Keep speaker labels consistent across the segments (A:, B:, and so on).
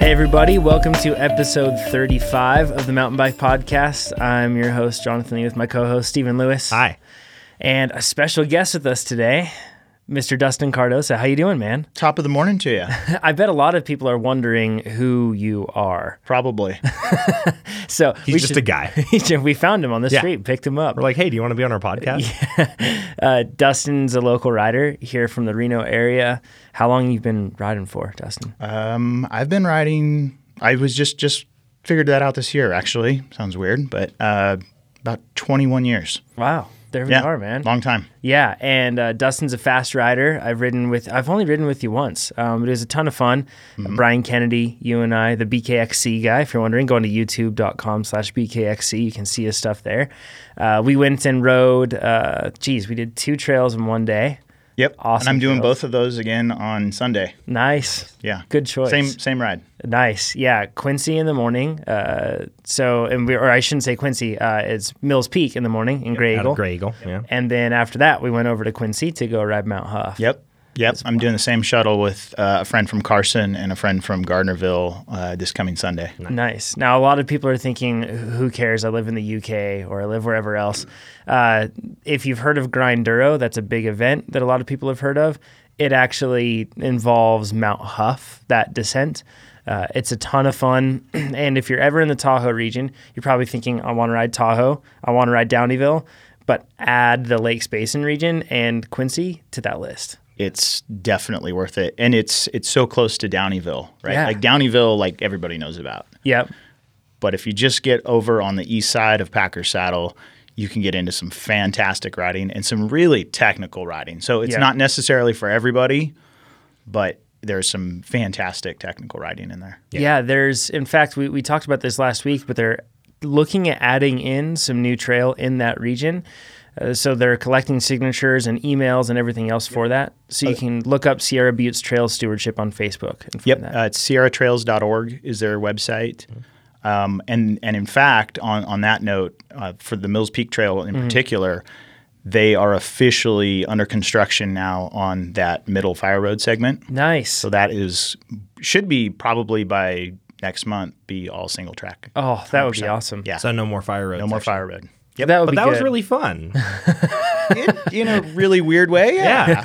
A: everybody. Welcome to episode 35 of the Mountain Bike Podcast. I'm your host, Jonathan Lee, with my co host, Stephen Lewis.
B: Hi.
A: And a special guest with us today, Mr. Dustin Cardosa. How you doing, man?
B: Top of the morning to you.
A: I bet a lot of people are wondering who you are.
B: Probably.
A: So
B: He's
A: we
B: just a
A: should-
B: guy.
A: we found him on the
B: Yeah.
A: street, picked him up.
B: We're like, hey, do you want to be on our podcast?
A: Uh, Dustin's a local rider here from the Reno area. How long you been riding for, Dustin?
B: Uh,
C: Um, I've been riding. I was just just figured that out this year. Actually, sounds weird, but uh, about 21 years.
A: wow, there we are, man.
C: Long time.
A: Yeah, and uh, Dustin's a fast rider. I've ridden with. I've only ridden with you once. Um, it was a ton of fun.
C: Mm-hmm.
A: Brian Kennedy, you and I, the BKXC guy. If you're wondering, go on to YouTube.com/slash BKXC. You can see his stuff there. Uh, we went and rode. Uh, geez, we did two trails in one day.
C: Yep.
A: Awesome
C: And I'm doing
A: trails.
C: both of those again on Sunday.
A: Nice.
C: Yeah.
A: Good choice.
C: Same same ride.
A: Nice. Yeah. Quincy in the morning. Uh, so, and we, or I shouldn't say Quincy, uh, it's Mills Peak in the morning in Grey
B: Out
A: Eagle.
B: of Grey Eagle. Yeah.
A: And then after that, we went over to Quincy to go ride Mount Huff.
C: Yep. Yep. I'm doing the same shuttle with uh, a friend from Carson and a friend from Gardnerville uh, this coming Sunday.
A: Nice. Now, a lot of people are thinking, who cares? I live in the UK or I live wherever else. Uh, if you've heard of Grinduro, that's a big event that a lot of people have heard of. It actually involves Mount Huff, that descent. Uh, it's a ton of fun. and if you're ever in the Tahoe region, you're probably thinking, I want to ride Tahoe, I want to ride Downeyville, but add the Lakes Basin region and Quincy to that list.
C: It's definitely worth it, and it's it's so close to Downeyville, right?
A: Yeah.
C: Like Downeyville, like everybody knows about.
A: Yep.
C: But if you just get over on the east side of Packer Saddle, you can get into some fantastic riding and some really technical riding. So it's
A: Yeah.
C: not necessarily for everybody, but there's some fantastic technical riding in there.
A: Yeah. there's in fact we, we talked about this last week, but they're looking at adding in some new trail in that region. Uh, so they're collecting signatures and emails and everything else for that. So you can look up Sierra Butte's Trail Stewardship on Facebook. And find
C: Uh, Yep,
A: that.
C: uh, it's sierratrails.org is their website. Um, and and in fact, on on that note, uh, for the Mills Peak Trail in particular, they are officially under construction now on that middle fire road segment.
A: Nice.
C: So that is should be probably by next month be all single track.
A: oh, that would be awesome.
C: Yeah.
B: So no more fire roads.
C: no more
B: actually.
C: fire road.
A: That would
B: But
A: be
B: that was
A: good.
B: really fun.
C: It- in a really weird way.
B: Yeah.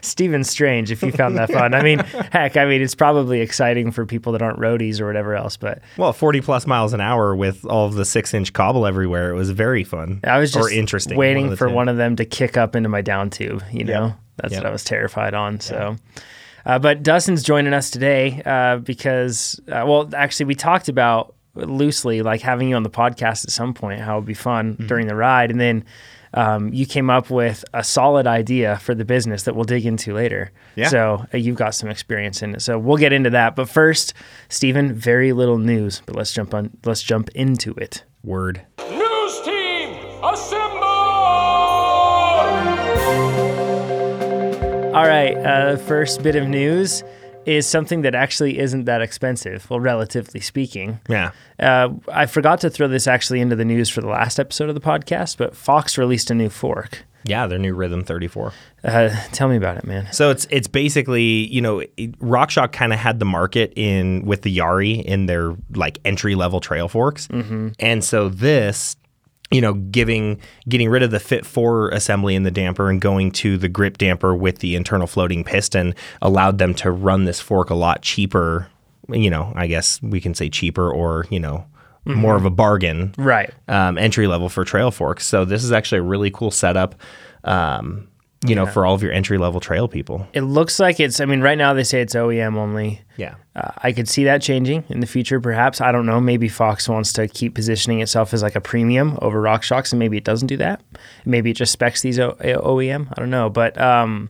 A: Stephen Strange if you found that fun. I mean, heck, I mean it's probably exciting for people that aren't roadies or whatever else, but
B: well, 40 plus miles an hour with all of the six inch cobble everywhere. It was very fun.
A: I was just
B: or interesting.
A: waiting
B: of the
A: for
B: two.
A: one of them to kick up into my down tube. You know, that's what I was terrified on. So, uh, but Dustin's joining us today uh, because, uh, well, actually, we talked about loosely like having you on the podcast at some point, how it'd be fun
B: Mm-hmm.
A: during the ride, and then. Um, you came up with a solid idea for the business that we'll dig into later.
C: Yeah.
A: So uh, you've got some experience in it. So we'll get into that. But first, Stephen, very little news, but let's jump on. Let's jump into it.
B: Word.
D: News team, assemble!
A: All right, uh, first bit of news is something that actually isn't that expensive, well, relatively speaking.
B: Yeah.
A: Uh, I forgot to throw this actually into the news for the last episode of the podcast, but Fox released a new fork.
B: Yeah, their new Rhythm 34.
A: Uh, tell me about it, man.
B: So it's it's basically you know it- RockShox kind of had the market in with the Yari in their like entry level trail forks, and so this you know giving getting rid of the Fit Four assembly in the damper and going to the grip damper with the internal floating piston allowed them to run this fork a lot cheaper. You know, I guess we can say cheaper or you know more of a bargain
A: Right.
B: um, entry level for trail forks. So this is actually a really cool setup, um, you know, for all of your entry level trail people.
A: It looks like it's, I mean, right now they say it's OEM only.
B: Yeah.
A: Uh, I could see that changing in the future, perhaps. I don't know. Maybe Fox wants to keep positioning itself as like a premium over RockShox, and maybe it doesn't do that. Maybe it just specs these o- OEM. I don't know. But um,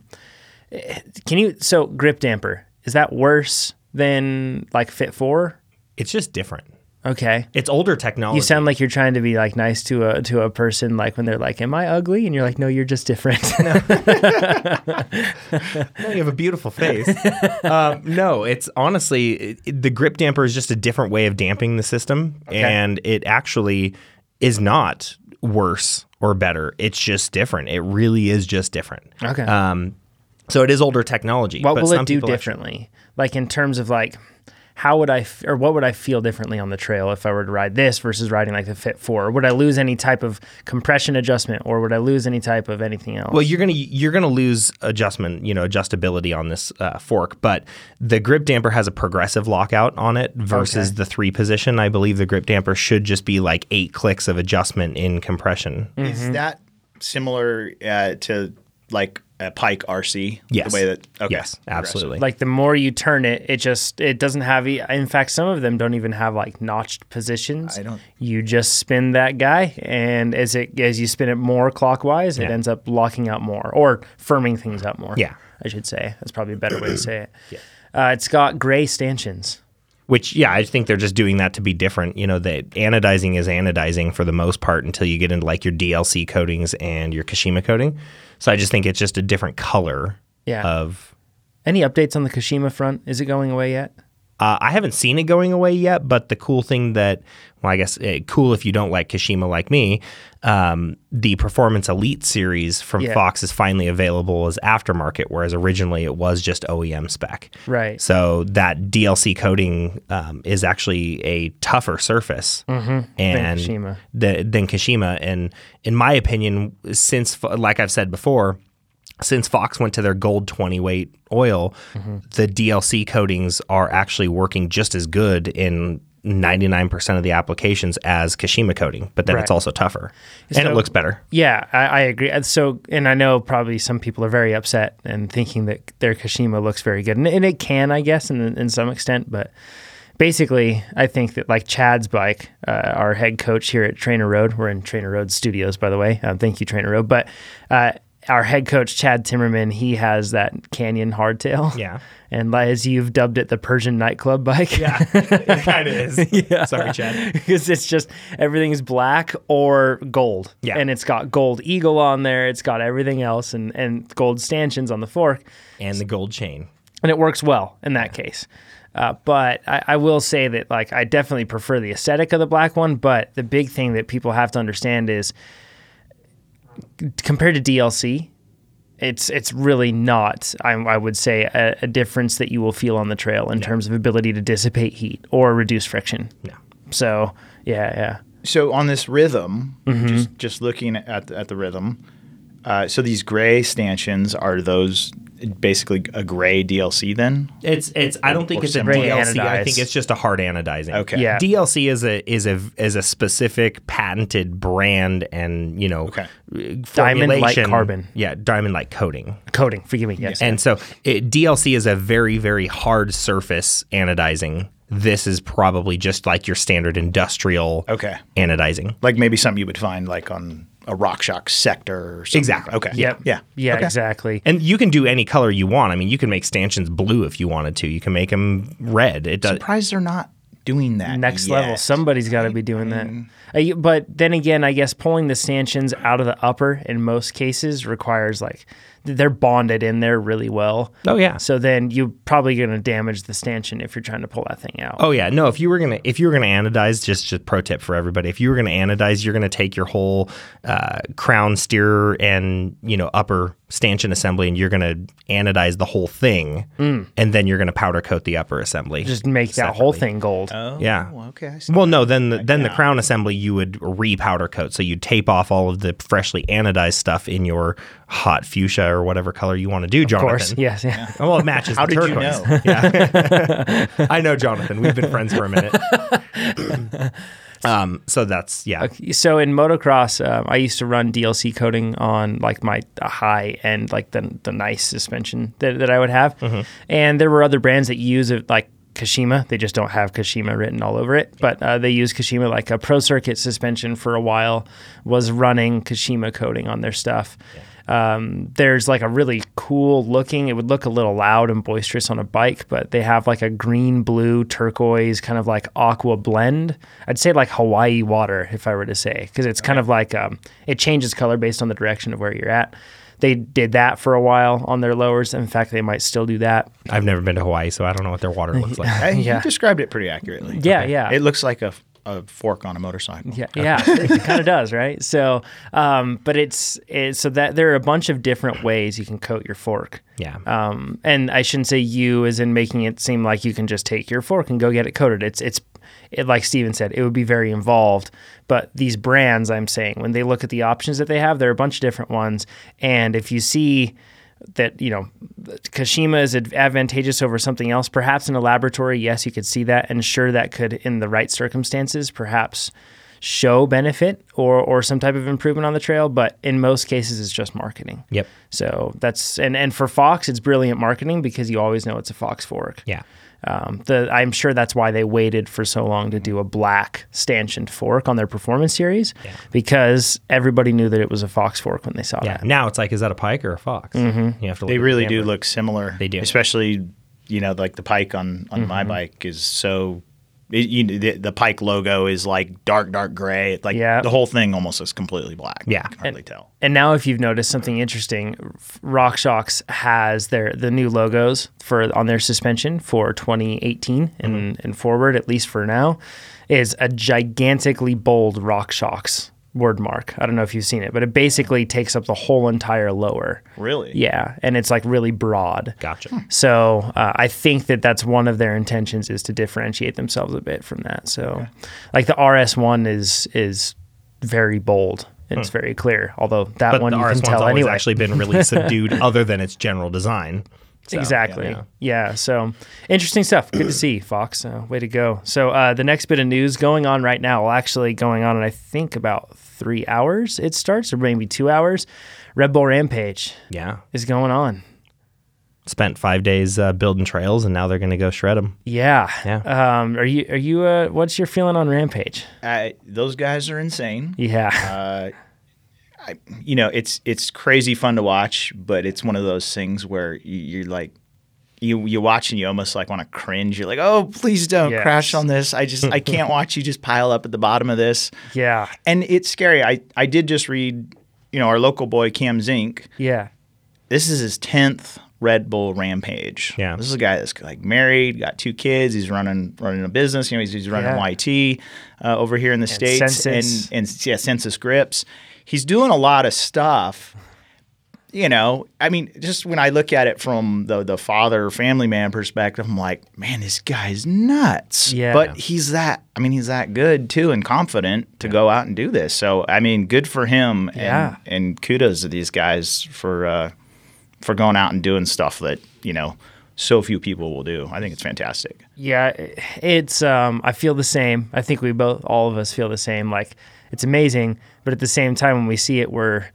A: eh, can you? So grip damper is that worse than like Fit Four?
B: It's just different.
A: Okay.
B: It's older technology.
A: You sound like you're trying to be like nice to a to a person, like when they're like, "Am I ugly?" and you're like, "No, you're just different."
B: No, you have a beautiful face. um, no, it's honestly it- it- the grip damper is just a different way of damping the system, and it actually is not worse or better. It's just different. It really is just different.
A: Okay.
B: Um, so it is older technology.
A: what
B: but
A: will it
B: some
A: do
B: people actually-
A: differently like in terms of like how would I f- or what would I feel differently on the trail if I were to ride this versus riding like the Fit Four? Or would I lose any type of compression adjustment, or would I lose any type of anything else?
B: Well, you're gonna you're gonna lose adjustment, you know, adjustability on this uh, fork, but the grip damper has a progressive lockout on it versus the three position. I believe the grip damper should just be like eight clicks of adjustment in compression.
C: Is that similar uh, to like a Pike RC?
B: Yes.
C: The way that okay.
B: Yes, absolutely.
A: like the more you turn it, it just it doesn't have. E- in fact, some of them don't even have like notched positions.
C: I don't-
A: You just spin that guy, and as it as you spin it more clockwise, it ends up locking out more or firming things up more.
B: Yeah.
A: I should say that's probably a better way to say it. Yeah. Uh, it's got gray stanchions.
B: Which, yeah, I think they're just doing that to be different. You know, that anodizing is anodizing for the most part until you get into like your DLC coatings and your Kashima coating. So I just think it's just a different color
A: Yeah.
B: of.
A: Any updates on the Kashima front? Is it going away yet?
B: Uh, I haven't seen it going away yet, but the cool thing that, well, I guess eh, cool if you don't like Kashima like me, um, the Performance Elite series from
A: Yeah.
B: Fox is finally available as aftermarket, whereas originally it was just OEM spec.
A: Right.
B: So that DLC coating um, is actually a tougher surface
A: Mm-hmm.
B: and
A: Kashima.
B: th- than Kashima. And in my opinion, since Fo- like I've said before, since Fox went to their gold 20 weight oil, the DLC coatings are actually working just as good in 99% of the applications as Kashima coating, but then it's
A: Right.
B: also tougher and
A: So-
B: it looks better.
A: Yeah, I, I agree. And So, and I know probably some people are very upset and thinking that their Kashima looks very good, and, and it can, I guess, in, in some extent. But basically, I think that like Chad's bike, uh, our head coach here at Trainer Road, we're in Trainer Road Studios, by the way. Um, thank you, Trainer Road. But uh, our head coach Chad Timmerman, he has that Canyon hardtail.
B: Yeah.
A: and like, as you've dubbed it, the Persian nightclub bike. Yeah.
B: it kind of is. Sorry, Chad.
A: because it's just everything's black or gold.
B: Yeah.
A: And it's got gold eagle on there. It's got everything else and, and gold stanchions on the fork.
B: And the gold chain.
A: And it works well in that case. Uh, but I, I will say that like I definitely prefer the aesthetic of the black one. But the big thing that people have to understand is compared to DLC, it's it's really not. I, I would say a, a difference that you will feel on the trail in terms of ability to dissipate heat or reduce friction.
B: Yeah.
A: So yeah, yeah.
C: So on this rhythm,
B: Mm-hmm.
C: just just looking at the, at the rhythm, uh, so these gray stanchions are those basically a gray DLC then?
B: It's it's. I don't think
C: or
B: it's a
C: similar.
B: DLC. I
A: Anodized.
B: think it's just a hard anodizing.
C: Okay.
A: Yeah.
B: DLC is a is a is a specific patented brand and you know
C: Okay.
B: diamond
A: Diamond-like carbon.
B: Yeah, diamond like coating.
A: Coating, forgive me. Yes.
B: And so it, DLC is a very very hard surface anodizing. This is probably just like your standard industrial
C: Okay.
B: anodizing.
C: Like maybe something you would find like on a RockShox sector or something.
B: Exactly.
C: Okay.
A: Yep.
C: Yeah.
A: Yeah,
C: Okay.
A: exactly.
B: And you can do any color you want. I mean, you can make stanchions blue if you wanted to. You can make them red. It does.
C: Surprised they're not doing that.
A: Next
C: yet.
A: level. Somebody's got to be doing that. Uh, you- but then again, I guess pulling the stanchions out of the upper in most cases requires like th- they're bonded in there really well.
B: Oh yeah.
A: So then you're probably going to damage the stanchion if you're trying to pull that thing out.
B: Oh yeah, no. If you were gonna if you were gonna anodize, just just pro tip for everybody. If you were gonna anodize, you're gonna take your whole uh, crown steer and you know upper stanchion assembly, and you're gonna anodize the whole thing,
C: Mm.
B: and then you're gonna powder coat the upper assembly.
A: Just make that whole thing gold.
B: Oh, yeah.
C: oh, okay, I see.
B: Well, no. Then the, then the crown assembly you would repowder coat, so you tape off all of the freshly anodized stuff in your hot fuchsia or whatever color you want to do,
A: of
B: Jonathan.
A: course. Yes. Yeah.
B: Oh, Well, it matches.
C: How
B: the
C: did you
B: turquoise.
C: know?
B: Yeah. I know Jonathan. We've been friends for a minute. um, so that's yeah.
A: So in motocross, um, I used to run DLC coating on like my high end, like the the nice suspension that, that I would have, and there were other brands that use it like. Kashima, they just don't have Kashima written all over it, but uh, they use Kashima like a pro circuit suspension for a while was running Kashima coating on their stuff. Um, there's like a really cool looking, it would look a little loud and boisterous on a bike, but they have like a green, blue, turquoise kind of like aqua blend. I'd say like Hawaii water, if I were to say, because it's kind of like um, it changes color based on the direction of where you're at. They did that for a while on their lowers. In fact, they might still do that.
B: I've never been to Hawaii, so I don't know what their water looks like.
C: Hey,
A: Yeah.
C: You described it pretty accurately.
A: Yeah, yeah.
C: It looks like a a fork on a motorcycle.
A: Yeah, yeah, it kind of does, right? So, um, but it's, it's so that there are a bunch of different ways you can coat your fork.
B: Yeah.
A: Um, and I shouldn't say you as in making it seem like you can just take your fork and go get it coated. It's it's it, like Steven said, it would be very involved. But these brands, I'm saying, when they look at the options that they have, there are a bunch of different ones. And if you see that you know Kashima is ad- advantageous over something else, perhaps in a laboratory, yes, you could see that, and sure, that could, in the right circumstances, perhaps show benefit or or some type of improvement on the trail. But in most cases, it's just marketing.
B: Yep.
A: So that's and and for Fox, it's brilliant marketing because you always know it's a Fox fork.
B: Yeah.
A: Um, the I'm sure that's why they waited for so long to do a black stanchioned fork on their performance series because everybody knew that it was a Fox fork when they saw
B: Yeah.
A: that.
B: Now it's like, is that a pike or a fox?
A: Mm-hmm.
B: You have to.
C: They
B: look at
C: really
B: the
C: do
B: camera.
C: look similar.
B: They do.
C: especially you know like the Pike on on my bike is so. It, you know, the, the Pike logo is like dark, dark gray. Like
A: Yeah.
C: the whole thing almost is completely black.
B: Yeah.
C: you can hardly tell.
A: And now, if you've noticed something interesting, RockShox has their the new logos for on their suspension for 2018 and, and forward, at least for now, is a gigantically bold RockShox word mark. I don't know if you've seen it, but it basically takes up the whole entire lower.
C: Really?
A: Yeah, and it's like really broad.
B: Gotcha.
A: So uh, I think that that's one of their intentions is to differentiate themselves a bit from that. So, like the RS1 is is very bold. It's very clear. Although that
B: Hmm. But
A: one
B: the
A: you
B: RS
A: can
B: one's
A: tell
B: always
A: anyway.
B: actually been really subdued, other than its general design.
A: exactly. Yeah, So interesting stuff. Good to see Fox. Uh, way to go. So uh, the next bit of news going on right now, well, actually going on in I think about three hours it starts, or maybe two hours. Red Bull Rampage
B: Yeah.
A: is going on.
B: Spent five days uh, building trails, and now they're going to go shred them.
A: Yeah.
B: Yeah.
A: Um, are you are you uh, what's your feeling on Rampage?
C: Uh, those guys are insane.
A: Yeah.
B: Uh,
C: you know, it's it's crazy fun to watch, but it's one of those things where you, you're like, you you watch and you almost like want to cringe. You're like, oh, please don't
A: Yes.
C: crash on this. I just I can't watch you just pile up at the bottom of this.
A: yeah.
C: And it's scary. I I did just read, you know, our local boy Cam Zink.
A: Yeah.
C: This is his tenth Red Bull Rampage.
B: Yeah.
C: this is a guy that's like married, got two kids. He's running running a business. You know, he's, he's running
A: Yeah.
C: YT uh, over here in the states
A: Census.
C: and and yeah, Census Grips. He's doing a lot of stuff. You know, I mean, just when I look at it from the the father family man perspective, I'm like, man, this guy's nuts.
A: Yeah.
C: But he's that. I mean, he's that good too, and confident to go out and do this. So, I mean, good for him. And,
A: Yeah.
C: And kudos to these guys for uh, for going out and doing stuff that you know so few people will do. I think it's fantastic.
A: Yeah. it- It's um I feel the same. I think we both all of us feel the same. Like it's amazing, but at the same time when we see it we're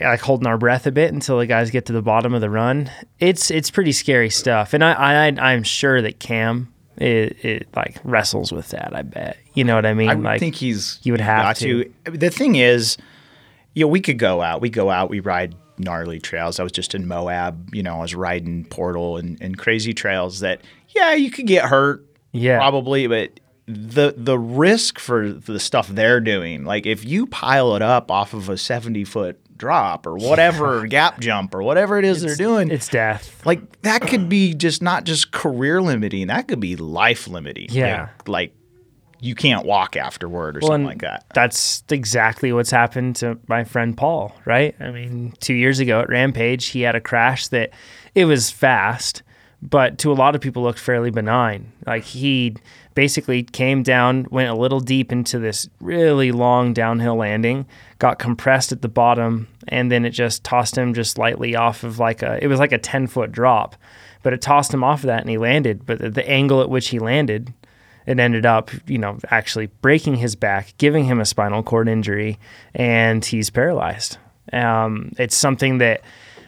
A: like holding our breath a bit until the guys get to the bottom of the run. It's it's pretty scary stuff. And I I I'm sure that Cam it, it like wrestles with that, I bet. You know what I mean?
C: I would
A: like
C: think he's
A: you would have
C: got
A: to.
C: The thing is, you know, we could go out. We go out. We ride gnarly trails. I was just in Moab. You know, I was riding Portal and, and crazy trails. That yeah, you could get hurt.
A: Yeah.
C: probably. But the the risk for the stuff they're doing, like if you pile it up off of a seventy foot drop or whatever gap jump or whatever it is they're doing,
A: it's death.
C: like that could be just not just career limiting. That could be life limiting.
A: Yeah.
C: Like, like, you can't walk afterward or something
A: and
C: like that.
A: That's exactly what's happened to my friend Paul, right? I mean, two years ago at Rampage, he had a crash that it was fast, but to a lot of people looked fairly benign. Like he basically came down, went a little deep into this really long downhill landing, got compressed at the bottom, and then it just tossed him just lightly off of like a it was like a ten foot drop. But it tossed him off of that and he landed. But the- the angle at which he landed it ended up, you know, actually breaking his back, giving him a spinal cord injury, and he's paralyzed. Um, it's something that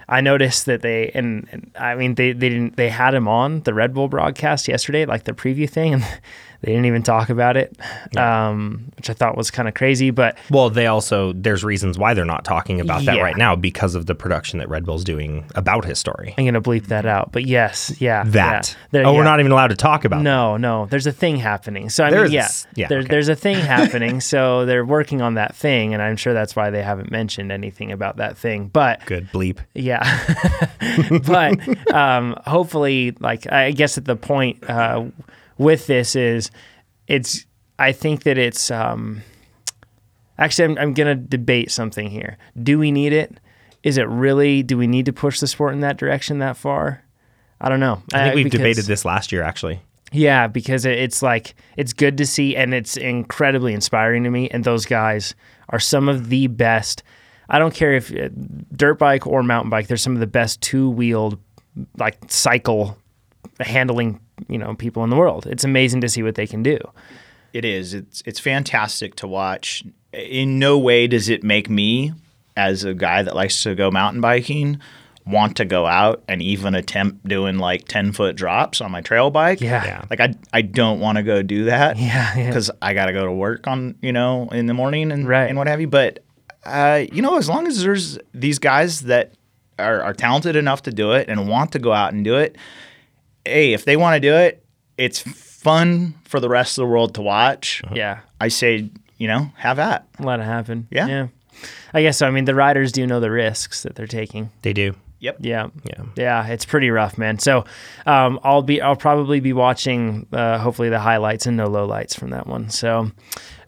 A: I noticed that they and, and I mean they they didn't they had him on the Red Bull broadcast yesterday, like the preview thing, and they didn't even talk about it, um, which I thought was kind of crazy. But
B: Well, they also there's reasons why they're not talking about that
A: Yeah.
B: right now because of the production that Red Bull's doing about his story.
A: I'm gonna bleep that out. But yes, yeah,
B: That
A: yeah. There-
B: oh, we're
A: yeah.
B: not even allowed to talk about. that.
A: No, no. There's a thing happening. So I
B: There
A: mean,
B: is a
A: yeah,
B: s- yeah,
A: there-
B: okay.
A: there's a thing happening. so they're working on that thing, and I'm sure that's why they haven't mentioned anything about that thing. But
B: Good bleep.
A: yeah, but um, hopefully, like I guess at the point uh, with this is it's. I think that it's um, actually I'm, I'm going to debate something here. Do we need it? Is it really? Do we need to push the sport in that direction that far? I don't know. Uh,
B: I think we've
A: because-
B: debated this last year, actually.
A: Yeah, because it- it's like it's good to see, and it's incredibly inspiring to me. And those guys are some of the best. I don't care if uh, dirt bike or mountain bike; they're some of the best two wheeled, like cycle handling, you know, people in the world. It's amazing to see what they can do.
C: It is. It's it's fantastic to watch. In no way does it make me, as a guy that likes to go mountain biking, want to go out and even attempt doing like ten foot drops on my trail bike.
A: Yeah. Yeah.
C: Like I I don't want to go do that.
A: Yeah, yeah.
C: Because I got to go to work on you know in the morning and
A: Right.
C: and what have you. But uh, you know, as long as there's these guys that are, are talented enough to do it and want to go out and do it, hey, if they want to do it, it's fun for the rest of the world to watch.
A: Yeah,
C: I say, you know, have at.
A: let it happen.
C: Yeah.
A: yeah. I guess so. I mean, the riders do know the risks that they're taking.
B: They do.
C: Yep.
A: Yeah.
B: Yeah.
A: Yeah. It's pretty rough, man. So um, I'll be, I'll probably be watching, uh, hopefully the highlights and no lowlights from that one. So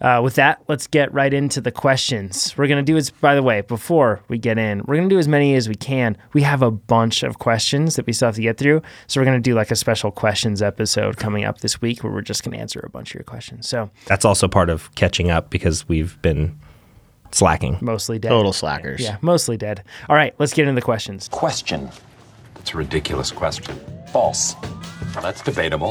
A: uh, with that, let's get right into the questions. We're going to do is, by the way, before we get in, we're going to do as many as we can. We have a bunch of questions that we still have to get through. So we're going to do like a special questions episode coming up this week where we're just going to answer a bunch of your questions. So
B: That's also part of catching up because we've been slacking.
A: mostly dead.
C: Total slackers.
A: Yeah. Mostly dead. All right. Let's get into the questions.
E: question.
F: It's a ridiculous question. False. Well, that's debatable.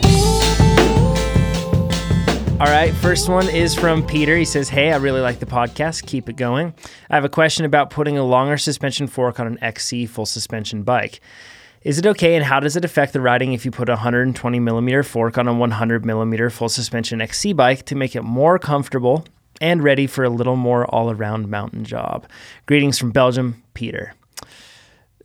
A: All right, first one is from Peter. He says, Hey, I really like the podcast. Keep it going. I have a question about putting a longer suspension fork on an XC full suspension bike. Is it okay and how does it affect the riding if you put a 120 millimeter fork on a 100 millimeter full suspension XC bike to make it more comfortable and ready for a little more all around mountain job? Greetings from Belgium, Peter.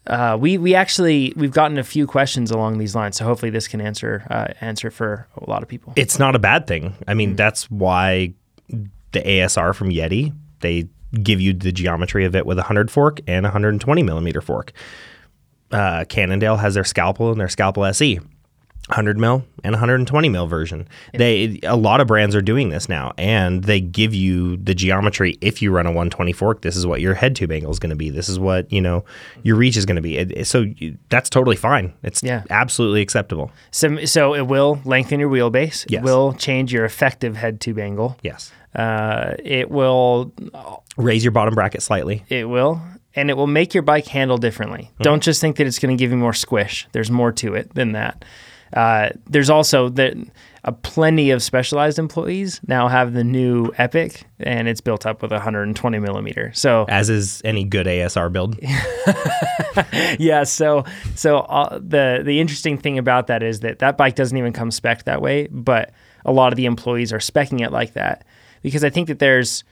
A: Uh, we we actually we've gotten a few questions along these lines, so hopefully this can answer uh, answer for a lot of people.
B: It's not a bad thing. I mean, that's why the ASR from Yeti, they give you the geometry of it with a 100 fork and a 120 millimeter fork. Uh, Cannondale has their scalpel and their scalpel SE. 100 mil and 120 mil version. They a lot of brands are doing this now, and they give you the geometry. If you run a 120 fork, this is what your head tube angle is going to be. This is what you know your reach is going to be. It- it- so you, that's totally fine. It's
A: Yeah.
B: absolutely acceptable.
A: So, so it will lengthen your wheelbase. It
B: Yes.
A: will change your effective head tube angle.
B: Yes,
A: Uh, it will.
B: raise your bottom bracket slightly.
A: It will. And it will make your bike handle differently. Don't just think that it's going to give you more squish. There's more to it than that. Uh, there's also the, a plenty of specialized employees now have the new Epic, and it's built up with 120 millimeter. So
B: As is any good ASR build.
A: yeah so so uh, the the interesting thing about that is that that bike doesn't even come spec that way but a lot of the employees are specking it like that because i think that there's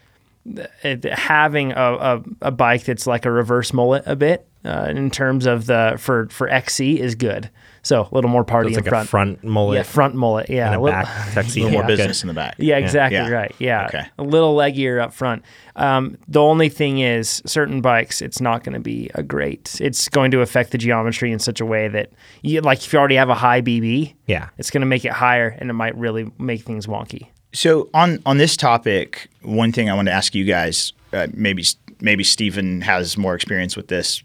A: uh, having a, a, a bike that's like a reverse mullet a bit uh, in terms of the for for xc is good so a little more party
B: It's
A: in
B: like
A: front
B: a front mullet
A: yeah front mullet yeah
B: and a
A: little-
B: back tuxedo.
C: A little
B: Yeah.
C: more business in the back.
A: yeah, exactly
C: Yeah.
A: right. Yeah,
C: Okay.
A: a little leggier up front. Um, the only thing is, certain bikes, it's not going to be a great. It's going to affect the geometry in such a way that, you, like, if you already have a high BB,
B: Yeah.
A: it's going to make it higher, and it might really make things wonky.
C: So on on this topic, one thing I want to ask you guys, uh, maybe maybe Stephen has more experience with this,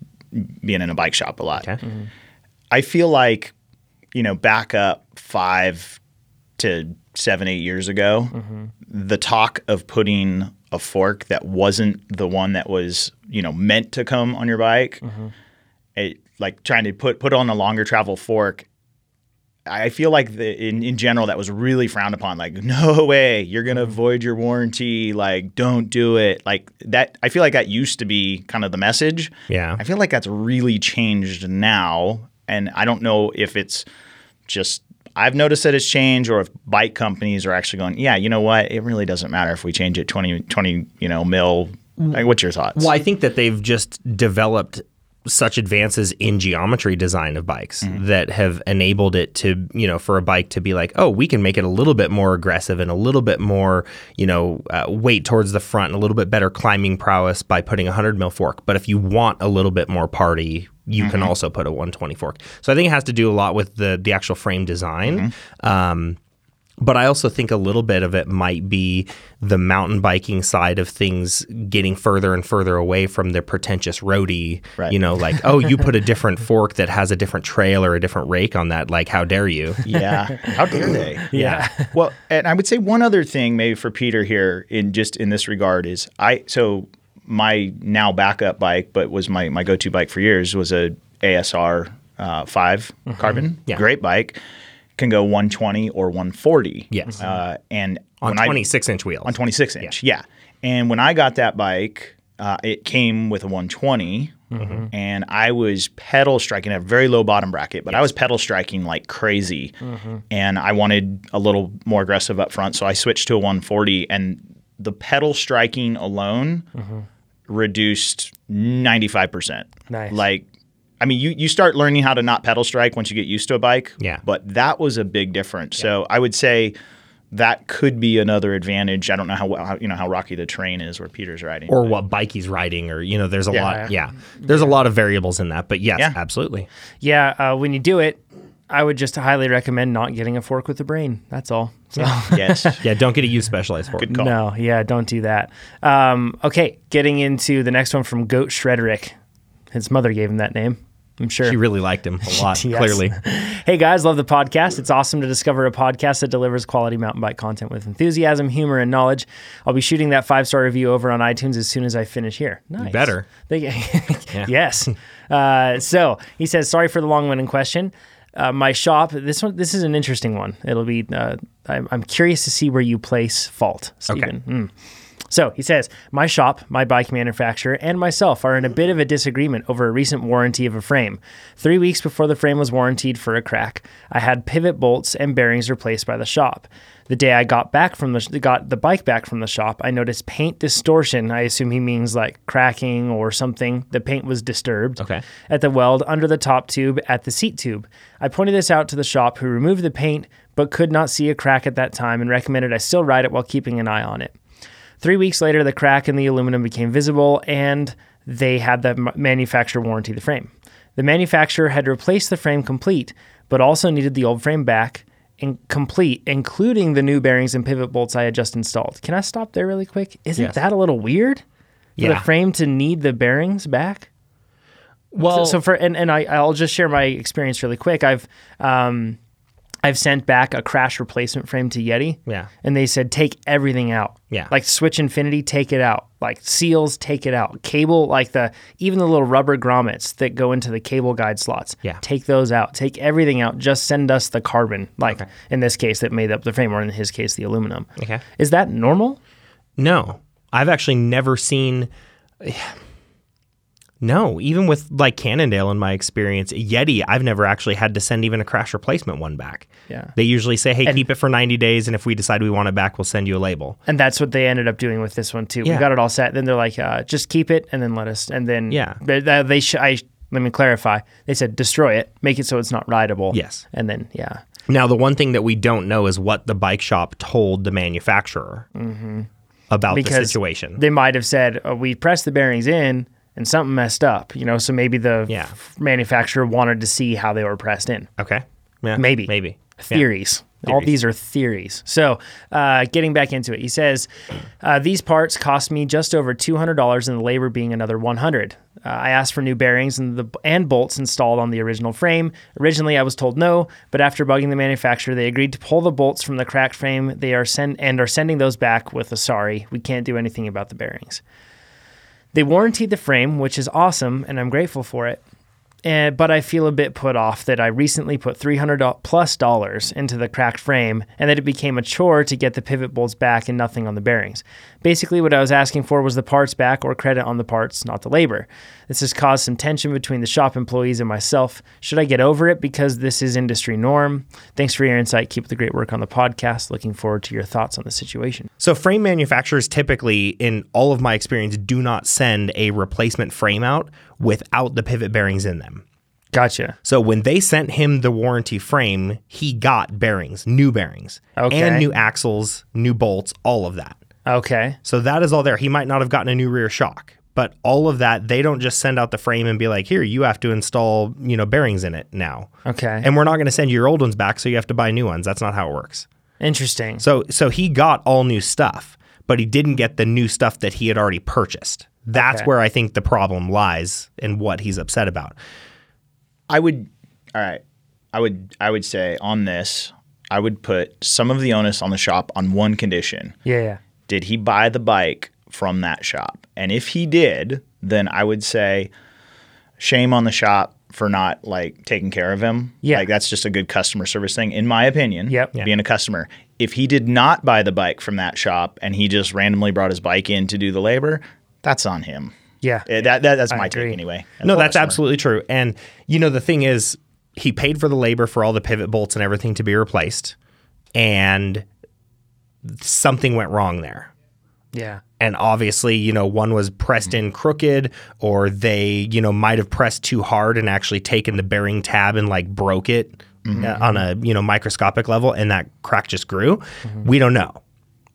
C: being in a bike shop a lot.
B: Okay.
C: I feel like, you know, back up five to seven, eight years ago, the talk of putting a fork that wasn't the one that was, you know, meant to come on your bike, it, like trying to put put on a longer travel fork. I feel like the, in, in general that was really frowned upon. Like, no way, you're gonna void your warranty. Like, don't do it. Like that. I feel like that used to be kind of the message.
B: Yeah.
C: I feel like that's really changed now, and I don't know if it's just I've noticed that it's changed, or if bike companies are actually going, yeah, you know what, it really doesn't matter if we change it 20, 20 you know, mil. Like, what's your thoughts?
B: Well, I think that they've just developed such advances in geometry design of bikes
A: Mm-hmm.
B: that have enabled it to, you know, for a bike to be like, oh, we can make it a little bit more aggressive and a little bit more, you know, uh, weight towards the front and a little bit better climbing prowess by putting a 100 mil fork. But if you want a little bit more party, you
A: Mm-hmm.
B: can also put
A: Mm-hmm.
B: a 120 fork. So I think it has to do a lot with the the actual frame design. Um, But I also think a little bit of it might be the mountain biking side of things getting further and further away from the pretentious roadie.
C: Right.
B: You know, like, oh, you put a different fork that has a different trail or a different rake on that. Like, how dare you?
C: Yeah. How dare they?
B: Yeah.
C: well, and I would say one other thing, maybe for Peter here, in just in this regard, is I so my now backup bike, but was my my go to bike for years was a ASR uh, 5 carbon,
B: Mm-hmm. Yeah.
C: great bike, can go 120 or 140.
B: Yes.
C: uh, and
B: on
C: when I-
B: 26 inch wheels.
C: on 26 inch. Yeah. And when I got that bike, uh, it came with a 120, and I was pedal striking at a very low bottom bracket, but I was pedal striking like crazy. And I wanted a little more aggressive up front, so I switched to a 140, and the pedal striking alone reduced 95%.
A: Nice.
C: Like, I mean, you, you start learning how to not pedal strike once you get used to a bike.
B: Yeah.
C: But that was a big difference. So I would say that could be another advantage. I don't know how, how you know how rocky the terrain is where Peter's riding.
B: or what bike he's riding, or, you know, there's a
C: Yeah.
B: lot. Yeah. There's a lot of variables in that. But yes,
C: Yeah.
B: absolutely.
A: Yeah, uh, when you do it, I would just highly recommend not getting a fork with a brain. That's all. So
C: yes.
B: Yeah. Don't get a used specialized fork.
C: Good call.
A: no, yeah, don't do that. Um, okay, getting into the next one from Goat Shredderick. His mother gave him that name. I'm sure.
B: She really liked him a lot,
A: Yes.
B: clearly.
A: Hey guys, love the podcast. It's awesome to discover a podcast that delivers quality mountain bike content with enthusiasm, humor, and knowledge. I'll be shooting that five star review over on iTunes as soon as I finish here. Nice.
B: better.
A: Thank you. Yes. Uh, so he says, sorry for the long winded question. Uh, my shop. This one. This is an interesting one. It'll be. Uh, I'm, I'm curious to see where you place fault, Stephen. Mm. So he says, My shop, my bike manufacturer, and myself are in a bit of a disagreement over a recent warranty of a frame. Three weeks before the frame was warranted for a crack, I had pivot bolts and bearings replaced by the shop. The day I got back from the got the bike back from the shop, I noticed paint distortion. I assume he means like cracking or something. The paint was disturbed
B: Okay.
A: at the weld under the top tube at the seat tube. I pointed this out to the shop who removed the paint but could not see a crack at that time and recommended I still ride it while keeping an eye on it. Three weeks later, the crack in the aluminum became visible and they had the m- manufacturer warranty the frame. The manufacturer had replaced the frame complete, but also needed the old frame back and complete, including the new bearings and pivot bolts I had just installed. Can I stop there really quick? Isn't
B: Yes.
A: that a little weird? For the
B: Yeah.
A: frame to need the bearings back?
B: Well,
A: so for and, and I, I'll just share my experience really quick. I've um, I've sent back a crash replacement frame to Yeti.
B: Yeah.
A: And they said take everything out.
B: Yeah.
A: Like switch infinity, take it out. Like seals, take it out. Cable, like the even the little rubber grommets that go into the cable guide slots.
B: Yeah.
A: Take those out. Take everything out. Just send us the carbon. Like in this case that made up the frame, or in his case the aluminum.
B: Okay.
A: Is that normal?
B: No, I've actually never seen. No, even with like Cannondale in my experience, Yeti, I've never actually had to send even a crash replacement one back.
A: Yeah.
B: They usually say, hey, keep it for 90 days. And if we decide we want it back, we'll send you a label.
A: And that's what they ended up doing with this one too. We
B: Yeah.
A: got it all set. Then they're like, uh, just keep it, and then let us. And then
B: Yeah.
A: they, they, they sh- I let me clarify. They said destroy it, make it so it's not rideable.
B: Yes.
A: And then yeah,
B: Now, the one thing that we don't know is what the bike shop told the manufacturer about the
A: Mm-hmm. because
B: situation.
A: they might have said oh, we pressed the bearings in and something messed up. You know, so maybe the
B: Yeah.
A: f- manufacturer wanted to see how they were pressed in.
B: okay. Yeah,
A: Maybe.
B: Maybe. Yeah.
A: Theories. All these are theories. So, uh, getting back into it, he says uh, these parts cost me just over two hundred dollars, and the labor being another one hundred. Uh, I asked for new bearings and the and bolts installed on the original frame. Originally, I was told no, but after bugging the manufacturer, they agreed to pull the bolts from the cracked frame. They are send and are sending those back with a sorry. We can't do anything about the bearings. They warrantied the frame, which is awesome, and I'm grateful for it. And, Eh, but I feel a bit put off that I recently put 300 plus dollars into the cracked frame and that it became a chore to get the pivot bolts back and nothing on the bearings. Basically, what I was asking for was the parts back or credit on the parts, not the labor. This has caused some tension between the shop employees and myself. Should I get over it because this is industry norm? Thanks for your insight. Keep up the great work on the podcast. Looking forward to your thoughts on the situation.
B: So frame manufacturers typically, in all of my experience, do not send a replacement frame out without the pivot bearings in them.
A: Gotcha.
B: So when they sent him the warranty frame, he got bearings, new bearings,
A: Okay.
B: and new axles, new bolts, all of that.
A: Okay.
B: So that is all there. He might not have gotten a new rear shock, but all of that, they don't just send out the frame and be like, "Here, you have to install, you know, bearings in it now."
A: Okay.
B: And we're not going to send you your old ones back, so you have to buy new ones. That's not how it works.
A: Interesting.
B: So so he got all new stuff, but he didn't get the new stuff that he had already purchased. That's
A: Okay.
B: where I think the problem lies and what he's upset about.
C: I would all right. I would I would say on this, I would put some of the onus on the shop on one condition.
A: yeah, yeah.
C: Did he buy the bike from that shop? And if he did, then I would say shame on the shop for not like taking care of him.
A: Yeah.
C: Like that's just a good customer service thing in my opinion.
A: Yep. Yeah.
C: Being a customer. If he did not buy the bike from that shop and he just randomly brought his bike in to do the labor, that's on him.
A: Yeah.
C: Eh, That, that that's my
A: agree.
C: take anyway.
B: No, that's
C: Customer.
B: absolutely true. And you know the thing is he paid for the labor for all the pivot bolts and everything to be replaced and something went wrong there.
A: yeah.
B: and obviously you know one was pressed in crooked or they you know might have pressed too hard and actually taken the bearing tab and like broke it uh, on a you know microscopic level and that crack just grew we don't know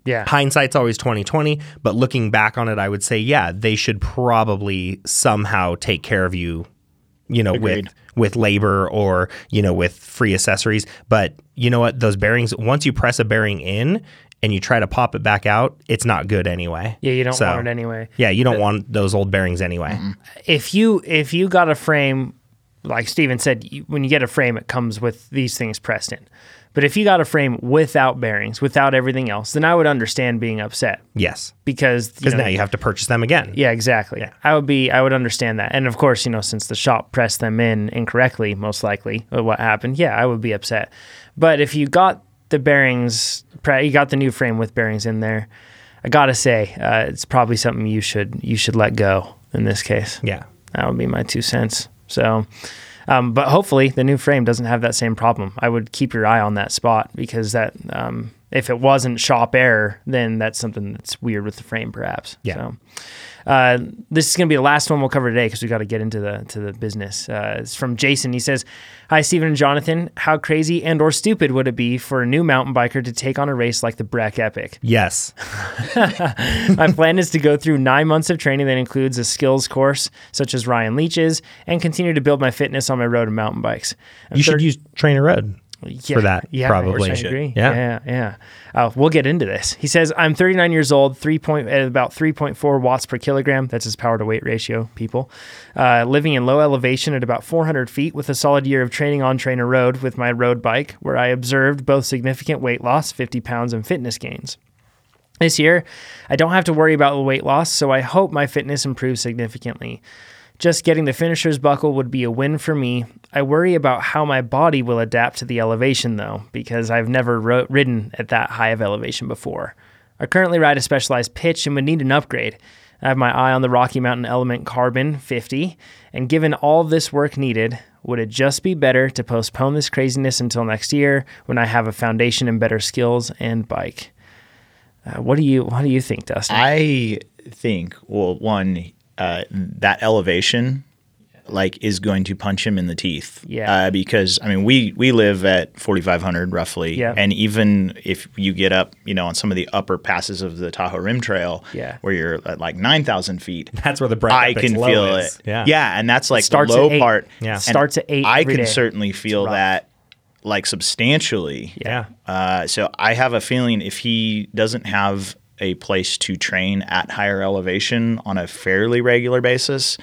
A: Yeah.
B: hindsight's always 2020 but looking back on it i would say yeah they should probably somehow take care of you you know
C: Agreed.
B: with with labor or you know with free accessories but you know what those bearings once you press a bearing in and you try to pop it back out it's not good anyway
A: Yeah, you don't
B: So-
A: want it anyway.
B: yeah you don't want those old bearings anyway
A: If you if you got a frame, like Steven said, you, when you get a frame, it comes with these things pressed in. But if you got a frame without bearings, without everything else, then I would understand being upset
B: yes
A: because you
B: because
A: know,
B: now you have to purchase them again
A: Yeah, exactly. I would be, I would understand that. And of course, you know, since the shop pressed them in incorrectly, most likely uh, what happened, yeah, I would be upset. But if you got the bearings, pre- you got the new frame with bearings in there, I gotta say, uh, it's probably something you should you should let go in this case.
B: yeah
A: That would be my two cents. So, um, but hopefully the new frame doesn't have that same problem. I would keep your eye on that spot because that, um, if it wasn't shop error, then that's something that's weird with the frame, perhaps.
B: Yeah.
A: So, uh, this is going to be the last one we'll cover today because we got to get into the to the business. Uh, it's from Jason. He says, "Hi, Stephen and Jonathan. How crazy and or stupid would it be for a new mountain biker to take on a race like the Breck Epic?
B: yes
A: My plan is to go through nine months of training that includes a skills course, such as Ryan Leach's, and continue to build my fitness on my road and mountain bikes. I'm
B: you should
A: thirty-
B: use trainer road
A: yeah,
B: for that
A: yeah,
B: probably
A: I agree.
B: yeah
A: yeah, yeah. Uh, we'll get into this. He says, "I'm 39 years old, three point at about 3.4 watts per kilogram. That's his power to weight ratio. People uh, living in low elevation at about 400 feet, with a solid year of training on Trainer Road with my road bike, where I observed both significant weight loss, 50 pounds, and fitness gains." This year, I don't have to worry about the weight loss, so I hope my fitness improves significantly. Just getting the finisher's buckle would be a win for me. I worry about how my body will adapt to the elevation, though, because I've never ro- ridden at that high of elevation before. I currently ride a specialized pitch and would need an upgrade. I have my eye on the Rocky Mountain Element Carbon 50, and given all this work needed, would it just be better to postpone this craziness until next year when I have a foundation and better skills and bike? Uh, what do you What do you think, Dustin?
C: I think, well, one, uh, that elevation, like, is going to punch him in the teeth.
A: Yeah.
C: Uh, because I mean, we we live at 4,500 roughly,
A: Yeah.
C: and even if you get up, you know, on some of the upper passes of the Tahoe Rim Trail,
A: Yeah.
C: where you're at like 9,000 feet,
B: that's where the breath
C: I can feel it.
B: yeah
C: yeah, and that's like
A: starts
C: the low
A: at eight.
C: part.
B: Yeah.
C: And
A: Starts at eight
C: I
A: every
C: can
A: day.
C: certainly feel
A: rough.
C: that, like, substantially.
B: yeah
C: Uh, so I have a feeling if he doesn't have a place to train at higher elevation on a fairly regular basis,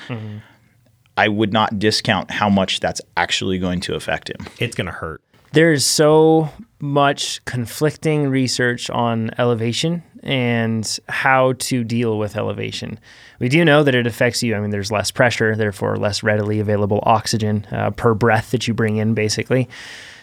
C: I would not discount how much that's actually going to affect him.
B: it's gonna hurt
A: There is so much conflicting research on elevation and how to deal with elevation. We do know that it affects you. I mean, there's less pressure, therefore less readily available oxygen uh, per breath that you bring in, basically.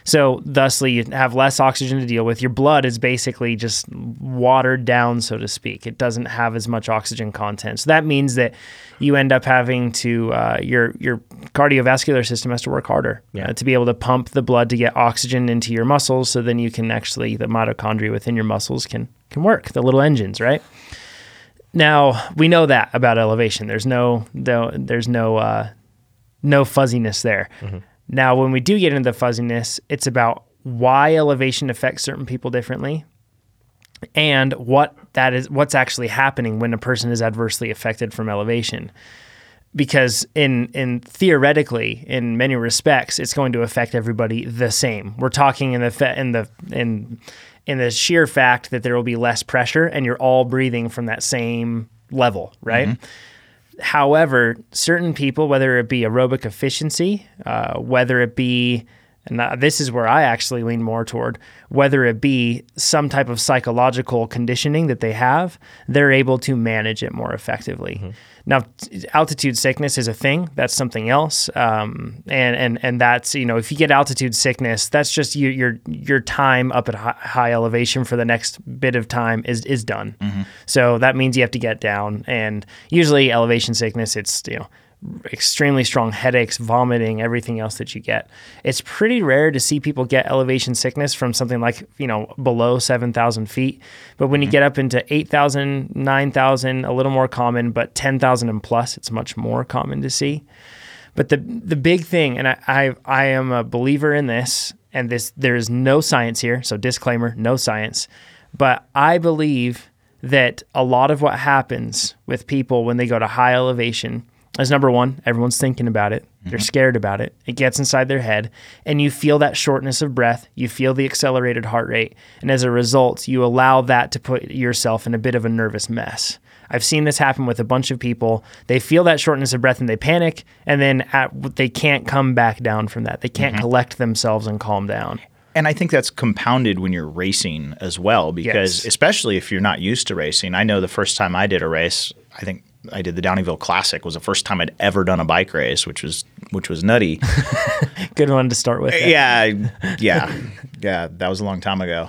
A: So, thusly, you have less oxygen to deal with. Your blood is basically just watered down, so to speak. It doesn't have as much oxygen content. So that means that you end up having to uh, your your cardiovascular system has to work harder
B: Yeah.
A: uh, to be able to pump the blood to get oxygen into your muscles. So then you can actually the mitochondria within your muscles can can work. The little engines, right? Now we know that about elevation. There's no, no there's no uh, no fuzziness there. Now when we do get into the fuzziness, it's about why elevation affects certain people differently and what that is what's actually happening when a person is adversely affected from elevation because in in theoretically in many respects it's going to affect everybody the same we're talking in the fe- in the in in the sheer fact that there will be less pressure and you're all breathing from that same level, right? However, certain people, whether it be aerobic efficiency, uh, whether it be, and uh, this is where I actually lean more toward, whether it be some type of psychological conditioning that they have, they're able to manage it more effectively. Now, t- altitude sickness is a thing. That's something else, um, and and and that's you know if you get altitude sickness, that's just your your your time up at hi- high elevation for the next bit of time is is done. So that means you have to get down, and usually elevation sickness, it's you know extremely strong headaches, vomiting, everything else that you get. It's pretty rare to see people get elevation sickness from something like, you know, below 7,000 feet. But when you get up into 8,000, 9,000, a little more common, but 10,000 and plus, it's much more common to see. But the the big thing, and I, I I am a believer in this, and this there is no science here, so disclaimer, no science. But I believe that a lot of what happens with people when they go to high elevation is number one, everyone's thinking about it. They're scared about it. It gets inside their head, and you feel that shortness of breath. You feel the accelerated heart rate. And as a result, you allow that to put yourself in a bit of a nervous mess. I've seen this happen with a bunch of people. They feel that shortness of breath and they panic, and then at, they can't come back down from that. They can't collect themselves and calm down.
C: And I think that's compounded when you're racing as well, because
A: Yes.
C: especially if you're not used to racing. I know the first time I did a race, I think I did the Downeyville Classic was the first time I'd ever done a bike race, which was which was nutty.
A: Good one to start with.
C: yeah, I- yeah, yeah. That was a long time ago.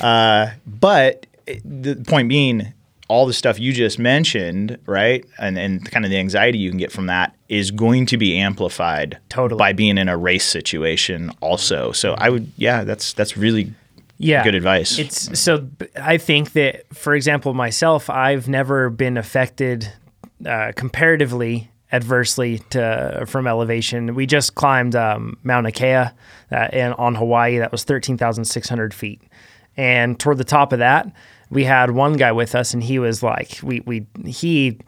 C: Uh, but it- the point being, all the stuff you just mentioned, right, and and kind of the anxiety you can get from that is going to be amplified
A: Totally.
C: by being in a race situation, also. So I would, yeah, that's that's really
A: yeah
C: good advice.
A: it's so b- i think that for example myself i've never been affected uh, comparatively adversely to from elevation we just climbed um, mount akea uh, and on hawaii that was 13600 feet and toward the top of that we had one guy with us and he was like we we he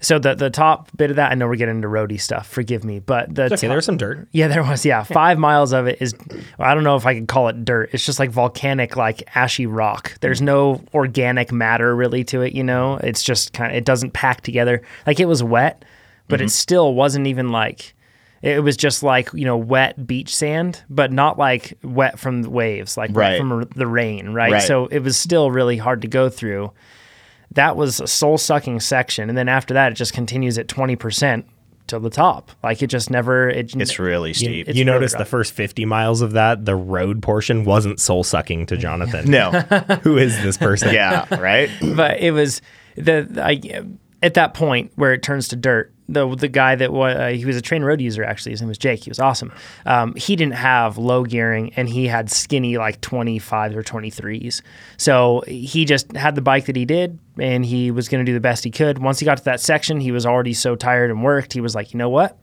A: so the the top bit of that i know we're getting into roadie stuff forgive me but the
B: Okay,
A: top-
B: there's some dirt.
A: yeah, there was. Yeah, five miles of it is. I don't know if I could call it dirt. It's just like volcanic, like ashy rock. There's no organic matter really to it. You know, it's just kind of. It doesn't pack together. Like it was wet, but it still wasn't even like. It was just like you know wet beach sand, but not like wet from the waves, like
C: Right.
A: wet from r- the rain, right?
C: Right.
A: So it was still really hard to go through. That was a soul sucking section, and then after that, it just continues at twenty percent to the top. Like it just never. It,
C: It's really steep.
A: it's
B: you
A: really
B: notice the
A: rough.
B: first 50 miles of that, the road portion wasn't soul sucking to Jonathan.
C: no.
B: Who is this person?
C: Yeah, right?
A: but it was the I, at that point where it turns to dirt. The the guy that was uh, he was a train road user actually. His name was Jake. He was awesome. Um, he didn't have low gearing and he had skinny like twenty five or twenty threes. So he just had the bike that he did and he was going to do the best he could. Once he got to that section, he was already so tired and worked. He was like, you know what?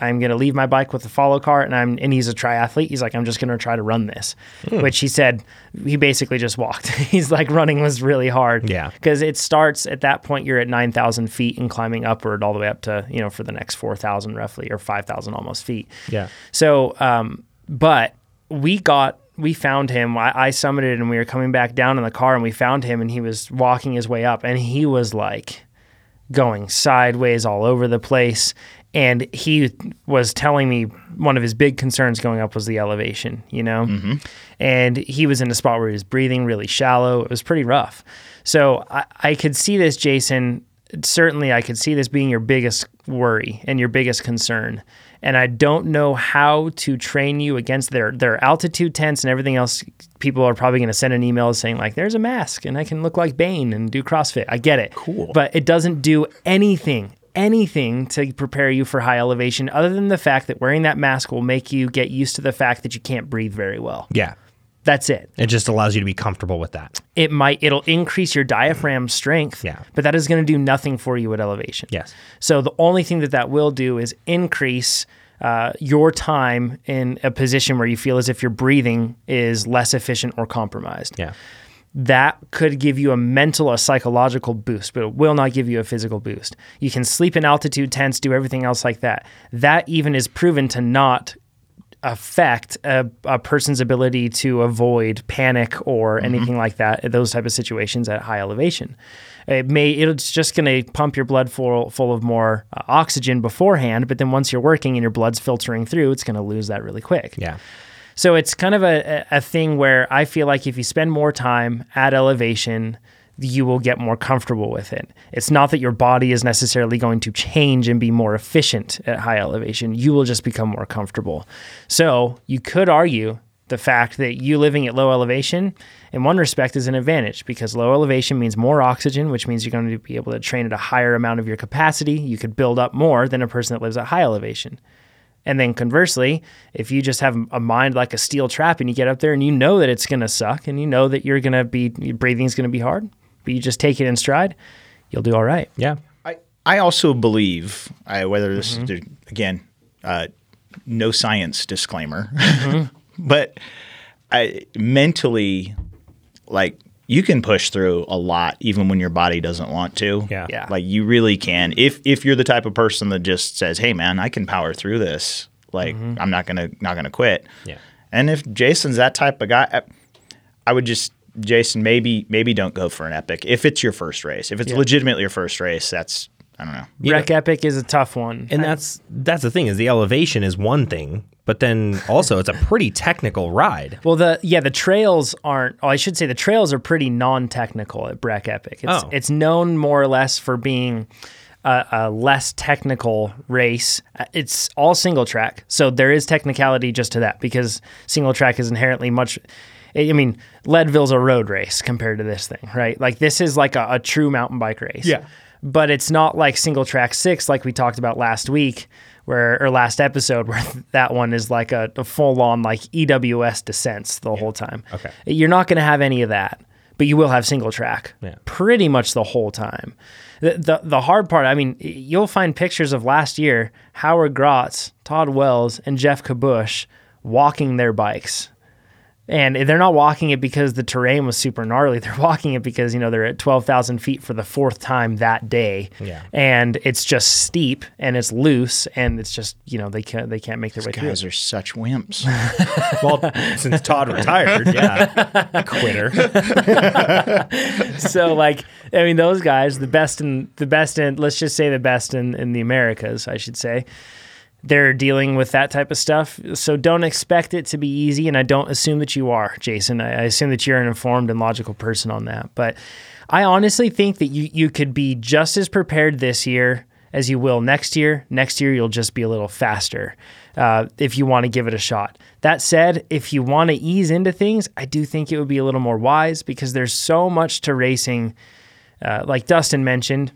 A: I'm going to leave my bike with the follow cart and I'm and he's a triathlete. He's like I'm just going to try to run this. Which he said he basically just walked. he's like running was really hard.
B: Yeah.
A: Cuz it starts at that point you're at 9000 feet and climbing upward all the way up to, you know, for the next 4000 roughly or 5000 almost feet.
B: Yeah.
A: So, um, but we got, we found him. I, I summited and we were coming back down in the car and we found him and he was walking his way up and he was like going sideways all over the place. And he was telling me one of his big concerns going up was the elevation, you know? And he was in a spot where he was breathing really shallow. It was pretty rough. So I, I could see this, Jason, certainly I could see this being your biggest worry and your biggest concern. And I don't know how to train you against their their altitude tents and everything else. People are probably going to send an email saying like, "There's a mask, and I can look like Bane and do CrossFit." I get it, cool, but it doesn't do anything, anything to prepare you for high elevation, other than the fact that wearing that mask will make you get used to the fact that you can't breathe very well.
B: Yeah.
A: That's it
B: It just allows you to be comfortable with that.
A: it might it'll increase your diaphragm strength
B: Yeah.
A: but that is going to do nothing for you at elevation
B: Yes.
A: so the only thing that that will do is increase uh, your time in a position where you feel as if your breathing is less efficient or compromised
B: Yeah.
A: that could give you a mental, a psychological boost, but it will not give you a physical boost. You can sleep in altitude tents, do everything else like that. That even is proven to not affect a, a person's ability to avoid panic or anything like that those type of situations at high elevation it may it's just going to pump your blood full, full of more uh, oxygen beforehand but then once you're working and your blood's filtering through it's going to lose that really quick
B: Yeah.
A: so it's kind of a, a a thing where I feel like if you spend more time at elevation, you will get more comfortable with it. It's not that your body is necessarily going to change and be more efficient at high elevation. You will just become more comfortable. So you could argue the fact that you living at low elevation, in one respect, is an advantage because low elevation means more oxygen, which means you're going to be able to train at a higher amount of your capacity. You could build up more than a person that lives at high elevation. And then conversely, if you just have a mind like a steel trap and you get up there and you know that it's going to suck and you know that you're going to be, your breathing's going to be hard, but you just take it in stride, you'll do all right.
B: Yeah.
C: I, I also believe, I, whether this is, again, uh, no science disclaimer, but I, mentally, like, you can push through a lot even when your body doesn't want to.
B: Yeah. Yeah.
C: Like, you really can. If, if you're the type of person that just says, hey, man, I can power through this, like, I'm not going to, not going to quit.
B: Yeah.
C: And if Jason's that type of guy, I- I would just Jason maybe maybe don't go for an epic if it's your first race. If it's legitimately your first race, that's I don't know.
A: Wreck Epic is a tough one.
B: And that's that's the thing is the elevation is one thing, but then also it's a pretty technical ride.
A: Well, the yeah, the trails aren't. Oh, I should say the trails are pretty non-technical at Breck Epic. It's,
B: Oh.
A: it's known more or less for being a, a less technical race. Uh, It's all single track, so there is technicality just to that because single track is inherently much. I I mean, Leadville's a road race compared to this thing, right? Like this is like a, a true mountain bike race.
B: Yeah.
A: But it's not like single track six, like we talked about last week, where or last episode, where that one is like a, a full on like E EWS descents the whole time.
B: Okay.
A: You're not going to have any of that, but you will have single track
B: Yeah.
A: pretty much the whole time. The, the the hard part, I mean, you'll find pictures of last year Howard Grotz, Todd Wells, and Jeff Kabush walking their bikes. And they're not walking it because the terrain was super gnarly. They're walking it because, you know, they're at 12,000 feet for the fourth time that day.
B: Yeah.
A: And it's just steep and it's loose and it's just, you know, they can't, they can't make their way through.
C: Guys are such wimps.
B: Well, since Todd retired, yeah. Quitter.
A: so like I mean those guys, the best in the best in let's just say the best in, in the Americas, I should say. They're dealing with that type of stuff. So don't expect it to be easy and I don't assume that you are, Jason. I, I assume that you're an informed and logical person on that. But I honestly think that you you could be just as prepared this year as you will next year. Next year you'll just be a little faster uh, if you want to give it a shot. That said, if you want to ease into things, I do think it would be a little more wise because there's so much to racing. Uh, like Dustin mentioned,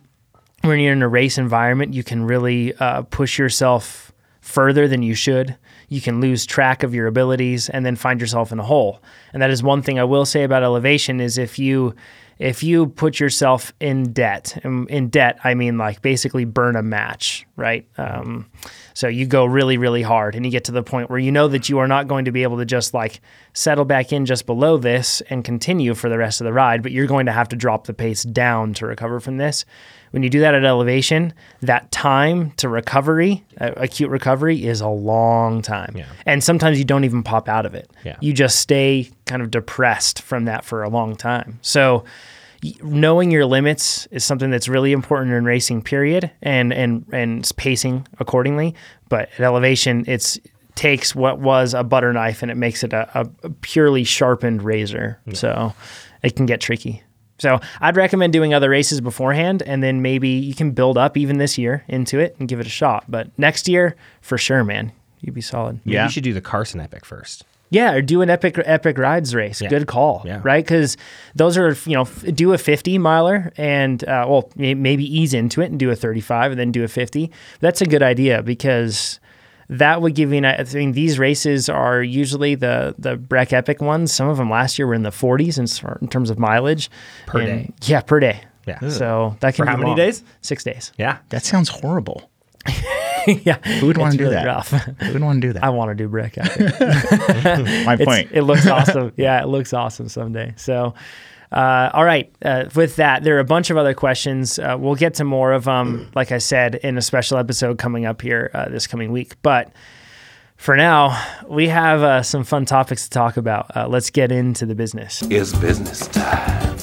A: when you're in a race environment, you can really uh, push yourself further than you should. You can lose track of your abilities and then find yourself in a hole. And that is one thing I will say about elevation is if you if you put yourself in debt, and in debt I mean like basically burn a match, right? Um, so you go really really hard and you get to the point where you know that you are not going to be able to just like settle back in just below this and continue for the rest of the ride, but you're going to have to drop the pace down to recover from this when you do that at elevation, that time to recovery, uh, acute recovery, is a long time. And sometimes you don't even pop out of it.
B: Yeah.
A: You just stay kind of depressed from that for a long time. So, y- knowing your limits is something that's really important in racing, period, and and and pacing accordingly. But at elevation, it's takes what was a butter knife and it makes it a, a purely sharpened razor. So, it can get tricky. So I'd recommend doing other races beforehand, and then maybe you can build up even this year into it and give it a shot. But next year, for sure, man, you'd be solid.
C: Yeah.
B: You should do the Carson epic first.
A: Yeah, or do an epic epic rides race. Good call.
B: Yeah.
A: Right, because those are you know f- do a fifty miler and uh, well may- maybe ease into it and do a thirty five and then do a fifty. That's a good idea because that would give you. an I mean, these races are usually the the Breck Epic ones. Some of them last year were in the forties in, s- in terms of mileage per
B: day.
A: Yeah, per day.
B: Yeah.
A: So that can
B: For
A: be
B: how many
A: long.
B: days?
A: Six days.
B: Yeah.
C: that sounds horrible.
A: yeah,
C: Who would want to do
A: really
C: that?
A: rough.
C: Who would want to do that?
A: I want to do Breck Epic.
C: My
A: It's-
C: point.
A: It looks awesome. yeah, it looks awesome someday. So, uh, all right. Uh, with that, there are a bunch of other questions. Uh, we'll get to more of them, like I said, in a special episode coming up here uh, this coming week. But for now, we have uh, some fun topics to talk about. Uh, let's get into the business.
F: Is business time.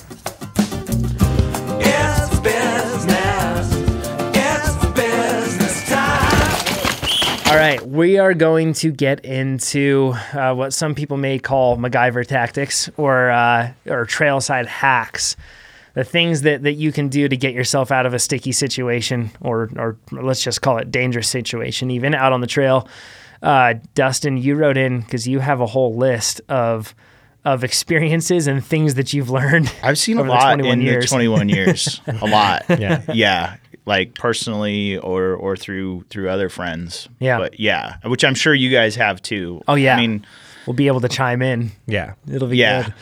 A: All right, we are going to get into uh, what some people may call MacGyver tactics or uh, or trailside hacks, the things that, that you can do to get yourself out of a sticky situation or or let's just call it dangerous situation, even out on the trail. Uh, Dustin, you wrote in because you have a whole list of of experiences and things that you've learned.
C: I've seen a
A: over the
C: lot
A: 21
C: in
A: years.
C: the 21 years. a lot.
B: Yeah.
C: Yeah. Like personally or or through through other friends.
A: Yeah.
C: But yeah, which I'm sure you guys have too.
A: Oh, yeah.
C: I mean,
A: We'll be able to chime in.
B: Yeah.
A: It'll be
C: Yeah.
A: good.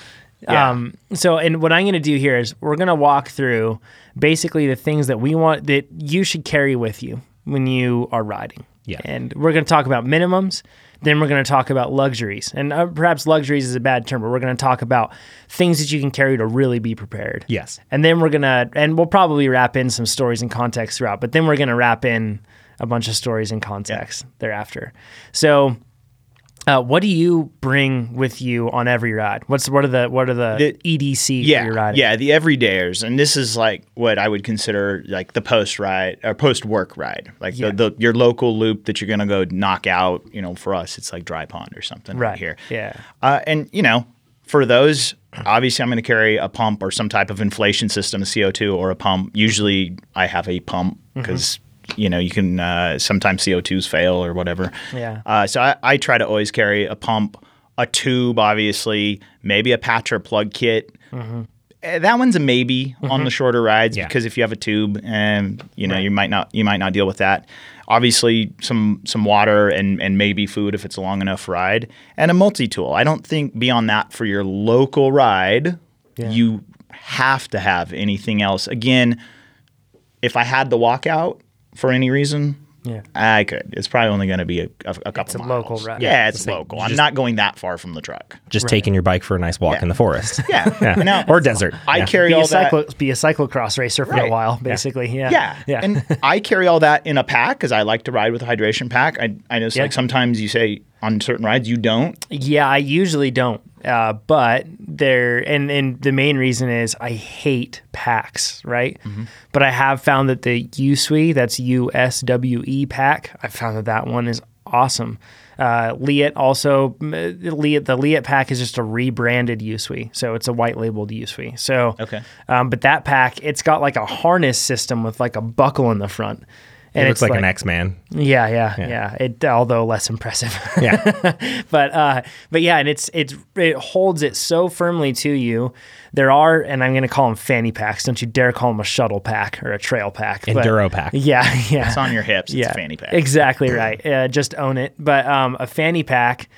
C: Yeah.
A: Um, so, and what I'm going to do here is we're going to walk through basically the things that we want that you should carry with you when you are riding.
B: Yeah.
A: And we're going to talk about minimums. Then we're going to talk about luxuries. And uh, perhaps luxuries is a bad term, but we're going to talk about things that you can carry to really be prepared.
B: Yes.
A: And then we're going to, and we'll probably wrap in some stories and context throughout, but then we're going to wrap in a bunch of stories and context thereafter. So, uh, what do you bring with you on every ride? What's what are the what are the, E EDC for your
C: yeah,
A: riding?
C: yeah, the everydayers, and this is like what I would consider like the post ride or post work ride, like the, the your local loop that you're gonna go knock out. You know, for us, it's like Dry Pond or something right,
A: Right.
C: here.
A: Yeah.
C: uh, and you know, for those, obviously, I'm gonna carry a pump or some type of inflation system, CO2 or a pump. Usually, I have a pump
A: Mm-hmm.
C: because. You know, you can uh, sometimes CO2s fail or whatever.
A: Yeah.
C: Uh, so I, I try to always carry a pump, a tube, obviously, maybe a patch or plug kit. Eh, That one's a maybe on the shorter rides
B: Yeah.
C: because if you have a tube, and you know you might not you might not deal with that. Obviously, some some water and and maybe food if it's a long enough ride, and a multi tool. I don't think beyond that for your local ride, you have to have anything else. Again, if I had the walkout for any reason,
A: Yeah.
C: I could. It's probably only going to be a, a, a couple. It's
A: a local route.
C: Yeah, it's local. I'm not going that far from the truck.
B: Just taking your bike for a nice walk in the forest.
C: Yeah. Now,
B: Or desert.
C: I
B: Yeah.
C: carry
A: Be a
C: all that.
A: cyclo- be a cyclocross racer for a
C: Right.
A: while, basically. Yeah.
C: yeah.
A: Yeah.
C: And I carry all that in a pack because I like to ride with a hydration pack. I, I know it's
A: Yeah.
C: like sometimes you say on certain rides you don't.
A: Yeah, I usually don't. Uh, but there, and and the main reason is I hate packs, right?
B: Mm-hmm.
A: But I have found that the USWE, E, that's U S W E pack, I found that that one is awesome. Uh, Liat also, m- Liat, the Liat pack is just a rebranded USWE, E, so it's a white labeled USWE. E. So
C: Okay.
A: um, but that pack, it's got like a harness system with like a buckle in the front.
B: It
A: And
B: looks like, an X Man.
A: Yeah, yeah, yeah, It although less impressive.
B: Yeah.
A: but uh, but yeah, and it's it's it holds it so firmly to you. There are, and I'm going to call them fanny packs. Don't you dare call them a shuttle pack or a trail pack. but-
B: Enduro pack.
A: Yeah, yeah.
C: It's on your hips. It's
A: yeah,
C: a fanny pack.
A: Exactly right. Uh, just own it. But um, a fanny pack.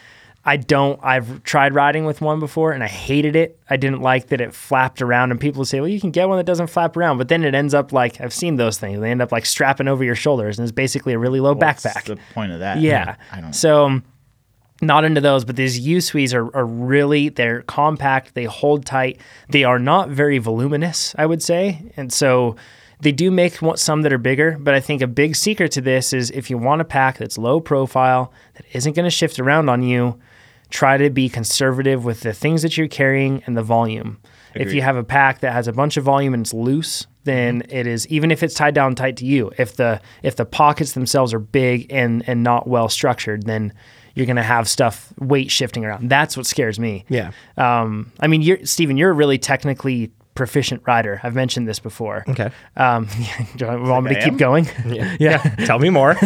A: I don't. I've tried riding with one before, and I hated it. I didn't like that it flapped around, and people say, "Well, you can get one that doesn't flap around," but then it ends up like I've seen those things. They end up like strapping over your shoulders, and it's basically a really low
C: What's
A: backpack.
C: the point of that?
A: Yeah.
C: I don't.
A: So um, not into those, but these U Suites are, are really they're compact, they hold tight, they are not very voluminous, I would say, and so they do make one- some that are bigger. But I think a big secret to this is if you want a pack that's low profile that isn't going to shift around on you, try to be conservative with the things that you're carrying and the volume. If you have a pack that has a bunch of volume and it's loose, then
B: Mm-hmm.
A: it is even if it's tied down tight to you. If the if the pockets themselves are big and and not well structured, then you're gonna have stuff weight shifting around. That's what scares me.
B: Yeah.
A: Um. I mean, you're Stephen. You're a really technically proficient rider. I've mentioned this before.
B: Okay.
A: Um. do you want me to
C: I
A: keep
C: am.
A: going?
B: Yeah. Tell me more.
A: so,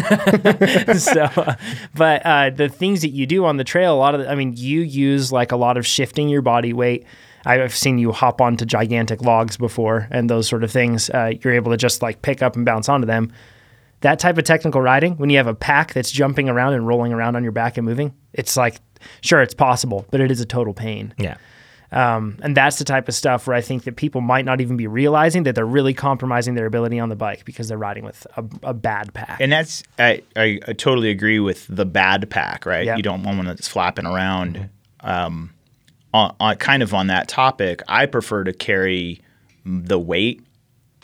A: but uh, the things that you do on the trail, a lot of, the, I mean, you use like a lot of shifting your body weight. I've seen you hop onto gigantic logs before and those sort of things. Uh, you're able to just like pick up and bounce onto them. That type of technical riding, when you have a pack that's jumping around and rolling around on your back and moving, it's like, sure, it's possible, but it is a total pain.
B: yeah.
A: And that's the type of stuff where I think that people might not even be realizing that they're really compromising their ability on the bike because they're riding with a, a bad pack.
C: And that's I, I, I totally agree with the bad pack, right?
A: Yeah.
C: You don't want one that's flapping around.
B: Mm-hmm.
C: Um, on, on kind of on that topic, I prefer to carry the weight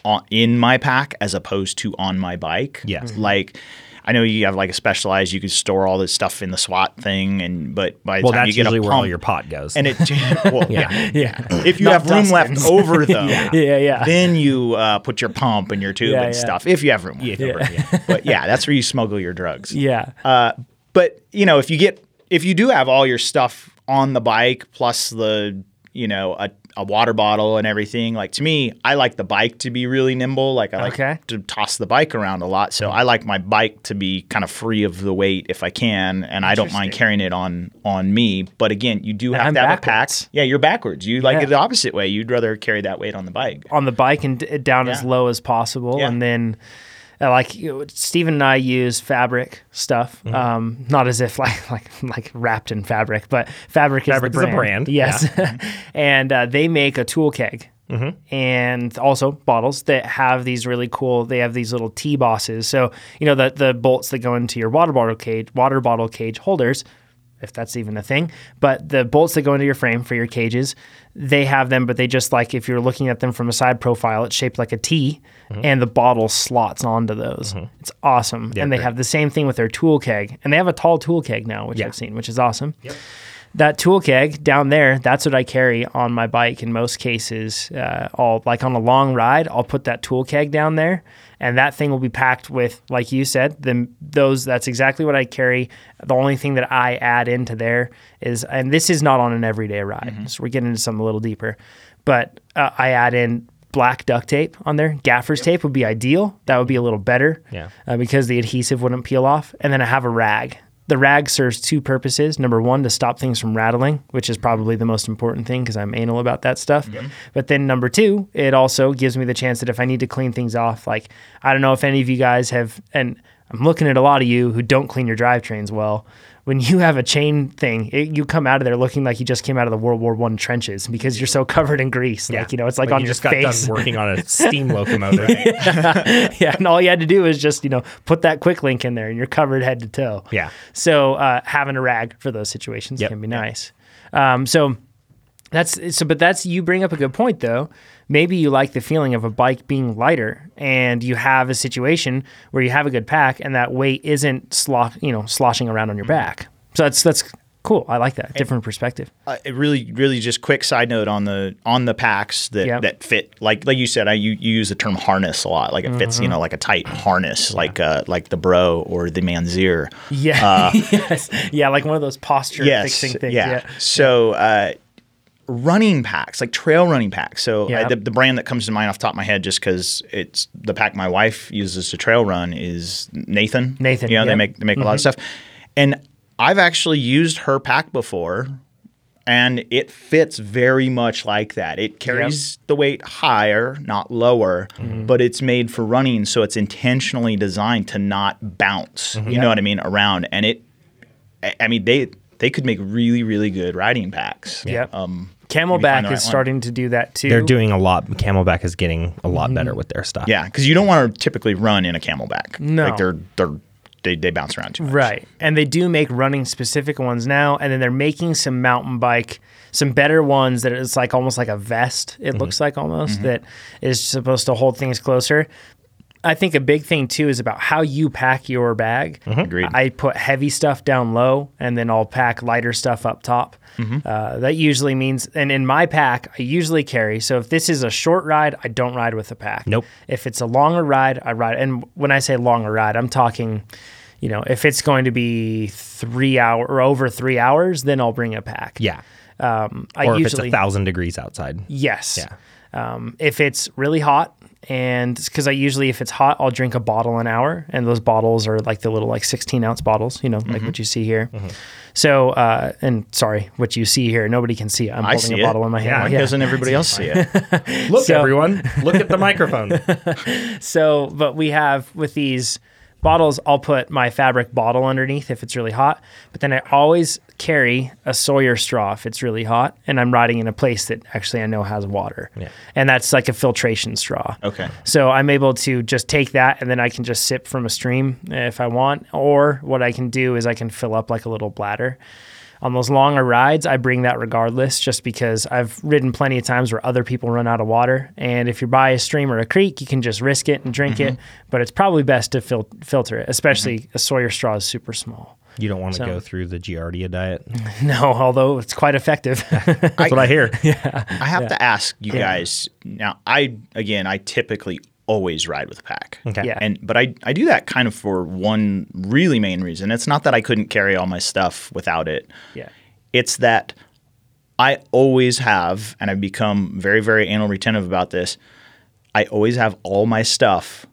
C: on, in my pack as opposed to on my bike.
B: Yeah. Mhm.
C: Like, I know you have like a specialized, you can store all this stuff in the SWAT thing, and but by the
B: Well,
C: time
B: that's
C: you get
B: usually
C: a pump,
B: where all your pot goes.
C: and it, well, yeah.
A: Yeah.
C: If you
A: Not
C: have room left
A: Dustin's.
C: over, though,
A: Yeah, yeah.
C: then you uh, put your pump and your tube
A: Yeah,
C: and
A: yeah.
C: stuff. If you have room, left
B: Yeah.
C: over. but yeah, that's where you smuggle your drugs.
A: Yeah.
C: Uh, but you know, if you get if you do have all your stuff on the bike plus the you know a, a water bottle and everything, like to me, I like the bike to be really nimble. Like I like
A: Okay.
C: to toss the bike around a lot, so I like my bike to be kind of free of the weight if I can, and I don't mind carrying it on on me. But again, you do have
A: I'm
C: to have a
A: backwards.
C: pack. Yeah, you're backwards. You like
A: Yeah.
C: it the opposite way. You'd rather carry that weight on the bike.
A: on the bike and d- down as
C: Yeah.
A: low as possible.
C: Yeah.
A: And then, uh, like you know, Steven and I use fabric stuff. Um, not as if like like like wrapped in fabric, but fabric is
B: Fabric
A: the
B: is a
A: brand.
B: brand,
A: Yes, and uh, they make a tool keg. And also bottles that have these really cool. They have these little T bosses. So you know the the bolts that go into your water bottle cage, water bottle cage holders, if that's even a thing. But the bolts that go into your frame for your cages, they have them, but they just like if you're looking at them from a side profile, it's shaped like a T, and the bottle slots onto those. It's awesome. and they have the same thing with their tool keg, and they have a tall tool keg now, which I've seen, which is awesome. That tool keg down there, that's what I carry on my bike in most cases. Uh, I'll like on a long ride, I'll put that tool keg down there, and that thing will be packed with, like you said, the those. That's exactly what I carry. The only thing that I add into there is, and this is not on an everyday ride, so we're getting into something a little deeper. But uh, I add in black duct tape on there. Gaffer's tape would be ideal. That would be a little better,
B: Yeah.
A: uh, because the adhesive wouldn't peel off. And then I have a rag. The rag serves two purposes. Number one, to stop things from rattling, which is probably the most important thing because I'm anal about that stuff. But then number two, it also gives me the chance that if I need to clean things off, like I don't know if any of you guys have, and I'm looking at a lot of you who don't clean your drivetrains well. When you have a chain thing, it, you come out of there looking like you just came out of the World War One trenches because you're so covered in grease. Like you know, it's like, on
B: you
A: your
B: just got
A: face.
B: done working on a steam locomotive.
A: yeah, and all you had to do is just you know put that quick link in there, and you're covered head to toe.
B: Yeah.
A: So uh, having a rag for those situations
B: Yep.
A: can be nice. Um, so that's so, but that's you bring up a good point though. Maybe you like the feeling of a bike being lighter, and you have a situation where you have a good pack, and that weight isn't slosh, you know, sloshing around on your
C: Mm-hmm.
A: back. So that's that's cool. I like that different perspective.
C: uh, it really, really just quick side note on the on the packs that
A: Yeah.
C: that fit like like you said, I you, you use the term harness a lot. Like it fits, you know, like a tight harness, like uh, like the bro or the manzir.
A: Yeah. yes. Yeah, like one of those posture fixing things.
C: uh, Yeah.
A: yeah.
C: So uh, running packs, like trail running packs. So uh,
A: Yeah.
C: the, the brand that comes to mind off the top of my head, just because it's the pack my wife uses to trail run, is Nathan.
A: Nathan,
C: You
A: yeah.
C: know,
A: Mm-hmm.
C: they make they make a lot of stuff, and I've actually used her pack before. And it fits very much like that. It carries the weight higher, not lower,
A: Mm-hmm.
C: but it's made for running, so it's intentionally designed to not bounce.
A: Mm-hmm.
C: You know what I mean around, and it I- I mean, they they could make really, really good riding packs.
A: Yep.
C: Um, if you
A: Camelback
C: find the
A: is
C: right one.
A: starting to do that too.
B: They're doing a lot. Camelback is getting a
A: Mm-hmm.
B: lot better with their stuff.
C: yeah, because you don't want to typically run in a camelback.
A: No.
C: like they're they're they, they bounce around too much.
A: Right. And they do make running specific ones now. And then they're making some mountain bike, some better ones that it's like almost like a vest,
C: Mm-hmm.
A: it looks like almost, that is supposed to hold things closer. I think a big thing too is about how you pack your bag.
C: Mm-hmm. Agreed.
A: I put heavy stuff down low and then I'll pack lighter stuff up top.
C: Mm-hmm.
A: Uh, that usually means, and in my pack, I usually carry. So if this is a short ride, I don't ride with a pack.
B: Nope.
A: If it's a longer ride, I ride. And when I say longer ride, I'm talking, you know, if it's going to be three hour or over three hours, then I'll bring a pack.
B: Yeah.
A: I
B: Or if
A: usually,
B: it's a thousand degrees outside.
A: Yes. Um, if it's really hot, and because I usually, if it's hot, I'll drink a bottle an hour, and those bottles are like the little like 16 ounce bottles, you know,
B: Mm-hmm.
A: like what you see here. So, uh, and sorry, what you see here, nobody can see. it. I'm
C: I
A: holding
C: see
A: a
C: it.
A: bottle in my
B: Yeah,
A: hand.
C: Why doesn't everybody else see it?
B: Look,
A: So-
B: everyone, look at the microphone.
A: So, but we have with these bottles, I'll put my fabric bottle underneath if it's really hot. But then I always carry a Sawyer straw if it's really hot, and I'm riding in a place that actually I know has water.
B: Yeah.
A: And that's like a filtration straw.
C: Okay.
A: So I'm able to just take that and then I can just sip from a stream if I want. Or what I can do is I can fill up like a little bladder. on those longer rides, I bring that regardless, just because I've ridden plenty of times where other people run out of water. And if you're by a stream or a creek, you can just risk it and drink it.
B: Mm-hmm.
A: But it's probably best to fil- filter it, especially a Sawyer straw is super small.
B: You don't want
A: So-
B: to go through the Giardia diet. That's
A: No, although it's quite effective.
B: what I hear.
C: I have to ask you guys now. I again, I typically always ride with a pack.
B: Okay.
A: Yeah.
C: And but I I do that kind of for one really main reason. It's not that I couldn't carry all my stuff without it.
A: yeah.
C: It's that I always have, and I've become very very anal retentive about this. I always have all my stuff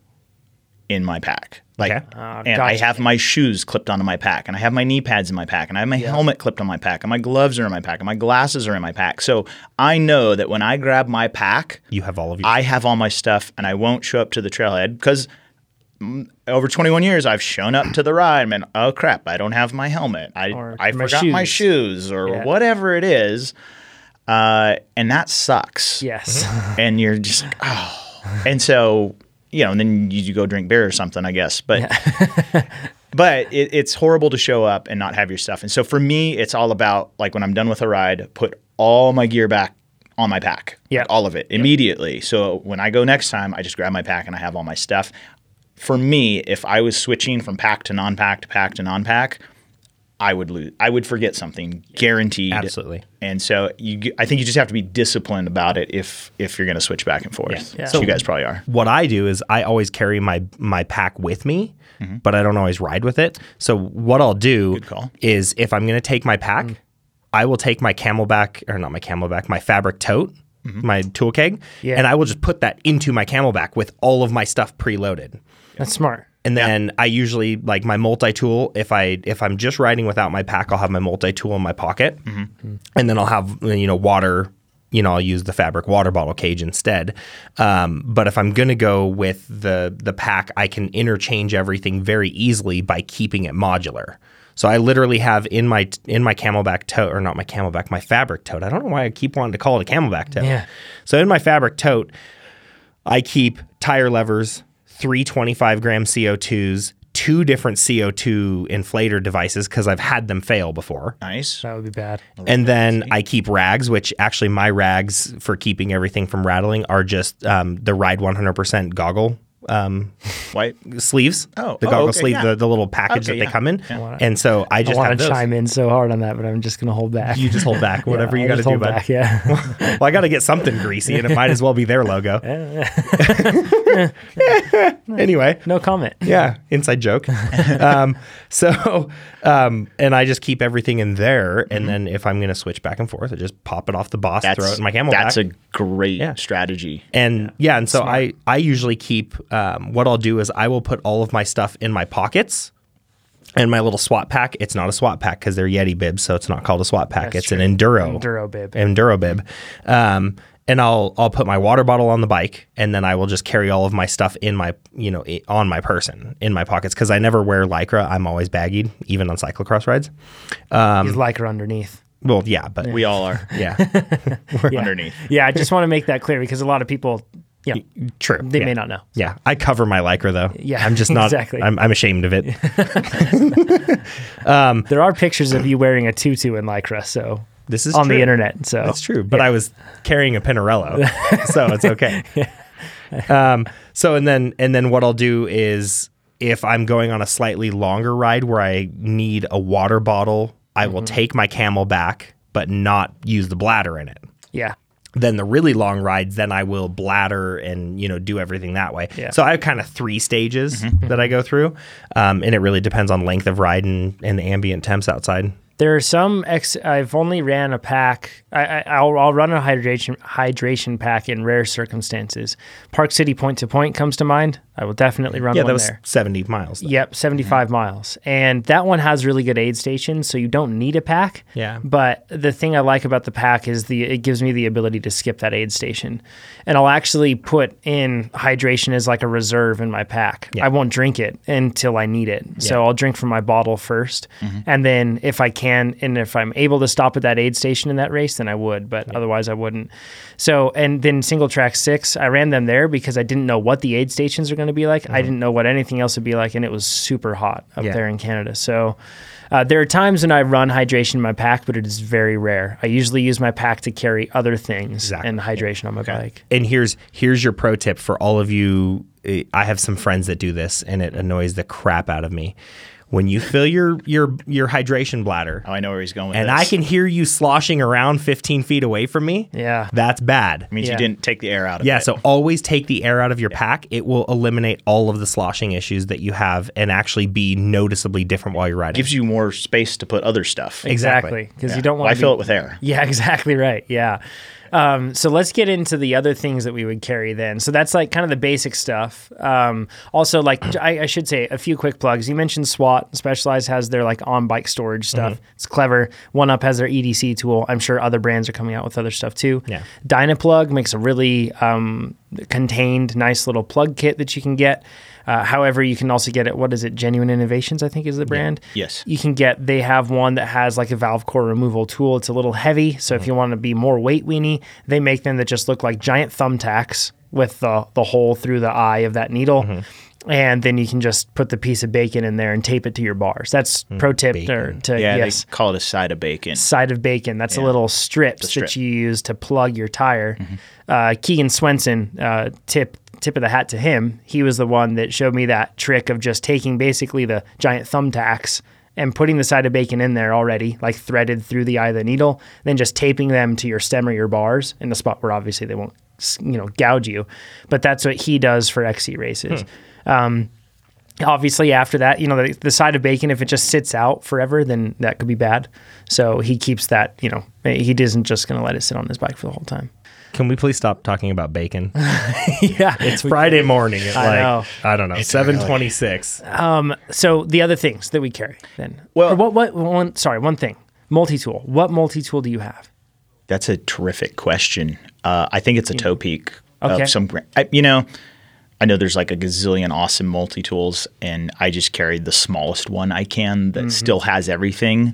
C: in my pack. Like,
B: Okay.
C: and I
A: gotcha.
C: have my shoes clipped onto my pack, and I have my knee pads in my pack, and I have my helmet clipped on my pack, and my gloves are in my pack, and my glasses are in my pack. So I know that when I grab my pack,
B: You have all of your.
C: I have all my stuff, and I won't show up to the trailhead because mm, over 21 years I've shown up to the ride and been, oh crap, I don't have my helmet, I
A: Or
C: I
A: my
C: forgot my shoes, or
A: Yeah.
C: whatever it is, uh, and that sucks
A: Yes.
B: Mm-hmm.
C: and you're just like, oh. And so you know, and then you, you go drink beer or something, I guess. But but it, it's horrible to show up and not have your stuff. And so for me, it's all about like when I'm done with a ride, put all my gear back on my pack,
A: Yeah.
C: Like, all of it immediately. So when I go next time, I just grab my pack and I have all my stuff. For me, if I was switching from pack to non-pack to pack to non-pack, I would lose. I would forget something, guaranteed.
B: Absolutely.
C: And so you, g- I think you just have to be disciplined about it if if you're going to switch back and forth.
A: Yeah.
C: So you guys probably are.
B: what I do is I always carry my my pack with me, but I don't always ride with it. So what I'll do
C: call.
B: is if I'm going to take my pack, I will take my camelback or not my camelback, my fabric tote, my tool keg,
A: Yeah.
B: and I will just put that into my camelback with all of my stuff preloaded.
A: That's smart.
B: And then I usually like my multi tool. If I if I'm just riding without my pack, I'll have my multi tool in my pocket, and then I'll have you know water. You know, I'll use the fabric water bottle cage instead. Um, but if I'm gonna go with the the pack, I can interchange everything very easily by keeping it modular. So I literally have in my in my camelback tote, or not my camelback, my fabric tote. I don't know why I keep wanting to call it a camelback tote.
A: Yeah.
B: So in my fabric tote, I keep tire levers, three 25 gram CO2s, two different CO2 inflator devices because I've had them fail before.
C: Nice.
A: That would be bad.
C: Oh,
B: And then I keep rags, which actually my rags for keeping everything from rattling are just um, the Ride 100% goggle um,
C: White.
B: sleeves.
C: Oh,
B: the
C: oh,
B: goggle
C: okay,
B: sleeve,
C: yeah.
B: the, the little package
C: Okay,
B: that
C: yeah,
B: they come in. And so I
A: I
B: just have
A: want to
B: those.
A: chime in so hard on that, but I'm just going to hold back.
B: You just hold back, whatever you
A: I'll
B: got to
A: just
B: do.
A: hold
B: bud.
A: back, yeah.
B: well, I got to get something greasy, and it might as well be their logo. anyway,
A: no comment.
B: yeah, inside joke. um, so, um, and I just keep everything in there, and then if I'm going to switch back and forth, I just pop it off the boss, throw it in my camelback.
C: Mm-hmm. that's a great
B: Yeah.
C: strategy.
B: and yeah, and so I I usually keep um, what I'll do is I will put all of my stuff in my pockets. And my little SWAT pack, it's not a SWAT pack because they're Yeti bibs, so it's not called a SWAT pack. it's an enduro
A: Enduro bib.
B: enduro bib. Um, and I'll I'll put my water bottle on the bike, and then I will just carry all of my stuff in my you know i- on my person in my pockets because I never wear lycra. I'm always baggied, even on cyclocross rides. Um,
A: He's like her underneath.
B: Well, yeah, but
C: We all are
B: yeah,
C: underneath.
A: Yeah, I just want to make that clear because a lot of people, yeah,
B: true.
A: they
B: yeah.
A: may not know.
B: Yeah, I cover my lycra though.
A: Yeah,
B: I'm just not.
A: exactly.
B: I'm, I'm ashamed of it.
A: There are pictures of you wearing a tutu in lycra, so
B: This is
A: on
B: true.
A: the internet. So
B: That's true. But I was carrying a Pinarello, so it's okay. Um, so and then and then what I'll do is if I'm going on a slightly longer ride where I need a water bottle, I
A: Mm-hmm.
B: will take my camel back, but not use the bladder in it.
A: Yeah,
B: Then the really long rides, then I will bladder and you know do everything that way.
A: Yeah. Mm-hmm.
B: So I have kind of three stages that I go through, um, and it really depends on length of ride and, and the ambient temps outside.
A: there are some. Ex- I've only ran a pack. I, I, I'll, I'll run a hydration hydration pack in rare circumstances. Park City point to point comes to mind. I will definitely run
B: Yeah,
A: one
B: that was
A: there.
B: 70 miles. though.
A: Yep, 75 miles. And that one has really good aid stations, so you don't need a pack.
B: Yeah.
A: But the thing I like about the pack is the it gives me the ability to skip that aid station. And I'll actually put in hydration as like a reserve in my pack. I won't drink it until I need it. So I'll drink from my bottle 1st And then if I can and if I'm able to stop at that aid station in that race, then I would, but otherwise I wouldn't. So and then single track 6, I ran them there because I didn't know what the aid stations are going to going to be like. I didn't know what anything else would be like, and it was super hot up
B: Mm-hmm. Yeah.
A: there in Canada. So uh, there are times when I run hydration in my pack, but it is very rare. I usually use my pack to carry other things
B: Exactly.
A: and hydration on my bike.
B: and here's here's your pro tip for all of you eh, i have some friends that do this and it annoys the crap out of me when you fill your your your hydration bladder
C: Oh, I know where he's going with
B: and
C: this.
B: i can hear you sloshing around 15 feet away from me
A: Yeah.
B: that's bad
C: means
A: Yeah.
C: you didn't take the air out of
B: yeah
C: it.
B: so always take the air out of your pack it will eliminate all of the sloshing issues that you have and actually be noticeably different while you're riding
C: gives you more space to put other stuff.
B: Exactly.
A: Exactly. Because
C: Yeah.
A: you don't
C: Why
A: want to
C: fill it with air?
A: Yeah, exactly right. Yeah. Um, so let's get into the other things that we would carry then. So that's like kind of the basic stuff. Um, also, like I, I should say a few quick plugs. You mentioned SWAT. Specialized has their like on bike storage stuff. It's clever. One Up has their EDC tool. I'm sure other brands are coming out with other stuff too.
B: Yeah.
A: Dynaplug makes a really um, contained, nice little plug kit that you can get. Uh, however, you can also get it. What is it? Genuine Innovations, I think, is the brand.
C: Yes.
A: You can get. They have one that has like a valve core removal tool. It's a little heavy, so
C: Mm-hmm.
A: if you want to be more weight weenie, they make them that just look like giant thumbtacks with the the hole through the eye of that needle.
C: Mm-hmm.
A: And then you can just put the piece of bacon in there and tape it to your bars. That's pro tip or to
C: Yeah,
A: yes
C: they call it a side of bacon.
A: side of bacon. That's the little strips
C: strip. Mm-hmm.
A: that you use to plug your tire. Uh, Keegan Swenson, uh, tip tip of the hat to him. He was the one that showed me that trick of just taking basically the giant thumbtacks and putting the side of bacon in there already, like threaded through the eye of the needle, then just taping them to your stem or your bars in the spot where obviously they won't, s- you know, gouge you. But that's what he does for XC
C: Hmm.
A: races obviously after that you know the, the side of bacon if it just sits out forever then that could be bad so he keeps that you know he isn't just going to let it sit on his bike for the whole time
B: can we please stop talking about bacon
A: yeah
B: it's friday morning at like
A: know.
B: i don't know 726
A: so the other things that we carry then well what what one sorry one thing multi-tool what multi-tool do you have
C: That's a terrific question. Uh, I think it's a toe peak
A: Okay.
C: of some. gra- I, you know, I know there's like a gazillion awesome multi tools, and I just carry the smallest one I can that still has everything.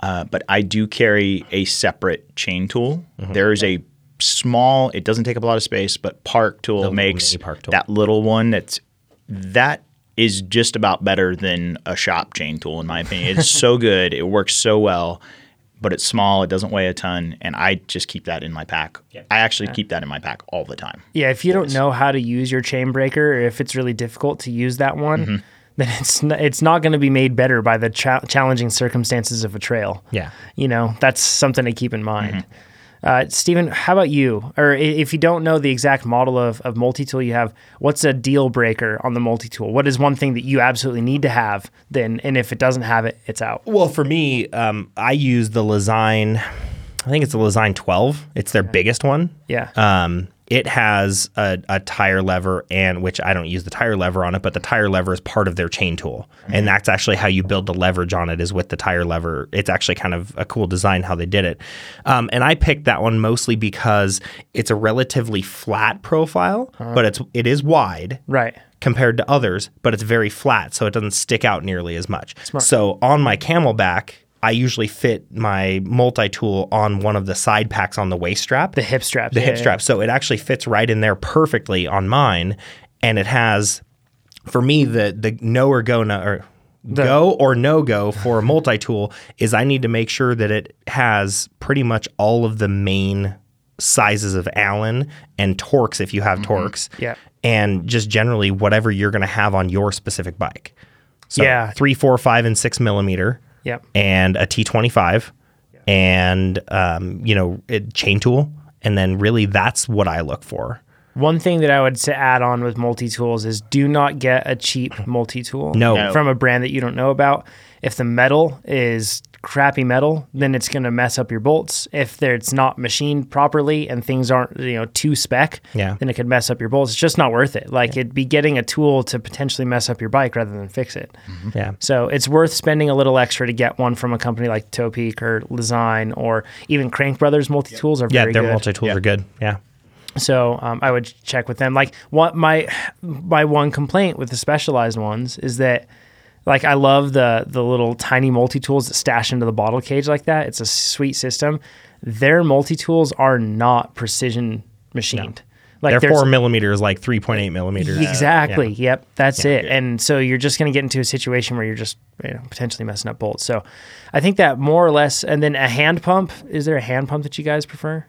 C: Uh, but I do carry a separate chain tool.
B: Mm-hmm.
C: There is a small. It doesn't take up a lot of space, but Park Tool makes
B: mini Park tool.
C: that little one. That's that is just about better than a shop chain tool in my opinion. It's so good. It works so well but it's small. It doesn't weigh a ton, and I just keep that in my pack. I actually keep that in my pack all the time.
A: yeah if you don't know how to use your chain breaker or if it's really difficult to use that one
B: Mm-hmm.
A: then it's not, it's not going to be made better by the cha- challenging circumstances of a trail
B: yeah Mm-hmm.
A: you know that's something to keep in mind uh, stephen how about you or i- if you don't know the exact model of, of multi-tool you have what's a deal breaker on the multi-tool what is one thing that you absolutely need to have then and if it doesn't have it it's out
B: Well, for me, um, I use the Lazine. I think it's the Lazine 12. It's their biggest one.
A: yeah
B: Um, it has a, a tire lever, and which I don't use the tire lever on it, but the tire lever is part of their chain tool, and that's actually how you build the leverage on it is with the tire lever. It's actually kind of a cool design how they did it, um, and I picked that one mostly because it's a relatively flat profile, but it's it is wide,
A: right
B: compared to others, but it's very flat, so it doesn't stick out nearly as much. So on my camelback, I usually fit my multi tool on one of the side packs on the waist strap,
A: the hip straps
B: the
A: yeah,
B: hip
A: yeah.
B: strap. So it actually fits right in there perfectly on mine, and it has, for me, the the no or go no or go or no go for a multi tool is I need to make sure that it has pretty much all of the main sizes of Allen and Torx if you have Torx
A: Mm-hmm. Yeah.
B: and just generally whatever you're going to have on your specific bike. So
A: Yeah.
B: three, four, five, and six millimeter.
A: Yep.
B: And a T twenty five, and um, you know, it, chain tool, and then really that's what I look for.
A: one thing that i would s- add on with multi-tools is do not get a cheap multi-tool
B: No. No.
A: from a brand that you don't know about if the metal is crappy metal then it's going to mess up your bolts if there- it's not machined properly and things aren't you know to spec
B: Yeah.
A: then it could mess up your bolts it's just not worth it like it'd be getting a tool to potentially mess up your bike rather than fix it
B: Yeah.
A: so Mm-hmm. it's worth spending a little extra to get one from a company like Topeak or Design or even Crank Brothers multi tools are
B: Yeah,
A: very
B: their
A: good.
B: multi tools
C: Yeah.
B: are good. Yeah.
A: So um, I would check with them. Like what my my one complaint with the specialized ones is that like I love the the little tiny multi tools that stash into the bottle cage like that. It's a sweet system. Their multi tools are not precision machined. Like
B: Their
A: there's-
B: four millimeter is like three point eight millimeters.
A: Exactly.
B: Yeah.
A: Yep. That's it. And so you're just going to get into a situation where you're just you know, potentially messing up bolts. So I think that more or less. And then a hand pump. Is there a hand pump that you guys prefer?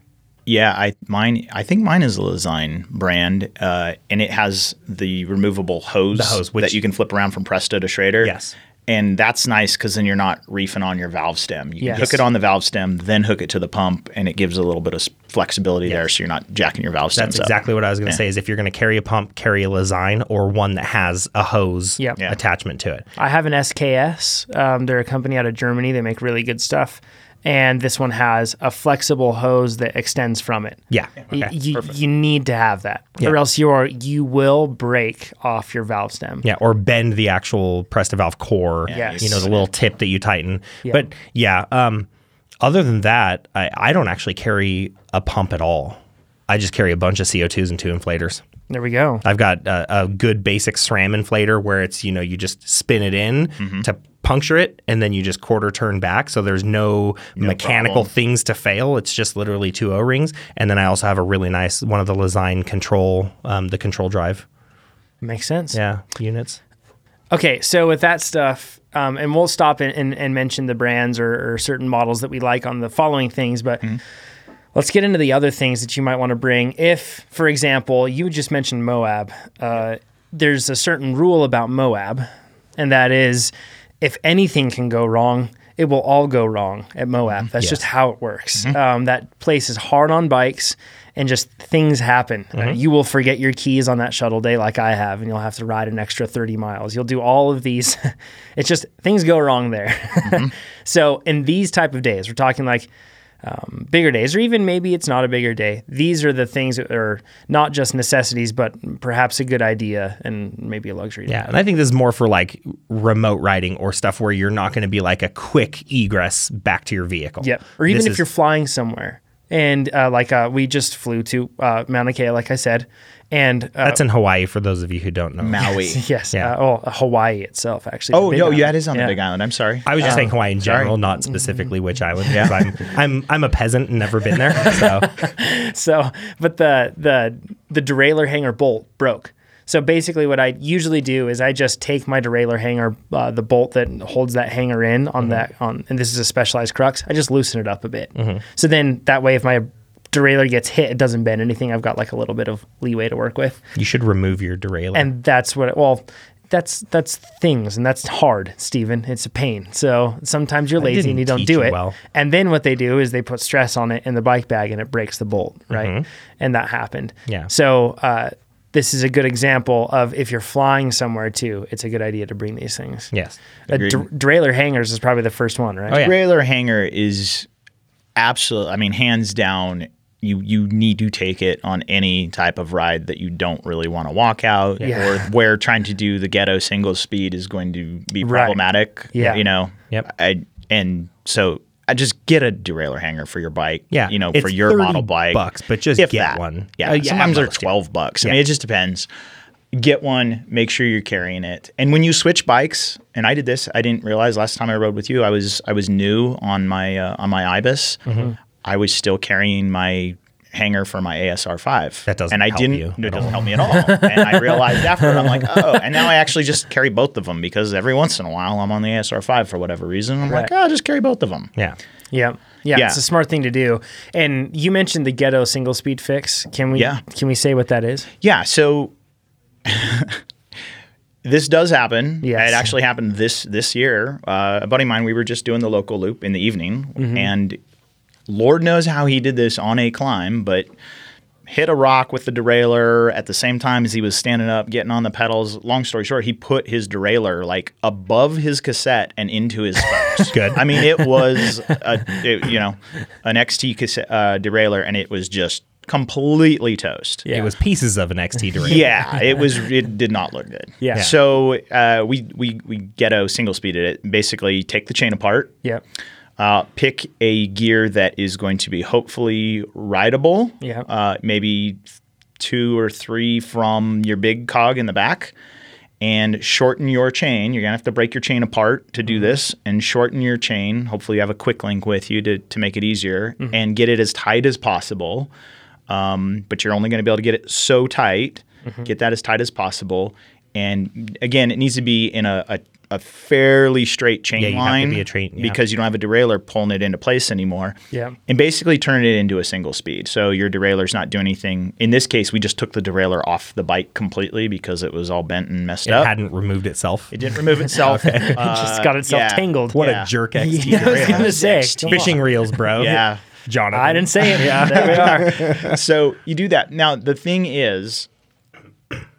C: Yeah, I mine. I think mine is a Lazine brand, uh, and it has the removable hose,
B: The hose, which-
C: that you can flip around from Presto to Schrader.
B: Yes.
C: and that's nice because then you're not reefing on your valve stem. You
A: Yes.
C: can hook it on the valve stem, then hook it to the pump, and it gives a little bit of s- flexibility there, so you're not jacking your valve stems
B: That's
C: up.
B: exactly what I was going to say. Is if you're going to carry a pump, carry a Lazine or one that has a hose
A: Yep. Yeah.
B: attachment to it.
A: I have an SKS. Um, they're a company out of Germany. They make really good stuff. And this one has a flexible hose that extends from it.
B: Yeah.
A: Y-
B: Okay.
A: you, you need to have that,
B: Yeah.
A: or else you are you will break off your valve stem.
B: Yeah, or bend the actual Presta valve core.
A: Yes.
B: You know, the little tip that you tighten. But yeah, um, other than that, I, I don't actually carry a pump at all. I just carry a bunch of CO2s and two inflators.
A: There we go.
B: I've got a, a good basic SRAM inflator where it's, you know, you just spin it in to puncture it and then you just quarter turn back. So there's no, mechanical
C: problem.
B: things to fail. It's just literally two O rings. And then I also have a really nice one of the Lazine control, um, the control drive.
A: Makes sense.
B: Yeah, units.
A: Okay, so with that stuff, um, and we'll stop and, and, and mention the brands or, or certain models that we like on the following things, but
B: Mm-hmm.
A: let's get into the other things that you might want to bring. If, for example, you just mentioned Moab, uh, there's a certain rule about Moab, and that is if anything can go wrong, it will all go wrong at Moab. That's just how it works. Um, that place is hard on bikes, and just things happen. Uh, you will forget your keys on that shuttle day, like I have, and you'll have to ride an extra 30 miles. You'll do all of these. it's just things go wrong there. so, in these type of days, we're talking like bigger days, or even maybe it's not a bigger day. These are the things that are not just necessities, but perhaps a good idea and maybe a luxury. to
B: Yeah,
A: have.
B: and I think this is more for like remote riding or stuff where you're not going to be like a quick egress back to your vehicle.
A: Yep. Or even
B: This
A: if
B: is-
A: you're flying somewhere. And uh, like uh, we just flew to uh, Mauna Kea, like I said, and uh,
B: that's in Hawaii for those of you who don't know.
C: Maui.
A: yes,
B: Yeah.
A: uh, oh Hawaii itself actually.
C: oh
A: The Big
C: no, yeah, it
A: Island.
C: is on
A: Yeah.
C: the Big Island. I'm Oh, sorry.
B: I was just saying Hawaii in general,
A: Mm-hmm.
B: not specifically which island. Yeah, I'm, I'm I'm a peasant and never been there. So
A: so but the the the derailleur hanger bolt broke so basically what i usually do is i just take my derailleur hanger uh, the bolt that holds that hanger in on that on and this is a specialized crux i just loosen it up a bit so then that way if my derailleur gets hit it doesn't bend anything i've got like a little bit of leeway to work with
B: you should remove your derailleur.
A: and that's what well that's that's things and that's hard steven it's a pain so sometimes you're lazy
B: didn't
A: and you don't
B: teach
A: do
B: you
A: it
B: well.
A: and then what they do is they put stress on it in the bike bag and it breaks the bolt right and that happened
B: Mm-hmm. Yeah.
A: so uh, this is a good example of if you're flying somewhere too it's a good idea to bring these things
B: yes,
A: a d- derailleur hangers is probably the first one right
B: Oh, yeah.
C: Derailleur hanger is absolute. I mean, hands down, you you need to take it on any type of ride that you don't really want to walk out,
A: Yeah.
C: or where trying to do the ghetto single speed is going to be
A: Right.
C: problematic.
A: Yeah.
C: you know.
B: Yep.
C: I, and so I just get a derailleur hanger for your bike.
B: Yeah,
C: You know,
B: it's
C: for your
B: 30
C: model bike.
B: bucks, but just
C: if
B: get
C: that.
B: one.
C: Yeah.
B: Uh, yeah,
C: sometimes they're
B: at most, yeah.
C: twelve bucks. I mean, it just depends get one make sure you're carrying it and when you switch bikes and i did this i didn't realize last time i rode with you i was i was new on my uh, on my ibis
B: Mm-hmm.
C: i was still carrying my hanger for my asr5
B: That doesn't
C: and i
B: help
C: didn't
B: you at
C: no, it doesn't
B: all.
C: help me at all and i realized afterward i'm like oh and now i actually just carry both of them because every once in a while i'm on the asr5 for whatever reason i'm
A: Right.
C: like oh I'll just carry both of them
B: yeah.
A: Yeah. yeah
C: Yeah.
A: it's a smart thing to do and you mentioned the ghetto single speed fix can we
C: Yeah.
A: can we say what that is
C: Yeah, so this does happen.
A: Yes.
C: It actually happened this this year. Uh, a buddy of mine, we were just doing the local loop in the evening,
A: Mm-hmm.
C: and Lord knows how he did this on a climb, but hit a rock with the derailleur at the same time as he was standing up, getting on the pedals. Long story short, he put his derailleur like above his cassette and into his spokes.
B: Good.
C: I mean, it was a it- you know an XT cassette, uh, derailleur, and it was just completely toast.
A: Yeah.
B: it was pieces of an XT derailleur.
C: Yeah, it was. It did not look good.
A: Yeah. Yeah.
C: So uh, we we we ghetto single speeded it. Basically, take the chain apart.
A: yep
C: Uh, pick a gear that is going to be hopefully rideable.
A: Yeah.
C: Uh, maybe two or three from your big cog in the back, and shorten your chain. You're gonna have to break your chain apart to
B: Mm-hmm.
C: do this, and shorten your
B: Mm-hmm.
C: chain. Hopefully, you have a quick link with you to to make it easier, and get it as tight as possible. um, but you're only going to be able to get it so tight,
B: Mm-hmm.
C: get that as tight as possible. And again, it needs to be in a, a, a fairly straight chain
B: Yeah, you have to
C: line
B: be a train- yeah.
C: because you don't have a derailleur pulling it into place anymore.
A: Yeah.
C: And basically turn it into a single speed. So your derailleur's not doing anything. In this case, we just took the derailleur off the bike completely because it was all bent and messed
B: It
C: up.
B: hadn't removed itself.
C: it didn't remove itself. Uh,
A: just got itself
C: yeah.
A: tangled.
B: what
C: yeah.
B: a jerk X
A: Yeah, I was
B: derailleur.
A: gonna say, come on.
B: Fishing reels, bro.
C: Yeah.
B: Jonathan.
A: I didn't say it. Yeah, there we are.
C: so you do that. Now the thing is,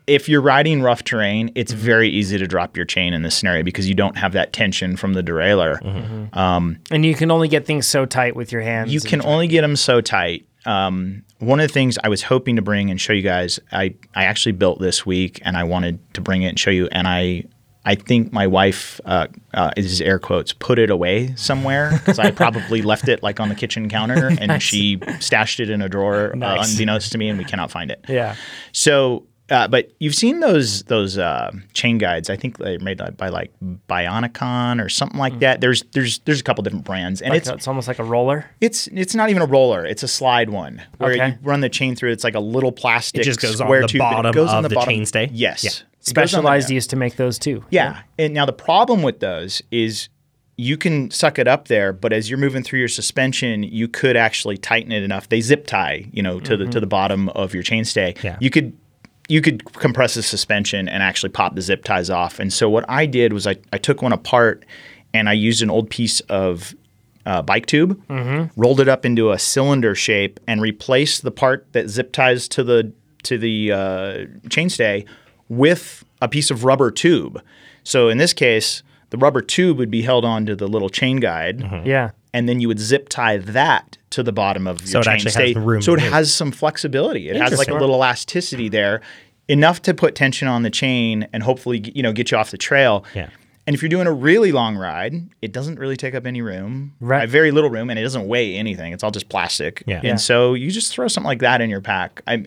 C: if you're riding rough terrain, it's very easy to drop your chain in this scenario because you don't have that tension from the derailleur.
B: Mm-hmm.
A: And you can only get things so tight with your hands.
C: You can only get them so tight. Um, one of the things I was hoping to bring and show you guys, I, I actually built this week and I wanted to bring it and show you. And I I think my wife, uh, uh, this is air quotes, put it away somewhere because I probably left it like on the kitchen counter and she stashed it in a drawer uh,
A: Nice.
C: unbeknownst to me and we cannot find it.
A: Yeah.
C: So, uh, but you've seen those those uh, chain guides. I think they're made like, by like Bionicon or something
A: Mm.
C: like that. There's there's there's a couple different brands, and
A: It's,
C: it's
A: it's almost like a roller.
C: it's it's not even a roller. It's a slide one where
A: Okay.
C: you run the chain through. It's like a little plastic.
B: It just goes on
C: square
B: the
C: tube, but it
B: bottom
C: goes on
B: of the
C: bottom.
B: chain stay?
C: Yes.
B: Yeah.
C: It goes on the-
A: Specialized used to make those too.
C: yeah. And now the problem with those is you can suck it up there, but as you're moving through your suspension, you could actually tighten it enough. They zip tie, you know, to the to the bottom of your chainstay.
B: Mm-hmm. Yeah.
C: You could you could compress the suspension and actually pop the zip ties off. And so what I did was I, I took one apart and I used an old piece of uh, bike tube, rolled it up into a cylinder shape, and replaced the part that zip ties to the to the uh, chainstay with a piece of rubber tube. So in this case, the rubber tube would be held onto the little chain guide,
A: Yeah.
C: and then you would zip tie that to the bottom of
B: So
C: your
B: it
C: chain
B: actually has
C: stay.
B: the room
C: so it
B: to move.
C: has some flexibility. It has like a
A: Interesting.
C: little elasticity there, enough to put tension on the chain and hopefully g- you know get you off the trail.
B: Yeah.
C: And if you're doing a really long ride, it doesn't really take up any room,
A: Right.
C: uh, Very little room, and it doesn't weigh anything. It's all just plastic.
B: Yeah.
C: And
B: Yeah.
C: so you just throw something like that in your pack. I'm,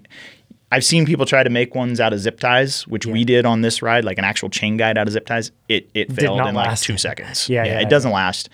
C: I've seen people try to make ones out of zip ties, which we did on this ride, like an actual chain guide out of zip ties. It it failed
A: not
C: in
A: last.
C: like two seconds.
A: Yeah, yeah,
C: it
A: yeah.
C: doesn't last.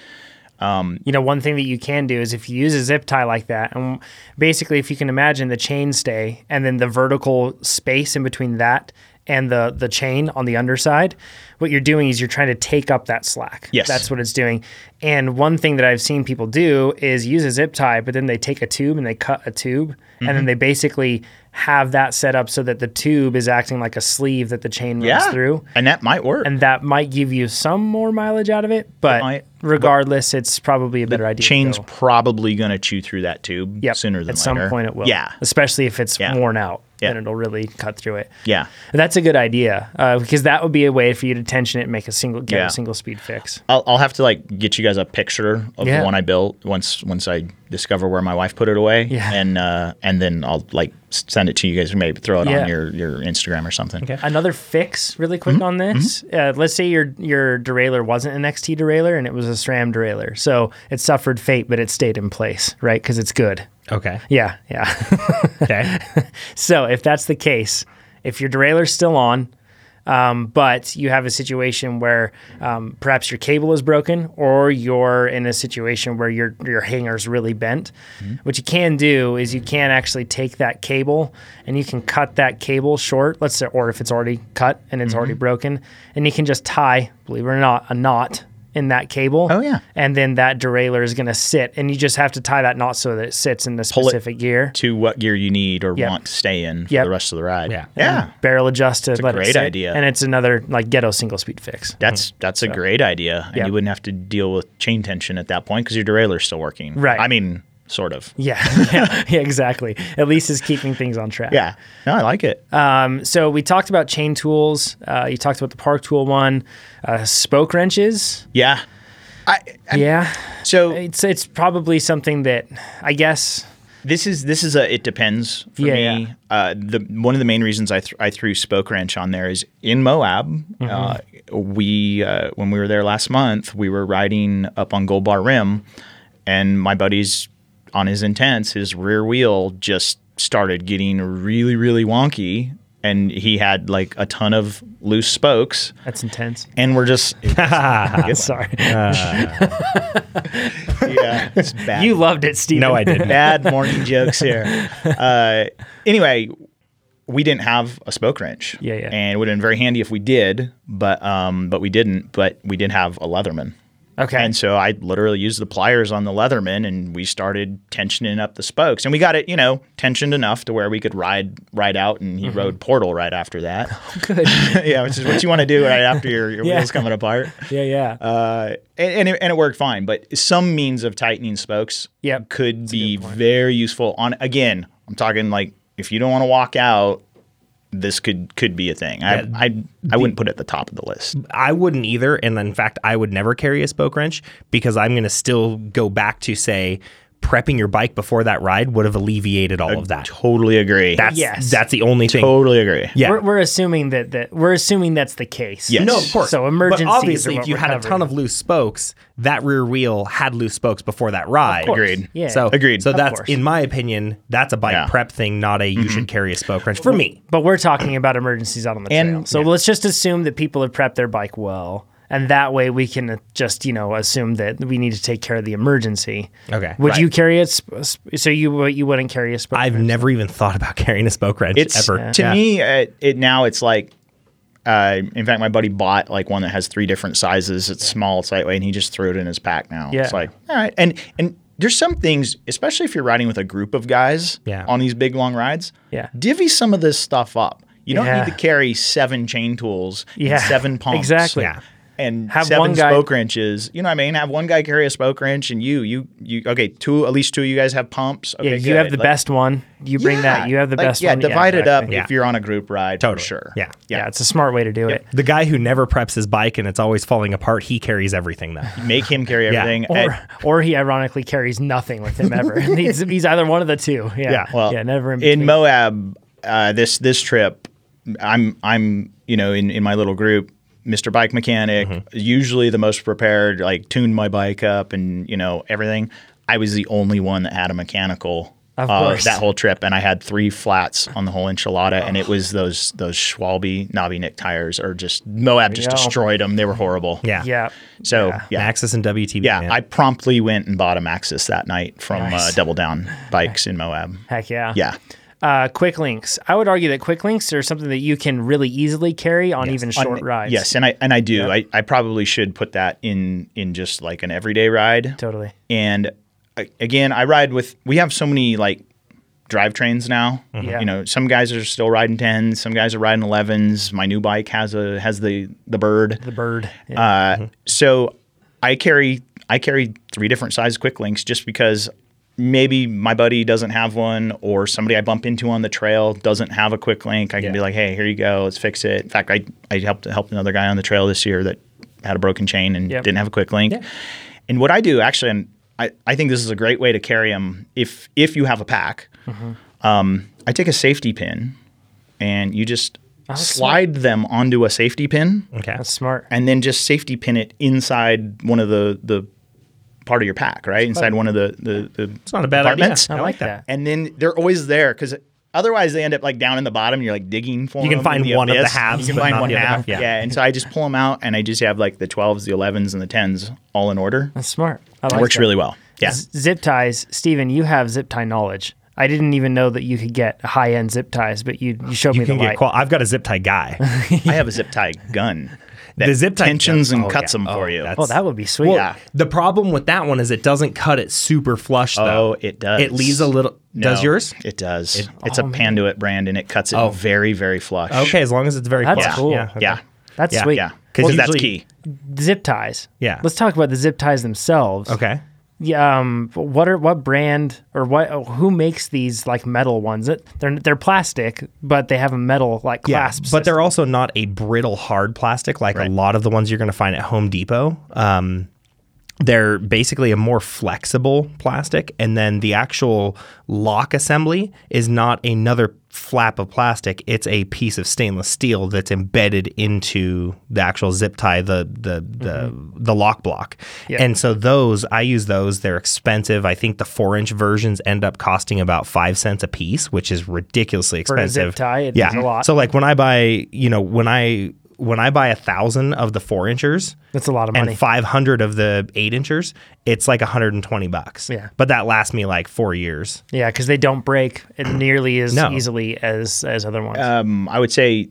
A: you know, one thing that you can do is if you use a zip tie like that, and basically, if you can imagine the chain stay and then the vertical space in between that and the the chain on the underside, what you're doing is you're trying to take up that slack.
C: Yes.
A: that's what it's doing. And one thing that I've seen people do is use a zip tie, but then they take a tube and they cut a tube, and
C: Mm-hmm.
A: then they basically have that set up so that the tube is acting like a sleeve that the chain runs
C: Yeah.
A: through
C: And that might work.
A: and that might give you some more mileage out of it. But
C: might, but
A: regardless, it's probably a better idea. to
C: chain's
A: go.
C: probably going to chew through that tube
A: Yep.
C: sooner than
A: at
C: later.
A: some point it will.
C: Yeah.
A: especially if it's
C: Yeah.
A: worn out,
C: Yeah.
A: then it'll really cut through it.
C: Yeah.
A: that's a good idea uh, because that would be a way for you to tension it and make a single get
C: Yeah.
A: a single speed fix.
C: I'll, I'll have to like get you guys a picture of
A: Yeah.
C: the one I built once once I discover where my wife put it away.
A: Yeah.
C: And uh, and then I'll like s- send it to you guys. Maybe throw it
A: Yeah.
C: on your, your Instagram or something. Okay.
A: Another fix, really
C: Mm-hmm.
A: quick on this. Uh, let's say your your derailleur wasn't an XT derailleur and it was a SRAM derailleur, so it suffered fate, but it stayed in place, right? Because it's good.
B: Okay.
A: Yeah, yeah.
B: Okay.
A: So if that's the case, if your derailleur's still on, um, but you have a situation where um, perhaps your cable is broken, or you're in a situation where your your hanger's really bent.
C: Mm-hmm.
A: What you can do is you can actually take that cable and you can cut that cable short. Let's say, or if it's already cut and it's already
C: Mm-hmm.
A: broken, and you can just tie, believe it or not, a knot in that cable.
C: Oh, yeah.
A: and then that derailleur is going to sit, and you just have to tie that knot so that it sits in the
C: it
A: specific gear.
C: To what gear you need or
A: Yep.
C: want to stay in for
A: Yep.
C: the rest of the ride.
B: Yeah.
C: Yeah.
A: barrel adjust to
C: a
A: let it
C: great
A: sit,
C: idea.
A: and it's another like ghetto single speed fix.
C: That's that's a great idea, and
A: Mm-hmm. Yeah.
C: you wouldn't have to deal with chain tension at that point because your derailleur's still working.
A: Right.
C: I mean, sort of.
A: Yeah, yeah, yeah, exactly. At least it's keeping things on track.
C: Yeah. No, I like it.
A: So we talked about chain tools. Uh, you talked about the park tool one, uh, spoke wrenches.
C: yeah. I, I
A: Yeah,
C: so
A: it's it's probably something that I guess.
C: This is this is a it depends for
A: Yeah,
C: me.
A: yeah.
C: Uh, the one of the main reasons I th- I threw spoke wrench on there is in Moab.
A: Mm-hmm.
C: Uh, we uh, when we were there last month, we were riding up on Gold Bar Rim, and my buddy's on his intense. His rear wheel just started getting really really wonky, and he had like a ton of loose spokes,
A: That's intense.
C: and we're just
A: Sorry.
C: Uh, yeah, it's bad.
A: you loved it, Steve.
B: No, I didn't.
C: bad morning jokes here. Uh, anyway, we didn't have a spoke wrench.
A: Yeah, yeah.
C: And it would have been very handy if we did, but um, but we didn't. But we did have a Leatherman.
A: Okay.
C: And so I literally used the pliers on the Leatherman, and we started tensioning up the spokes, and we got it, you know, tensioned enough to where we could ride ride out, and he rode Portal right after that.
A: Mm-hmm. Oh, Good.
C: yeah, which is what you want to do right after your, your
A: Yeah.
C: wheels coming apart.
A: Yeah, yeah.
C: Uh, and, and, it, and it worked fine, but some means of tightening spokes
A: Yep.
C: could be very useful. On again, I'm talking like if you don't want to walk out, this could could be a thing. I I, I wouldn't put it at the top of the list.
B: I wouldn't either. And in fact, I would never carry a spoke wrench because I'm going to still go back to say prepping your bike before that ride would have alleviated all of that.
C: Totally agree.
B: That's,
A: Yes.
B: that's the only thing.
C: totally agree.
B: Yeah.
A: We're, we're assuming that, that we're assuming that's the case.
C: Yes.
B: No, of course.
A: So emergencies
B: But
A: are
B: obviously,
A: what
B: if you
A: we're
B: had a ton
A: covering.
B: of loose spokes, that rear wheel had loose spokes before that ride.
A: course.
C: Agreed.
A: Yeah.
B: So
C: Agreed.
B: So
C: Of
B: that's
A: course.
B: in my opinion, that's a bike
C: Yeah. Mm-hmm.
B: prep thing, not a you should carry a spoke wrench for me.
A: But we're talking about emergencies out on the
C: And-
A: trail. So let's just assume that people have prepped their bike well. And that way we can uh, just, you know, assume that we need to take care of the emergency.
B: Okay.
A: Would
B: Right.
A: you carry it? Sp- sp- so you wou- you wouldn't carry a spoke
B: I've
A: wrench?
B: never even thought about carrying a spoke wrench
C: It's
B: ever.
C: to
B: Yeah.
C: me it, it now it's like uh, in fact my buddy bought like one that has three different sizes. It's small, it's lightweight, and he just threw it in his pack now.
A: Yeah.
C: It's like all right. And and there's some things, especially if you're riding with a group of guys
B: Yeah.
C: on these big long rides,
A: Yeah.
C: divvy some of this stuff up. You don't
A: Yeah.
C: need to carry seven chain tools, and
A: Yeah,
C: seven pumps.
A: exactly.
B: Yeah.
C: And
A: Have
C: seven
A: one guy-
C: spoke wrenches. You know what I mean? Have one guy carry a spoke wrench and you, you, you okay, two at least two of you guys have pumps. Okay,
A: Yeah, you have
C: good.
A: the
C: Like-
A: best one. You bring that.
C: yeah,
A: You have the
C: like,
A: best
C: yeah,
A: one.
C: divide it up
A: exactly.
B: Yeah.
C: if you're on a group ride. for
B: Totally.
C: sure.
B: Yeah.
A: Yeah.
C: yeah.
A: it's a smart way to do it.
B: The guy who never preps his bike and it's always falling apart, he carries everything though.
C: Make him carry
B: Yeah.
C: everything.
A: Or,
C: And-
A: or he ironically carries nothing with him ever. he's, he's either one of the two. Yeah.
B: Yeah,
C: well,
A: yeah never in,
C: in
A: between.
C: Moab, uh, this this trip, I'm I'm you know in in my little group. Mr. Bike Mechanic,
B: Mm-hmm.
C: usually the most prepared, like tuned my bike up and you know everything. I was the only one that had a mechanical
A: Of
C: uh,
A: course.
C: that whole trip, and I had three flats on the whole enchilada, and it was those those Schwalbe knobby nick tires, or just Moab just
A: go.
C: destroyed them. They were horrible.
B: Yeah.
A: Yeah.
C: So yeah,
B: Maxis and WTB.
C: Yeah,
B: man.
C: I promptly went and bought a Maxis that night from
A: Nice.
C: uh, Double Down Bikes in Moab.
A: Heck yeah.
C: Yeah,
A: Uh, quick links. I would argue that quick links are something that you can really easily carry on even short
C: On-
A: rides.
C: Yes, and I and I do. I, I probably should put that in in just like an everyday ride.
A: Totally.
C: And I, again, I ride with. We have so many like drivetrains now.
A: Mm-hmm. Yeah.
C: You know, some guys are still riding tens, some guys are riding elevens. My new bike has a has the the bird.
A: The bird. Yeah.
C: Uh, So I carry I carry three different size quick links just because maybe my buddy doesn't have one or somebody I bump into on the trail doesn't have a quick link. I can be like, hey, here you go, let's fix it. In fact, I I helped helped another guy on the trail this year that had a broken chain and
A: Yep.
C: didn't have a quick link. And what I do actually, and I, I think this is a great way to carry them if if you have a pack. Um, I take a safety pin, and you just slide them onto a safety pin
B: Okay.
A: That's smart.
C: and then just safety pin it inside one of the the part of your pack, right? Inside one of the the, the
B: not a bad idea.
C: compartments.
A: I like that.
C: And then they're always there because otherwise they end up like down in the bottom. And you're like digging for.
B: You can
C: them
B: find
C: in the
B: one of the
C: abyss.
B: halves,
C: You
B: but
C: can find
B: not
C: one
B: the other half,
C: half.
B: yeah.
C: Yeah. and so I just pull them out and I just have like the twelves, the elevens, and the tens all in order.
A: That's smart. I
C: it
A: like
C: works
A: that.
C: really well. Yeah.
A: Z- Zip ties. Steven, you have zip tie knowledge. I didn't even know that you could get high end zip ties, but you, you showed
B: You
A: me
B: can
A: the
B: get
A: light.
B: qual- I've got a zip tie guy.
C: I have a zip tie gun. That
B: The zip tie
C: tensions
B: gun-
C: and
B: oh,
C: cuts
B: yeah.
C: them for
B: Oh,
C: you.
B: that's-
A: oh, that would be sweet.
C: yeah.
B: The problem with that one is it doesn't cut it super flush though.
C: Oh, it does.
B: It leaves a little.
C: No,
B: Does yours? Oh,
C: It does. it's a Panduit brand and it cuts it very, very flush.
B: Okay, as long as it's very
A: That's
B: flush.
A: cool.
B: Yeah. okay.
C: Yeah.
A: That's
B: Yeah.
A: sweet.
C: Yeah.
B: Well,
C: Because that's
B: usually-
C: key.
A: Zip ties.
B: Yeah.
A: Let's talk about the zip ties themselves.
B: Okay.
A: Yeah, um, what are what brand or what oh, who makes these like metal ones? That they're they're plastic, but they have a metal like clasp.
B: but they're also not a brittle hard plastic like a lot of the ones you're going to find at Home Depot. Um, they're basically a more flexible plastic and then the actual lock assembly is not another flap of plastic it's a piece of stainless steel that's embedded into the actual zip tie the the the,
A: Mm-hmm.
B: the lock block and so those i use those they're expensive i think the four inch versions end up costing about five cents a piece which is ridiculously
A: For a
B: expensive
A: zip tie, it
B: yeah
A: is a lot.
B: so like when i buy you know when i when i buy a thousand of the four inchers
A: That's a lot of money.
B: and 500 of the eight inchers, it's like 120 bucks.
A: Yeah.
B: But that lasts me like four years.
A: Yeah, because they don't break nearly as
B: No.
A: easily as as other ones.
C: Um, I would say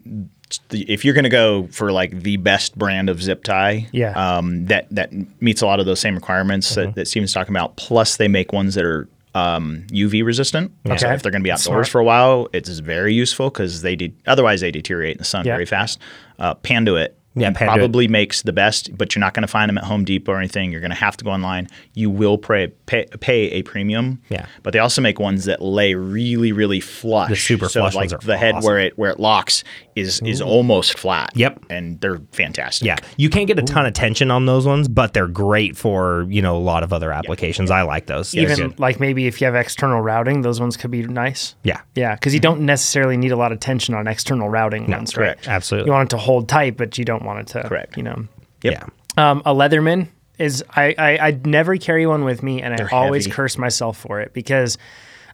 C: the, if you're going to go for like the best brand of zip tie,
A: Yeah.
C: um, that that meets a lot of those same requirements
B: Mm-hmm.
C: that, that Steven's talking about. Plus, they make ones that are um, UV resistant. So
A: Okay.
C: if they're going to be outdoors for a while, it's very useful because they de- otherwise they deteriorate in the sun
A: Yeah.
C: very fast. Uh, Panduit.
B: Yeah, Panduit.
C: probably makes the best, but you're not going to find them at Home Depot or anything. You're going to have to go online. You will pay, pay pay a premium.
B: Yeah.
C: but they also make ones that lay really, really flush.
B: super
C: so
B: flush
C: like
B: ones are
C: the head
B: awesome.
C: where it where it locks is is almost flat.
B: Yep.
C: and they're fantastic.
B: Yeah. You can't get a ton of tension on those ones, but they're great for, you know, a lot of other applications. I like those. They're
A: Even
B: good.
A: like maybe if you have external routing, those ones could be nice.
B: Yeah.
A: Yeah, because you don't necessarily need a lot of tension on external routing ones,
C: correct.
A: right?
B: Absolutely.
A: You want it to hold tight, but you don't want it to,
C: Correct.
A: You know,
C: Yep.
B: Yeah.
A: um, a Leatherman is I, I I never carry one with me, and I always
C: heavy.
A: curse myself for it because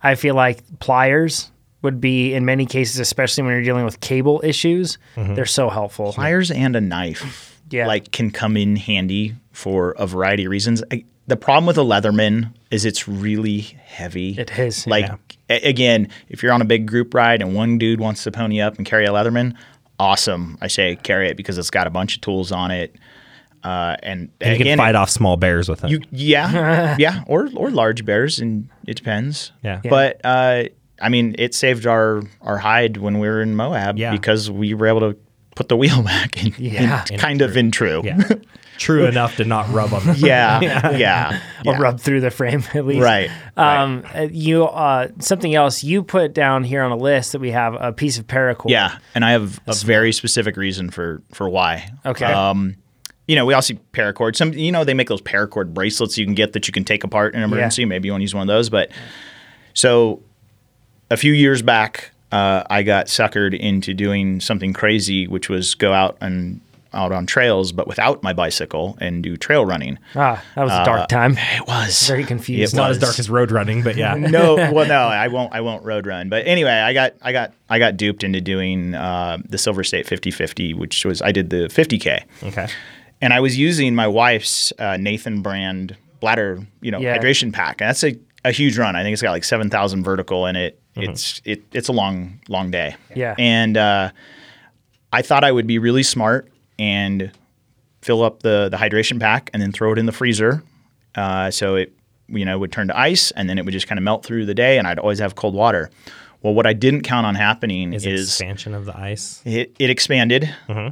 A: I feel like pliers would be in many cases, especially when you're dealing with cable issues, they're so helpful.
C: pliers and a knife.
A: Yeah.
C: like can come in handy for a variety of reasons. I, the problem with a Leatherman is it's really heavy.
A: It is,
C: like
A: yeah.
C: a- again, if you're on a big group ride and one dude wants to pony up and carry a Leatherman, awesome. I say carry it because it's got a bunch of tools on it. Uh, and,
B: And you
C: again,
B: can fight off small bears with them.
C: You, yeah, yeah, or or large bears, and it depends.
B: Yeah. Yeah.
C: But uh, I mean, it saved our our hide when we were in Moab
B: Yeah.
C: because we were able to put the wheel back in,
A: Yeah.
C: in kind of in true.
B: yeah. True enough to not rub on them.
C: yeah, yeah,
A: Or
C: yeah.
A: rub through the frame at least,
C: Right,
A: Um, uh, you uh, something else you put down here on a list that we have a piece of paracord.
C: Yeah, and I have a very specific reason for for why.
A: Okay.
C: Um, you know, we all see paracord. Some, you know, they make those paracord bracelets you can get that you can take apart in an emergency. Maybe you want to use one of those. But so, a few years back, uh, I got suckered into doing something crazy, which was go out and out on trails, but without my bicycle and do trail running.
A: Ah, that was a dark time.
C: uh, It was
A: Very confused.
B: It's not as
C: was.
B: dark as road running, but yeah.
C: no, well, no, I won't. I won't road run. But anyway, I got, I got, I got duped into doing uh, the Silver State 50-50, which was I did the 50k,
B: Okay.
C: and I was using my wife's uh, Nathan brand bladder, you know,
A: Yeah.
C: hydration pack, and that's a, a huge run. I think it's got like seven thousand vertical in it. It's it, it's a long, long day.
A: Mm-hmm. Yeah.
C: and uh, I thought I would be really smart and fill up the the hydration pack and then throw it in the freezer. Uh, so it you know would turn to ice and then it would just kind of melt through the day and I'd always have cold water. Well, what I didn't count on happening
B: Is,
C: is,
B: expansion of the ice.
C: it, it expanded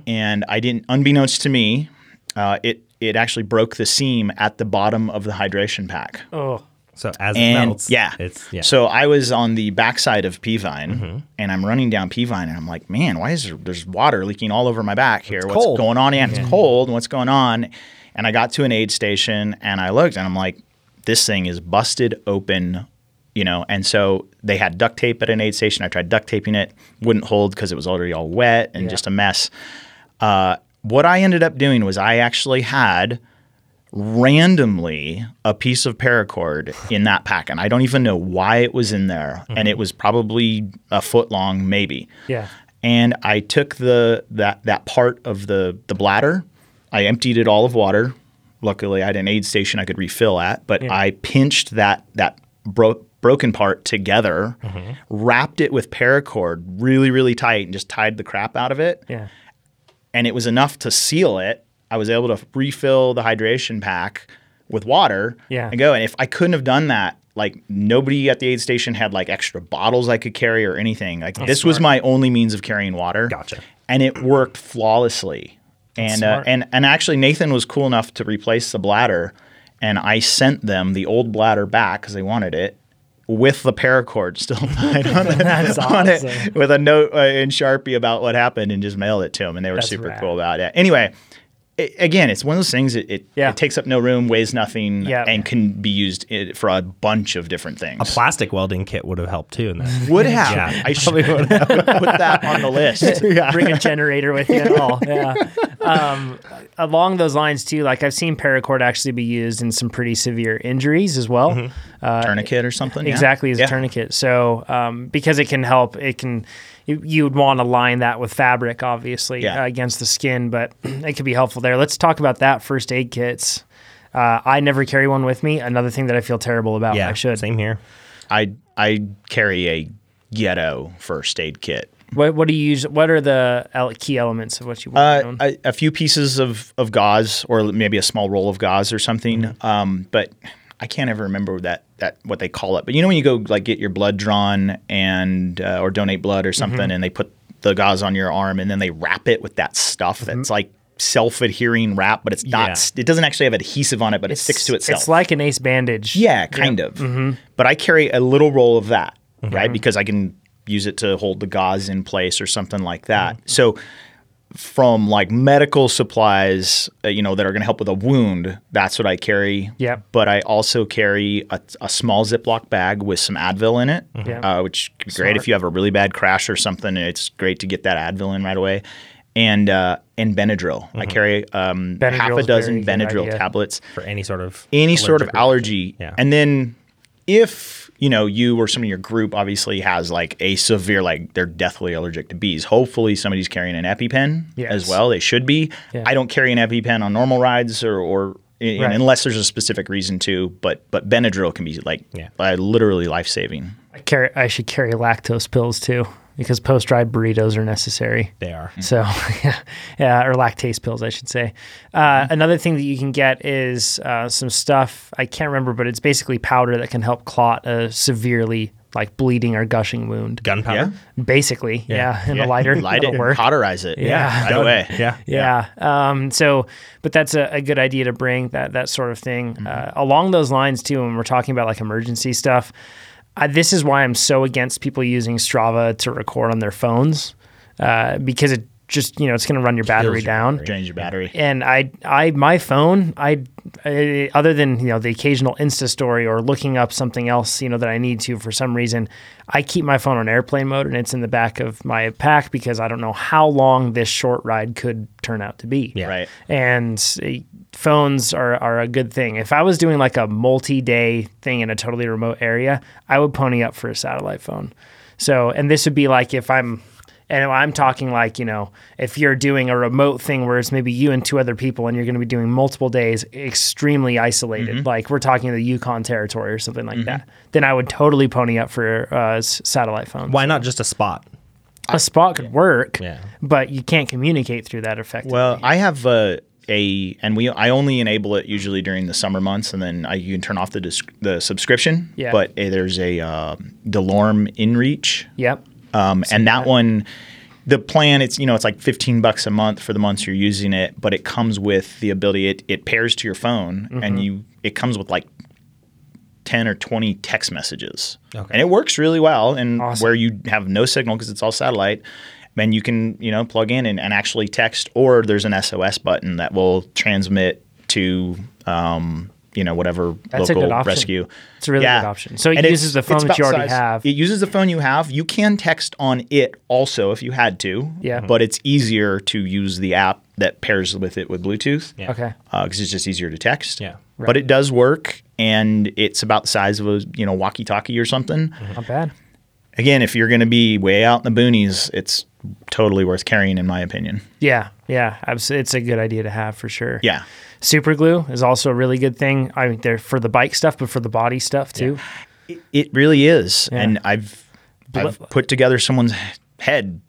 C: and I didn't unbeknownst to me, uh, it it actually broke the seam at the bottom of the hydration pack.
A: Oh,
B: So as it
C: And
B: melts,
C: yeah.
B: it's yeah. Mm-hmm.
C: So I was on the backside of Peavine and I'm running down Peavine and I'm like, man, why is there there's water leaking all over my back here? what's
B: cold.
C: going on? And it's cold and what's going on? And I got to an aid station and I looked and I'm like, this thing is busted open, you know. And so they had duct tape at an aid station. I tried duct taping it, wouldn't hold because it was already all wet and just a mess. Uh, what I ended up doing was I actually had randomly a piece of paracord in that pack and I don't even know why it was in there and it was probably a foot long maybe.
A: yeah.
C: And I took the that that part of the the bladder, I emptied it all of water. Luckily I had an aid station I could refill at, but I pinched that that bro- broken part together, wrapped it with paracord really really tight and just tied the crap out of it
A: Yeah.
C: and it was enough to seal it. I was able to refill the hydration pack with water
A: Yeah.
C: and go. And if I couldn't have done that, like nobody at the aid station had like extra bottles I could carry or anything. Like this was my only means of carrying water.
B: Gotcha.
C: And it worked flawlessly. And uh,
A: smart.
C: and and actually Nathan was cool enough to replace the bladder, and I sent them the old bladder back because they wanted it. With the paracord still tied on it, on it,
A: awesome.
C: with a note uh, in Sharpie about what happened, and just mailed it to him, and they were
A: That's
C: super
A: rad.
C: cool about it. Anyway, a- again, it's one of those things. It, it,
A: Yeah.
C: it takes up no room, weighs nothing,
A: Yeah.
C: and can be used i- for a bunch of different things.
B: Plastic welding kit would have helped too. In that.
C: would have.
B: Yeah.
C: I should put that on the list.
A: bring a generator with you at all. Yeah. Um, along those lines too, like I've seen paracord actually be used in some pretty severe injuries as well.
C: Mm-hmm.
A: Uh,
C: Tourniquet or something. yeah.
A: exactly as
C: Yeah.
A: a tourniquet. So um, because it can help, it can. You, you'd want to line that with fabric, obviously,
C: Yeah.
A: uh, against the skin, but it could be helpful there. Let's talk about that first aid kits. Uh, I never carry one with me. Another thing that I feel terrible about.
B: Yeah,
A: I should.
B: Same here.
C: I I carry a ghetto first aid kit.
A: What, what do you use? What are the el- key elements of what you want?
C: Uh, a, a few pieces of, of gauze, or maybe a small roll of gauze or something.
A: Mm-hmm.
C: Um, but I can't ever remember that that what they call it. But you know when you go like get your blood drawn and uh, or donate blood or something,
A: Mm-hmm.
C: and they put the gauze on your arm, and then they wrap it with that stuff
A: Mm-hmm.
C: that's like self-adhering wrap, but it's not.
B: Yeah.
C: s- It doesn't actually have adhesive on it, but it sticks to itself.
A: It's like an ace bandage.
C: Yeah, kind of.
A: Mm-hmm.
C: But I carry a little roll of that, right? Because I can use it to hold the gauze in place or something like
A: Mm-hmm.
C: that. So from like medical supplies, uh, you know, that are going to help with a wound, that's what I carry.
A: Yep.
C: But I also carry a, a small Ziploc bag with some Advil in it,
A: Yeah.
C: uh, which could be great if you have a really bad crash or something. It's great to get that Advil in right away. And uh, and Benadryl. I carry um, half a
A: Mm-hmm. Benadryl's
C: dozen
A: very good
C: Benadryl
A: idea.
C: tablets
B: For any sort of
C: any sort of
B: allergic
C: allergy.
B: Yeah.
C: And then if you know you or somebody in your group obviously has like a severe like they're deathly allergic to bees. Hopefully somebody's carrying an EpiPen
A: Yes.
C: as well. They should be.
A: Yeah.
C: I don't carry an EpiPen on normal rides or or you know,
A: Right.
C: unless there's a specific reason to. But but Benadryl can be like
B: Yeah.
C: uh, literally life saving.
A: I carry. I should carry lactose pills too, because post-dried burritos are necessary.
B: They are.
A: So, yeah, yeah, or lactase pills, I should say. Uh, another thing that you can get is uh, some stuff I can't remember, but it's basically powder that can help clot a severely like bleeding or gushing wound.
B: Gunpowder.
A: Basically, yeah, in a lighter,
C: light it,
A: that'll work.
C: cauterize it.
A: Yeah.
C: right away.
B: Yeah.
A: Yeah. Um, so, but that's a, a good idea to bring that that sort of thing uh, along those lines too. When we're talking about like emergency stuff, I, this is why I'm so against people using Strava to record on their phones uh, because it just you know it's going to run your battery
B: your
A: down.
C: Change your battery.
A: And I, I, my phone, I, I, other than you know the occasional Insta story or looking up something else, you know that I need to for some reason, I keep my phone on airplane mode and it's in the back of my pack because I don't know how long this short ride could turn out to be.
B: Yeah.
C: Right.
A: And uh, phones are are a good thing. If I was doing like a multi-day thing in a totally remote area, I would pony up for a satellite phone. So, and this would be like if I'm and I'm talking like, you know, if you're doing a remote thing where it's maybe you and two other people and you're going to be doing multiple days extremely isolated,
B: Mm-hmm.
A: like we're talking the Yukon territory or something like that, then I would totally pony up for uh, s- satellite phones.
B: Why not just a spot?
A: A spot could work,
B: Yeah.
A: but you can't communicate through that effectively.
C: Well, I have a, a and we I only enable it usually during the summer months, and then I, you can turn off the disc, the subscription.
A: Yeah.
C: But uh, there's a uh, Delorme InReach,
A: yep.
C: um, and that one, the plan it's you know it's like 15 bucks a month for the months you're using it, but it comes with the ability it it pairs to your phone,
A: Mm-hmm.
C: and you it comes with like. 10 or 20 text messages.
B: Okay.
C: And it works really well. And
A: Awesome.
C: where you have no signal because it's all satellite, then you can, you know, plug in and, and actually text, or there's an SOS button that will transmit to, um, you know, whatever
A: That's a
C: local
A: good option.
C: rescue.
A: It's a really good option. So it
C: it's-
A: uses the phone
C: it's
A: that you
C: about
A: already have.
C: It uses the phone you have. You can text on it also if you had to.
A: Yeah.
C: But it's easier to use the app that pairs with it with Bluetooth
B: Yeah.
A: Okay.
C: because it's just easier to text.
B: Yeah.
A: Right.
C: But it does work, and it's about the size of a you know walkie-talkie or something.
B: Mm-hmm.
A: Not bad.
C: Again, if you're going to be way out in the boonies, it's totally worth carrying, in my opinion.
A: Yeah. Yeah. Abs- It's a good idea to have for sure.
C: Yeah.
A: Super glue is also a really good thing. I mean, they're for the bike stuff, but for the body stuff too.
C: It, it really is,
A: Yeah.
C: and I've I've put together someone's head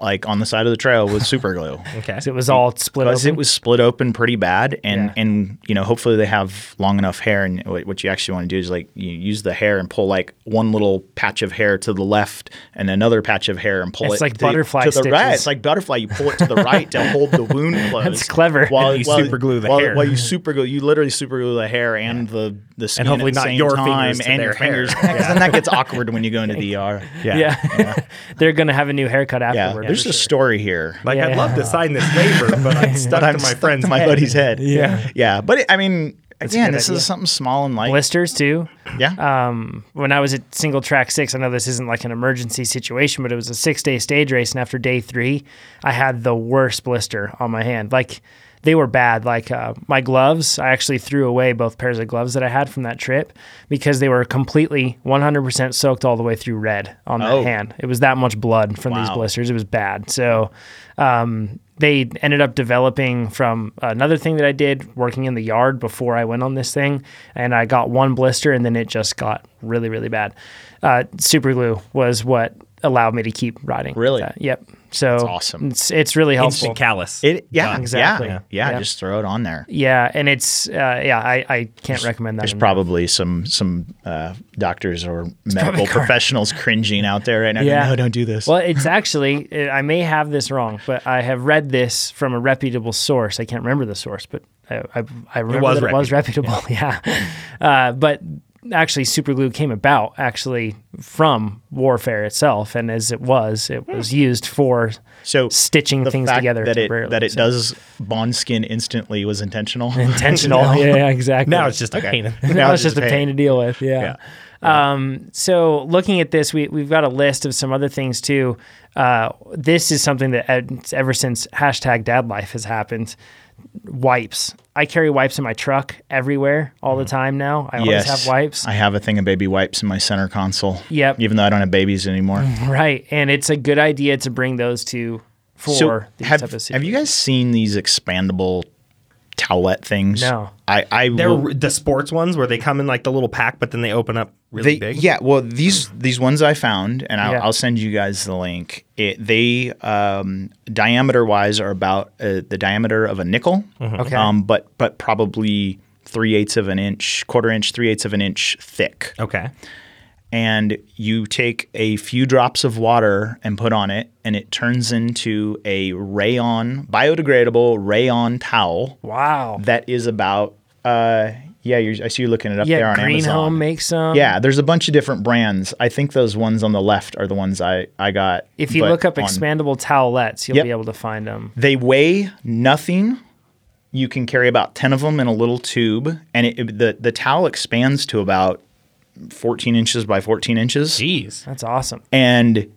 C: like on the side of the trail with super glue.
B: Okay.
A: 'Cause It was all split
C: Because
A: open.
C: it was split open pretty bad, and
A: Yeah.
C: and you know hopefully they have long enough hair. And what, what you actually want to do is like you use the hair and pull like one little patch of hair to the left and another patch of hair and pull
A: It's
C: it
A: like
C: to,
A: butterfly
C: to the right.
A: stitches.
C: It's like butterfly. You pull it to the right to hold the wound closed.
A: That's clever.
C: While
B: And you
C: while-
B: superglue the
C: while-
B: hair.
C: While you super glue, you literally super glue the hair and the the skin
B: hopefully
C: at the
B: not
C: same
B: your
C: time
B: fingers to
C: and
B: their
C: your
B: hair.
C: fingers. 'Cause then that gets awkward when you go into the ER.
A: yeah. They're going to have a new haircut
C: Yeah,
A: afterward.
C: they're there's a story here.
B: Like I'd
A: Yeah.
B: love to sign this waiver, but I'm stuck
C: But
B: to my
C: stuck
B: friend's
C: to my
B: head.
C: buddy's head.
E: Yeah.
C: yeah. But it, I mean,
A: a
C: again,
A: good
C: this
A: idea.
C: is something small and light.
A: blisters too.
C: yeah,
A: Um, when I was at single track six, I know this isn't like an emergency situation, but it was a six day stage race, and after day three, I had the worst blister on my hand. Like they were bad. Like uh, my gloves, I actually threw away both pairs of gloves that I had from that trip because they were completely 100% soaked all the way through red on that
C: Oh.
A: hand. It was that much blood from these
C: Wow.
A: blisters. It was bad. So um, they ended up developing from another thing that I did working in the yard before I went on this thing. And I got one blister and then it just got really, really bad. Uh, super glue was what allowed me to keep riding.
C: Really?
A: that. Yep. So
C: awesome.
A: It's, it's really helpful.
B: Instant callus.
C: it, yeah,
A: exactly.
C: Yeah, yeah,
A: Yeah.
C: Just throw it on there.
A: yeah. And it's, uh, yeah, I, I can't recommend that.
C: There's
A: enough.
C: probably some some uh, doctors or medical professionals cringing out there right now.
A: Yeah.
C: No, don't do this.
A: Well, it's actually, uh, I may have this wrong, but I have read this from a reputable source. I can't remember the source, but I, I, I remember
B: was
A: that it was reputable. Yeah. Uh, but actually, superglue came about actually from warfare itself. And as it was, it was used for
C: Hmm. so
A: stitching
C: the
A: things
C: fact
A: together
C: that it
A: temporarily,
C: that it
A: so-
C: does bond skin instantly was intentional.
A: intentional. yeah, yeah, exactly.
B: now it's just a pain. in-
A: now it's just a pain to deal with. Yeah. Um, so looking at this, we, we've got a list of some other things too. Uh, this is something that ed- ever since hashtag dad life has happened, wipes. I carry wipes in my truck everywhere all the time now. I always
C: Mm-hmm. yes,
A: have wipes.
C: I have a thing of baby wipes in my center console.
A: Yep. Mm.
C: Even though I don't have babies anymore.
A: right. And it's a good idea to bring those to for these
C: have,
A: type of
C: have you
A: situations.
C: guys seen these expandable towelette things?
A: No.
C: I, I will-
B: They're the sports ones where they come in like the little pack, but then they open up really
C: they,
B: big.
C: yeah. Well, these these ones I found, and I'll,
A: Yeah.
C: I'll send you guys the link. It, they um, diameter wise are about uh, the diameter of a nickel.
A: Okay.
C: Um, but but probably three eighths of an inch, quarter inch, three eighths of an inch thick.
B: Okay.
C: and you take a few drops of water and put on it, and it turns into a rayon, biodegradable rayon towel
A: Wow.
C: that is about, uh, yeah, you're, I see you looking it up there
A: yeah.
C: on
A: Green
C: Amazon.
A: Home makes some.
C: yeah, there's a bunch of different brands. I think those ones on the left are the ones I, I got.
A: If you
C: but
A: look up
C: on-
A: expandable towelettes, you'll
C: Yep.
A: be able to find them.
C: they weigh nothing. You can carry about 10 of them in a little tube, and it, it- the, the towel expands to about 14 inches by 14 inches.
B: Jeez.
A: That's awesome.
C: and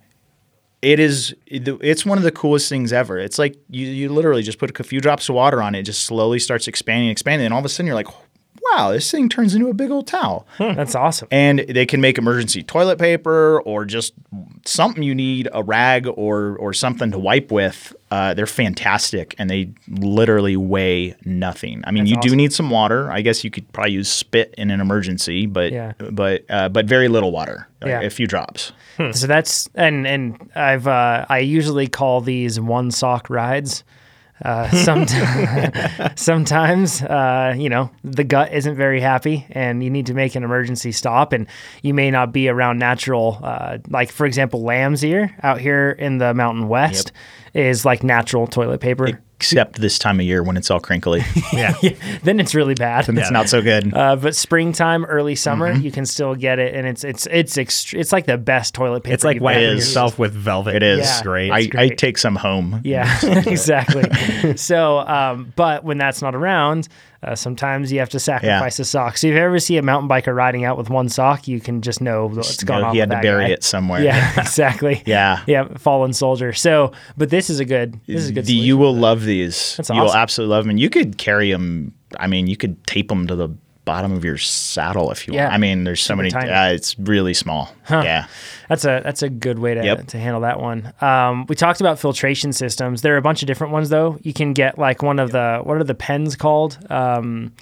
C: it is it's one of the coolest things ever it's like you, you literally just put a few drops of water on it it just slowly starts expanding expanding and all of a sudden you're like wow this thing turns into a big old towel
A: That's awesome.
C: and they can make emergency toilet paper or just something you need a rag or or something to wipe with uh, they're fantastic and they literally weigh nothing i mean you do need some water i guess you could probably use spit in an emergency but
A: Yeah.
C: but uh, but very little water like
A: Yeah.
C: a few drops
A: So that's and and I've uh, I usually call these one sock rides. Uh, sometimes, sometimes uh, you know the gut isn't very happy, and you need to make an emergency stop, and you may not be around natural. Uh, like for example, lamb's ear out here in the Mountain West is like natural toilet paper.
C: except this time of year when it's all crinkly.
B: Yeah.
A: then it's really bad.
C: It's not so good.
A: Uh, but springtime, early summer, you can still get it, and it's it's it's ext- it's like the best toilet paper.
B: It's like
A: you've ever
B: wiping
C: is.
A: used.
B: yourself with velvet.
C: it is
A: yeah,
B: great.
C: I, I
A: great.
C: take some home.
A: Yeah, exactly. so, um, but when that's not around, uh, sometimes you have to sacrifice a sock. So, if you ever see a mountain biker riding out with one sock, you can just know what's
C: You know,
A: going on.
C: he had
A: with
C: to
A: that
C: bury
A: guy.
C: it somewhere.
A: Yeah, exactly.
C: Yeah.
A: yeah, fallen soldier. So, but this is a good. This is a good.
C: The- you
A: solution.
C: will love these.
A: That's
C: You will
A: awesome.
C: absolutely love them. And you could carry them. I mean, you could tape them to the bottom of your saddle if you
A: Yeah.
C: want. I mean, there's so
A: Super
C: many.
A: tiny.
C: Uh, it's really small. Yeah.
A: That's a that's a good way to,
C: Yep.
A: to handle that one. Um, we talked about filtration systems. There are a bunch of different ones though. You can get like one of the what are the pens called? Um,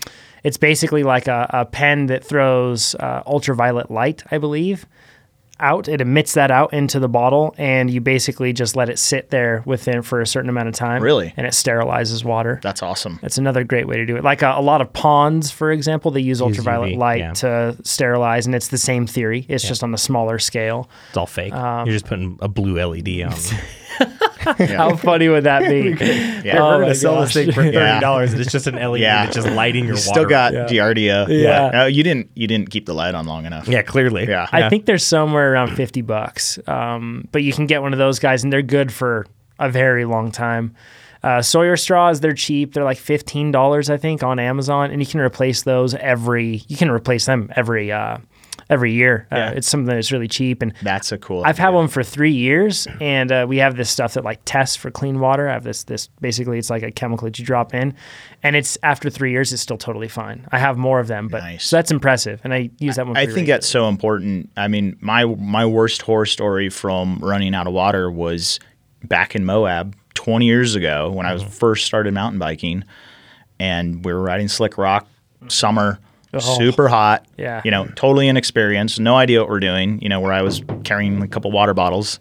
A: it's basically like a, a pen that throws uh, ultraviolet light, I believe, out. It emits that out into the bottle, and you basically just let it sit there within for a certain amount of time.
C: Really?
A: and it sterilizes water.
C: That's awesome.
A: That's another great way to do it. Like uh, a, a lot of ponds, for example, they use ultraviolet
B: UV,
A: light
B: yeah.
A: to sterilize, and it's the same theory. It's just on a smaller scale.
B: It's all fake. You're just putting a blue LED on.
A: How funny would that be?
C: Yeah.
A: Oh
B: We're
A: my
B: gonna sell
A: gosh.
B: this thing for
C: Yeah.
B: thirty dollars, and it's just an LED
C: Yeah.
B: that's just lighting your water.
C: Still got Giardia.
A: Yeah.
C: No, you didn't. You didn't keep the light on long enough.
B: yeah, clearly.
C: Yeah.
A: I think they're somewhere around 50 bucks. Um, but you can get one of those guys and they're good for a very long time. Uh, Sawyer straws, they're cheap. They're like fifteen dollars, I think, on Amazon, and you can replace those every. You can replace them every uh, every year. Uh,
C: Yeah.
A: It's something that's really cheap, and
C: That's a cool.
A: I've had one for three years, and uh, we have this stuff that like tests for clean water. I have this this basically it's like a chemical that you drop in, and it's after three years it's still totally fine. I have more of them, but
C: Nice.
A: so that's impressive, and I use that one.
C: I
A: pretty
C: think
A: regularly.
C: that's so important. I mean, my my worst horror story from running out of water was back in Moab 20 years ago when I
A: Mm-hmm.
C: was first started mountain biking, and we were riding slick rock, summer, super hot.
A: Oh. Yeah.
C: you know, totally inexperienced, no idea what we're doing. You know, where I was carrying a couple water bottles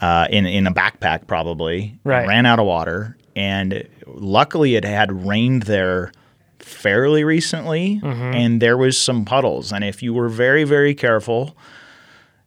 C: uh, in in a backpack probably.
A: Right.
C: Ran out of water, and luckily it had rained there fairly recently,
A: Mm-hmm.
C: and there was some puddles. And if you were very very careful,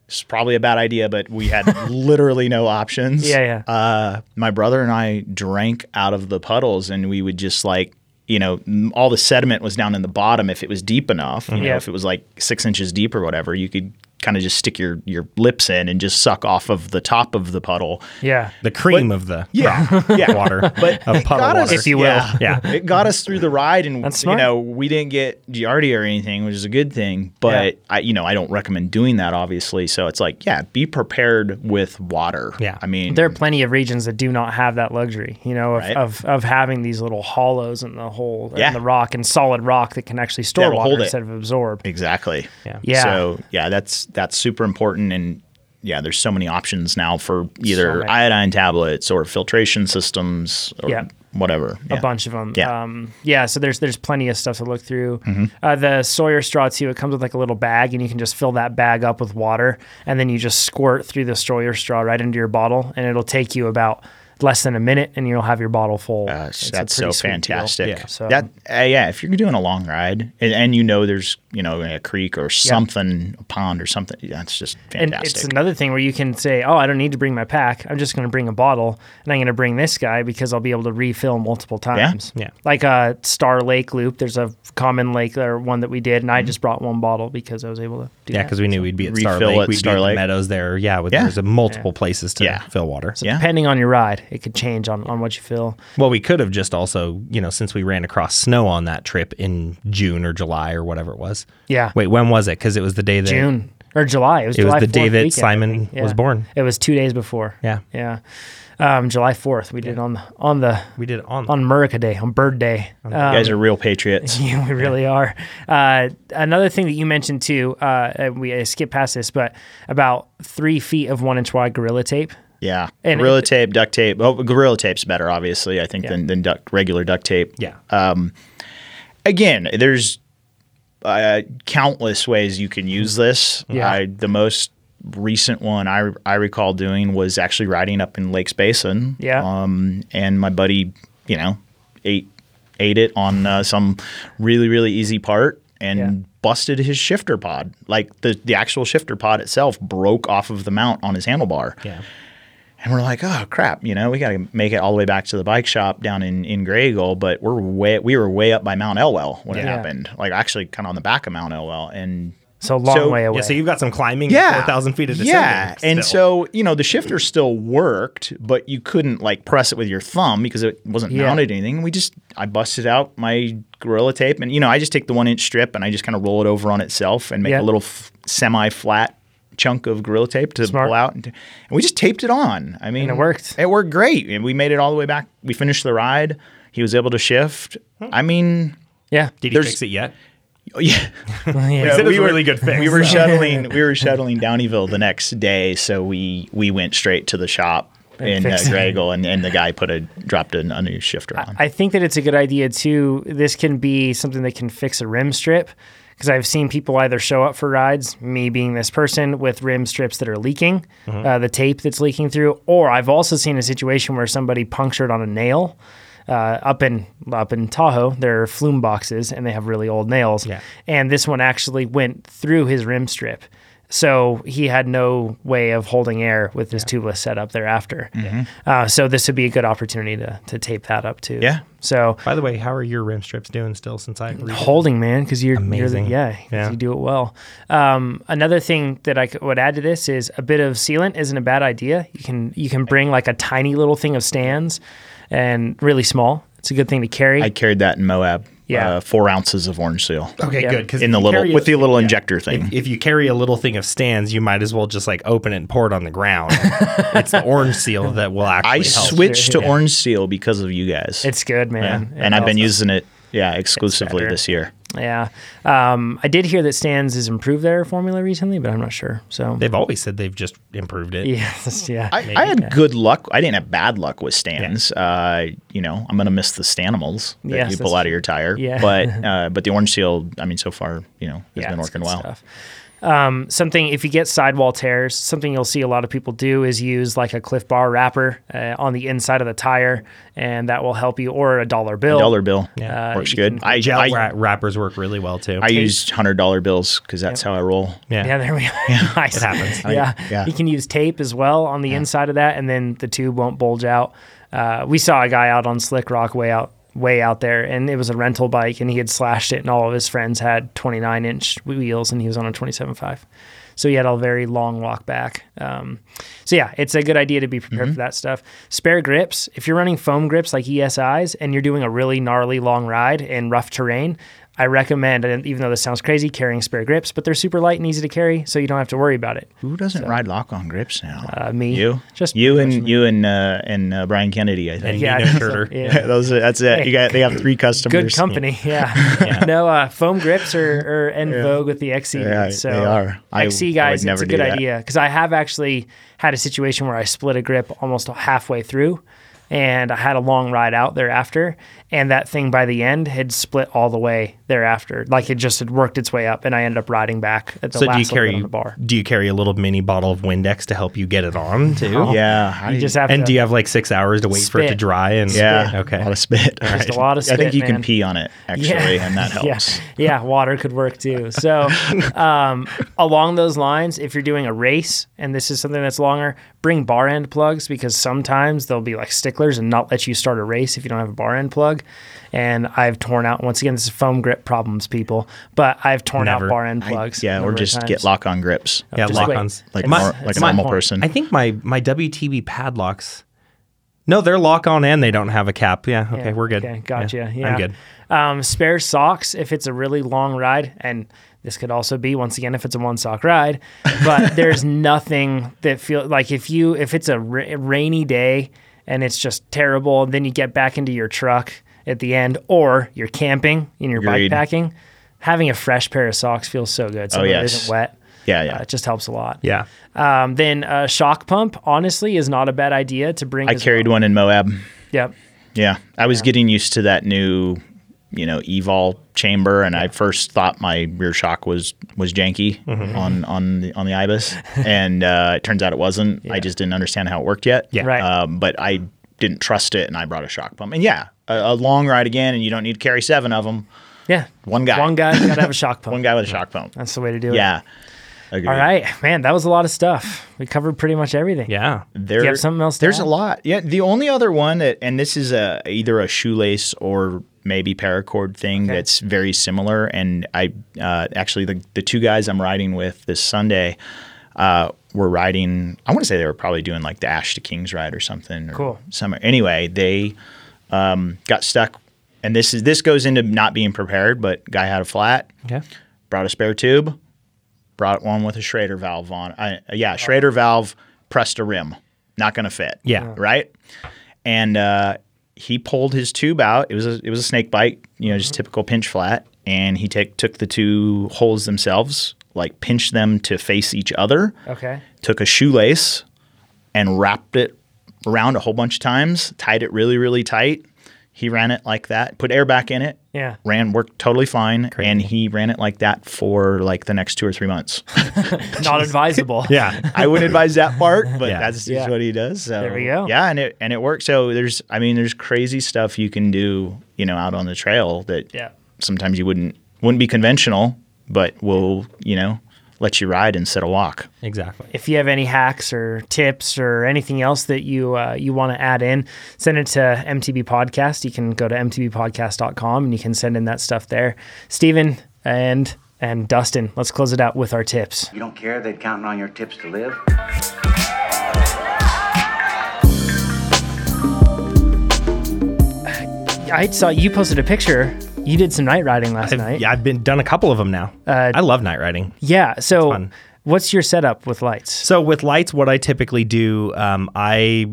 C: it's probably a bad idea, but we had literally no options.
A: Yeah, yeah.
C: Uh, my brother and I drank out of the puddles, and we would just like. You know, m- all the sediment was down in the bottom. If it was deep enough, you know,
A: Yeah.
C: if it was like six inches deep or whatever, you could kind of just stick your your lips in and just suck off of the top of the puddle.
A: yeah.
B: The cream of the
C: Yeah, yeah.
B: water,
C: But
B: of
C: it
B: puddle
C: got
B: water,
C: us,
A: you will.
C: Yeah,
B: Yeah.
C: it got us through the ride, and
A: That's
C: you
A: smart.
C: know we didn't get giardia or anything, which is a good thing. But
A: Yeah.
C: I, you know, I don't recommend doing that, obviously. So it's like, yeah, be prepared with water.
B: Yeah.
C: I mean,
A: There are plenty of regions that do not have that luxury, you know, of,
C: Right.
A: of, of having these little hollows in the hole
C: Yeah.
A: in the rock and solid rock that can actually store
C: That'll
A: water
C: hold it.
A: instead of absorb.
C: exactly.
B: Yeah.
A: Yeah.
C: So yeah, that's that's super important, and yeah, there's so many options now for either
A: many.
C: iodine tablets or filtration systems or
A: Yeah.
C: whatever.
A: a bunch of them.
C: Yeah. Mm-hmm.
A: Um, yeah. So there's there's plenty of stuff to look through. Uh, the Sawyer straw too. It comes with like a little bag, and you can just fill that bag up with water, and then you just squirt through the Sawyer straw right into your bottle, and it'll take you about less than a minute, and you'll have your bottle full.
C: Gosh,
A: It's a
C: Uh, that's so
A: pretty sweet deal.
C: fantastic.
B: Yeah.
A: So-
C: That uh, yeah, if you're doing a long ride and, and you know there's you know a creek or something, a pond or something, that's just
A: And
C: fantastic.
A: it's another thing where you can say, "Oh, I don't need to bring my pack. I'm just going to bring a bottle, and I'm going to bring this guy because I'll be able to refill multiple times."
B: Yeah.
A: Like a Star Lake Loop. There's a common lake or one that we did, and I just brought one bottle because I was able to do
B: Mm-hmm. Yeah,
A: that.
B: because we knew we'd be at Star
C: Refill
B: Lake.
C: at
B: we'd
C: Star
B: be in
C: Lake.
B: the meadows there. Yeah, with,
C: Yeah.
B: there's a multiple places to
C: Yeah.
B: fill water.
C: Yeah.
A: depending on your ride, it could change on, on what you feel.
B: Well, we could have just also, you know, since we ran across snow on that trip in June or July or whatever it was.
A: Yeah.
B: Wait, when was it? Because it was the day that
A: June or July. It was,
B: It was
A: July
B: the day
A: 4th
B: that
A: weekend, I
B: Simon
A: think.
B: was born.
A: It was two days before.
B: Yeah.
A: Yeah. Um, July 4th, we did on the, on the,
B: we did it on.
A: on Murica Day, on Bird Day. Um,
C: you guys are real patriots.
A: Yeah, we really are. Uh, another thing that you mentioned too, uh, and we I skipped past this, but about three feet of one inch wide gorilla tape.
C: Yeah,
A: And
C: gorilla
A: it-
C: tape, duct tape. Oh, gorilla tape's better, obviously. I think than than duct, regular duct tape.
B: yeah.
C: Again, there's uh, countless ways you can use this.
A: Mm-hmm. Yeah.
C: I, the most recent one I I recall doing was actually riding up in Lakes Basin.
A: Yeah.
C: Um, and my buddy, you know, ate ate it on uh, some really really easy part and
A: Yeah.
C: busted his shifter pod. Like the the actual shifter pod itself broke off of the mount on his handlebar.
B: yeah.
C: And we're like, oh crap, you know, we got to make it all the way back to the bike shop down in in Grey Eagle, but we're way we were way up by Mount Elwell when it
A: Yeah.
C: happened. Like actually, kind of on the back of Mount Elwell, and
A: So a long
C: So-
A: way
C: yeah,
A: away.
B: Yeah. So you've got some climbing.
C: yeah,
B: Four thousand feet of descending.
C: yeah. And
B: still.
C: so you know, the shifter still worked, but you couldn't like press it with your thumb because it wasn't
A: Yeah.
C: mounted to anything. We just I busted out my gorilla tape, and you know, I just take the one inch strip and I just kind of roll it over on itself and make
A: Yeah.
C: a little f- semi flat chunk of gorilla tape to
A: Smart.
C: pull out and, t- and we just taped it on i mean
A: it worked.
C: it worked great and we made it all the way back we finished the ride he was able to shift i mean
A: yeah.
B: Did he
C: there's-
B: fix it yet?
C: yeah
A: yeah.
B: it was a really good fix.
C: we were shuttling we were shuttling Downeyville the next day, so we we went straight to the shop in uh,
A: fixed it.
C: Gragel, and, and the guy put a dropped an, a new shifter on.
A: I think that it's a good idea too. This can be something that can fix a rim strip because I've seen people either show up for rides, me being this person, with rim strips that are leaking, uh, the tape that's leaking through, or I've also seen a situation where somebody punctured on a nail. Uh, up in up in Tahoe, there are flume boxes, and they have really old nails.
B: Yeah.
A: And this one actually went through his rim strip, So he had no way of holding air with his tubeless setup thereafter. Uh, so this would be a good opportunity to, to tape that up too.
C: Yeah.
A: So
B: By the way, how are your rim strips doing still since I redid
A: holding man because you're
B: Amazing.
A: You're the, yeah, 'cause
B: Yeah.
A: you do it well. Um, another thing that I c- would add to this is a bit of sealant isn't a bad idea. You can you can bring like a tiny little thing of stands, and really small. It's a good thing to carry.
C: I carried that in Moab.
A: Yeah.
C: Uh, four ounces of orange seal.
B: Okay,
A: Yeah.
B: good. 'cause
C: In the
B: if you
C: little
B: carry
C: with the
B: a-
C: little injector thing.
B: If you carry a little thing of stands, you might as well just like open it and pour it on the ground. it's the orange seal that will actually
C: I
B: help.
C: switched to orange seal because of you guys.
A: it's good,
C: yeah.
A: man.
C: and I've been
A: using.
C: using it yeah exclusively
A: better.
C: this year.
A: Yeah. Um, I did hear that Stans has improved their formula recently, but I'm not sure. So,
B: They've always said they've just improved it.
A: yes, yeah.
C: I, I had good luck. I didn't have bad luck with stands. Uh, you know, I'm gonna miss the stanimals that
A: Yes,
C: you pull
A: that's-
C: out of your tire.
A: yeah.
C: But uh, but the orange seal, I mean, so far, you know, has
A: yeah,
C: been
A: it's
C: working
A: good
C: well.
A: stuff. Um, something if you get sidewall tears, something you'll see a lot of people do is use like a Cliff Bar wrapper uh, on the inside of the tire, and that will help you, or a dollar bill.
C: Dollar bill
B: Yeah.
A: Uh,
C: works
A: you
C: good.
A: can
C: I
B: Gel
C: I,
B: ra- wrappers work really well too.
C: I used hundred dollar bills because that's how I roll.
B: yeah.
A: Yeah, there we go. nice.
B: It happens.
A: yeah.
C: yeah.
A: You can use tape as well on the inside of that, and then the tube won't bulge out. Uh, we saw a guy out on Slick Rock way out way out there, and it was a rental bike, and he had slashed it, and all of his friends had 29 inch wheels, and he was on a 27.5. So he had a very long walk back. Um, so yeah, it's a good idea to be prepared for that stuff. Spare grips. If you're running foam grips like ESIs and you're doing a really gnarly long ride in rough terrain, I recommend, and even though this sounds crazy, carrying spare grips, but they're super light and easy to carry, so you don't have to worry about it.
C: Who doesn't ride lock on grips now?
A: Uh, me,
C: you,
A: just
C: you and you and uh, and uh, Brian Kennedy. I think.
A: yeah,
B: Nino
A: just-
B: Schurter.
A: yeah.
C: Those are, that's it. You got they have three customers.
A: good company. Yeah, no uh, foam grips are, are in vogue with the XC. dudes,
C: Yeah,
A: so
C: they are. I- I
A: XC
C: would
A: guys, it's
C: never
A: a
C: do
A: good
C: that.
A: idea because I have actually had a situation where I split a grip almost halfway through, and I had a long ride out thereafter, and that thing by the end had split all the way thereafter. Like it just had worked its way up, and I ended up riding back at the
B: So
A: last
B: do
A: little
B: you
A: bit
B: carry
A: on the bar.
B: do you carry a little mini bottle of Windex to help you get it on too?
C: Oh, Yeah, I,
A: You just have
B: And
A: to,
B: do you have like six hours to wait for it to
A: Spit.
B: dry? And
C: yeah,
B: okay.
C: a lot of spit.
A: Just a lot of
C: I think
A: spit,
C: you
A: man.
C: can pee on it actually, and that helps.
A: Yeah, yeah, water could work too. So, um, along those lines, if you're doing a race and this is something that's longer, bring bar end plugs because sometimes they'll be like sticklers and not let you start a race if you don't have a bar end plug. And I've torn out once again. This is foam grip problems, people. But I've torn
B: Never.
A: out bar end
C: I-
A: plugs.
C: yeah, or just get
A: locked.
C: lock on grips.
B: yeah,
A: Just
B: lock
A: wait.
B: ons.
C: Like
A: My-
C: nor- like a
A: my
C: normal
A: point.
C: person.
B: I think my my WTB padlocks. No, they're lock on and they don't have a cap. Yeah. Okay,
A: Yeah,
B: we're good.
A: Okay, gotcha. Yeah,
B: I'm good.
A: Um, spare socks if it's a really long ride, and this could also be once again if it's a one sock ride. But there's nothing that feel like if you if it's a ra- rainy day and it's just terrible, and then you get back into your truck at the end, or you're camping and you're
C: Agreed.
A: bikepacking, having a fresh pair of socks feels so good. So it
C: yes.
A: isn't wet.
C: Yeah, yeah.
A: Uh, it just helps a lot.
B: Yeah.
A: Um, then a shock pump, honestly, is not a bad idea to bring.
C: I
A: as
C: carried
A: well.
C: one in Moab.
A: Yep.
C: Yeah, I was getting used to that new, you know, evol chamber, and I first thought my rear shock was was janky
A: Mm-hmm.
C: on on the on the ibis, and uh, it turns out it wasn't. I just didn't understand how it worked yet.
B: Yeah.
A: Right.
C: Um, but I didn't trust it, and I brought a shock pump. And yeah, a, a long ride again, and you don't need to carry seven of them.
A: Yeah.
C: One guy.
A: One guy's got to have a shock pump.
C: One guy with a shock pump.
A: That's the way to do it.
C: Yeah. Agreed.
A: All right, man. That was a lot of stuff. We covered pretty much everything.
B: Yeah.
C: There,
A: you have something else to
C: There's
A: add?
C: a lot. Yeah. The only other one that, and this is a either a shoelace or maybe paracord thing that's very similar. And I uh, actually the the two guys I'm riding with this Sunday uh, were riding. I want to say they were probably doing like the Ash to Kings ride or something. Or
A: Cool.
C: Summer. Anyway, they um, got stuck, and this is this goes into not being prepared. But guy had a flat
B: Okay.
C: brought a spare tube, brought one with a Schrader valve on. Uh, yeah, Schrader valve pressed a rim, not going to fit.
B: Yeah.
C: right. And uh, he pulled his tube out. It was a, it was a snake bite, you know, just typical pinch flat. And he take, took the two holes themselves, like pinched them to face each other.
A: Okay.
C: Took a shoelace and wrapped it around a whole bunch of times, tied it really, really tight. He ran it like that, put air back in it,
A: Yeah.
C: ran worked totally fine and he ran it like that for like the next two or three months
A: Not advisable.
B: Yeah.
C: i would advise that part but
B: Yeah.
C: that's just
A: Yeah.
C: what he does so
A: There we go.
C: yeah and it and it works so there's i mean there's crazy stuff you can do you know out on the trail that
A: Yeah.
C: sometimes you wouldn't wouldn't be conventional but will you know let you ride instead of walk.
B: Exactly.
A: if you have any hacks or tips or anything else that you uh, you want to add in, send it to MTB Podcast. You can go to mtbpodcast.com and you can send in that stuff there. Steven and and Dustin, let's close it out with our tips.
E: You don't care they'd counted on your tips to live?
A: I saw you posted a picture. You did some night riding last night. Uh,
B: Yeah, I've been done a couple of them now. I love night riding.
A: Yeah. So,
B: fun.
A: what's your setup with lights?
B: So with lights, what I typically do, um, I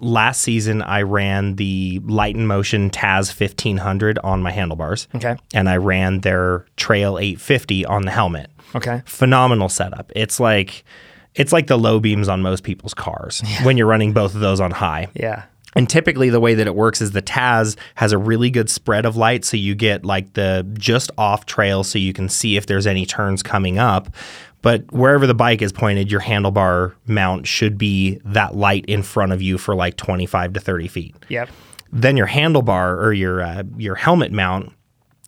B: last season I ran the Light and Motion Taz 1500 on my handlebars.
A: Okay.
B: And I ran their Trail 850 on the helmet.
A: Okay.
B: Phenomenal setup. It's like it's like the low beams on most people's cars when you're running both of those on high.
A: Yeah.
B: And typically, the way that it works is the Taz has a really good spread of light, so you get like the just off trail, so you can see if there's any turns coming up. But wherever the bike is pointed, your handlebar mount should be that light in front of you for like 25 to 30 feet.
A: Yep.
B: Then your handlebar or your uh, your helmet mount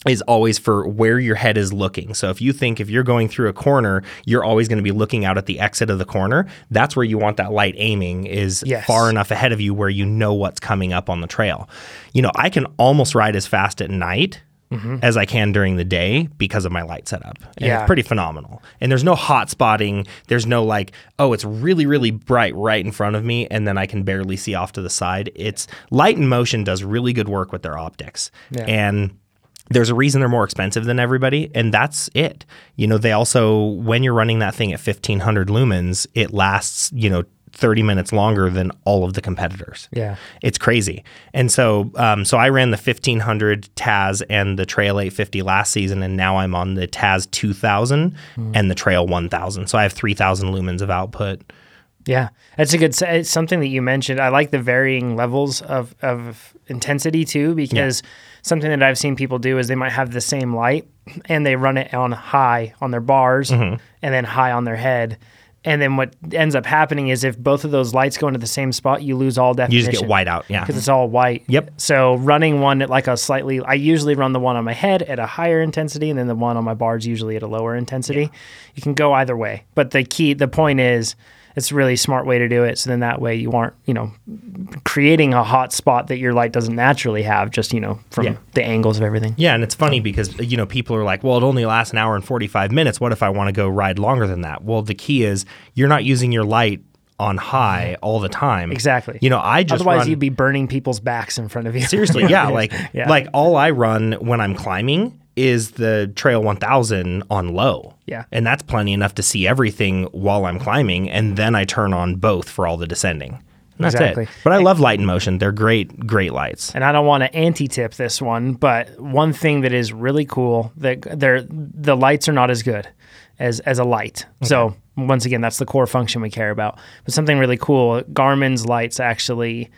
B: is always for where your head is looking. So if you think if you're going through a corner, you're always going to be looking out at the exit of the corner. That's where you want that light aiming is
A: Yes.
B: far enough ahead of you where you know what's coming up on the trail. You know, I can almost ride as fast at night as I can during the day because of my light setup. And
A: Mm-hmm. Yeah.
B: it's pretty phenomenal. And there's no hot spotting. There's no like, oh, it's really, really bright right in front of me, and then I can barely see off to the side. It's light and motion does really good work with their optics. And there's a reason they're more expensive than everybody, and that's it. You know, they also, when you're running that thing at 1500 lumens, it lasts, you know, 30 minutes longer than all of the competitors.
A: Yeah.
B: It's crazy. And so, um, so I ran the 1500 Taz and the Trail 850 last season, and now I'm on the Taz 2000 and the Trail 1000. So I have 3000 lumens of output.
A: Yeah, that's a good. s- It's something that you mentioned. I like the varying levels of of intensity too, because something that I've seen people do is they might have the same light and they run it on high on their bars
B: Mm-hmm.
A: and then high on their head. And then what ends up happening is if both of those lights go into the same spot, you lose all definition.
B: You just get white out. Yeah.
A: because it's all white.
B: Yep.
A: So running one at like a slightly, I usually run the one on my head at a higher intensity, and then the one on my bars usually at a lower intensity. You can go either way, but the key, the point is, it's a really smart way to do it. So then that way you aren't, you know, creating a hot spot that your light doesn't naturally have, just you know from
B: Yeah.
A: the angles of everything.
B: Yeah, and it's funny because you know people are like, "Well, it only lasts an hour and 45 minutes. What if I want to go ride longer than that?" Well, the key is you're not using your light on high all the time.
A: Exactly.
B: You know, I just
A: Otherwise,
B: run-
A: you'd be burning people's backs in front of you.
B: seriously, yeah, like
A: Yeah.
B: like all I run when I'm climbing is the Trail 1000 on low.
A: Yeah.
B: And that's plenty enough to see everything while I'm climbing and then I turn on both for all the descending. And that's
A: Exactly.
B: it. But I love light and motion. They're great great lights.
A: and I don't want to anti-tip this one, but one thing that is really cool that they're the lights are not as good as as a light. So once again, that's the core function we care about. But something really cool, Garmin's lights actually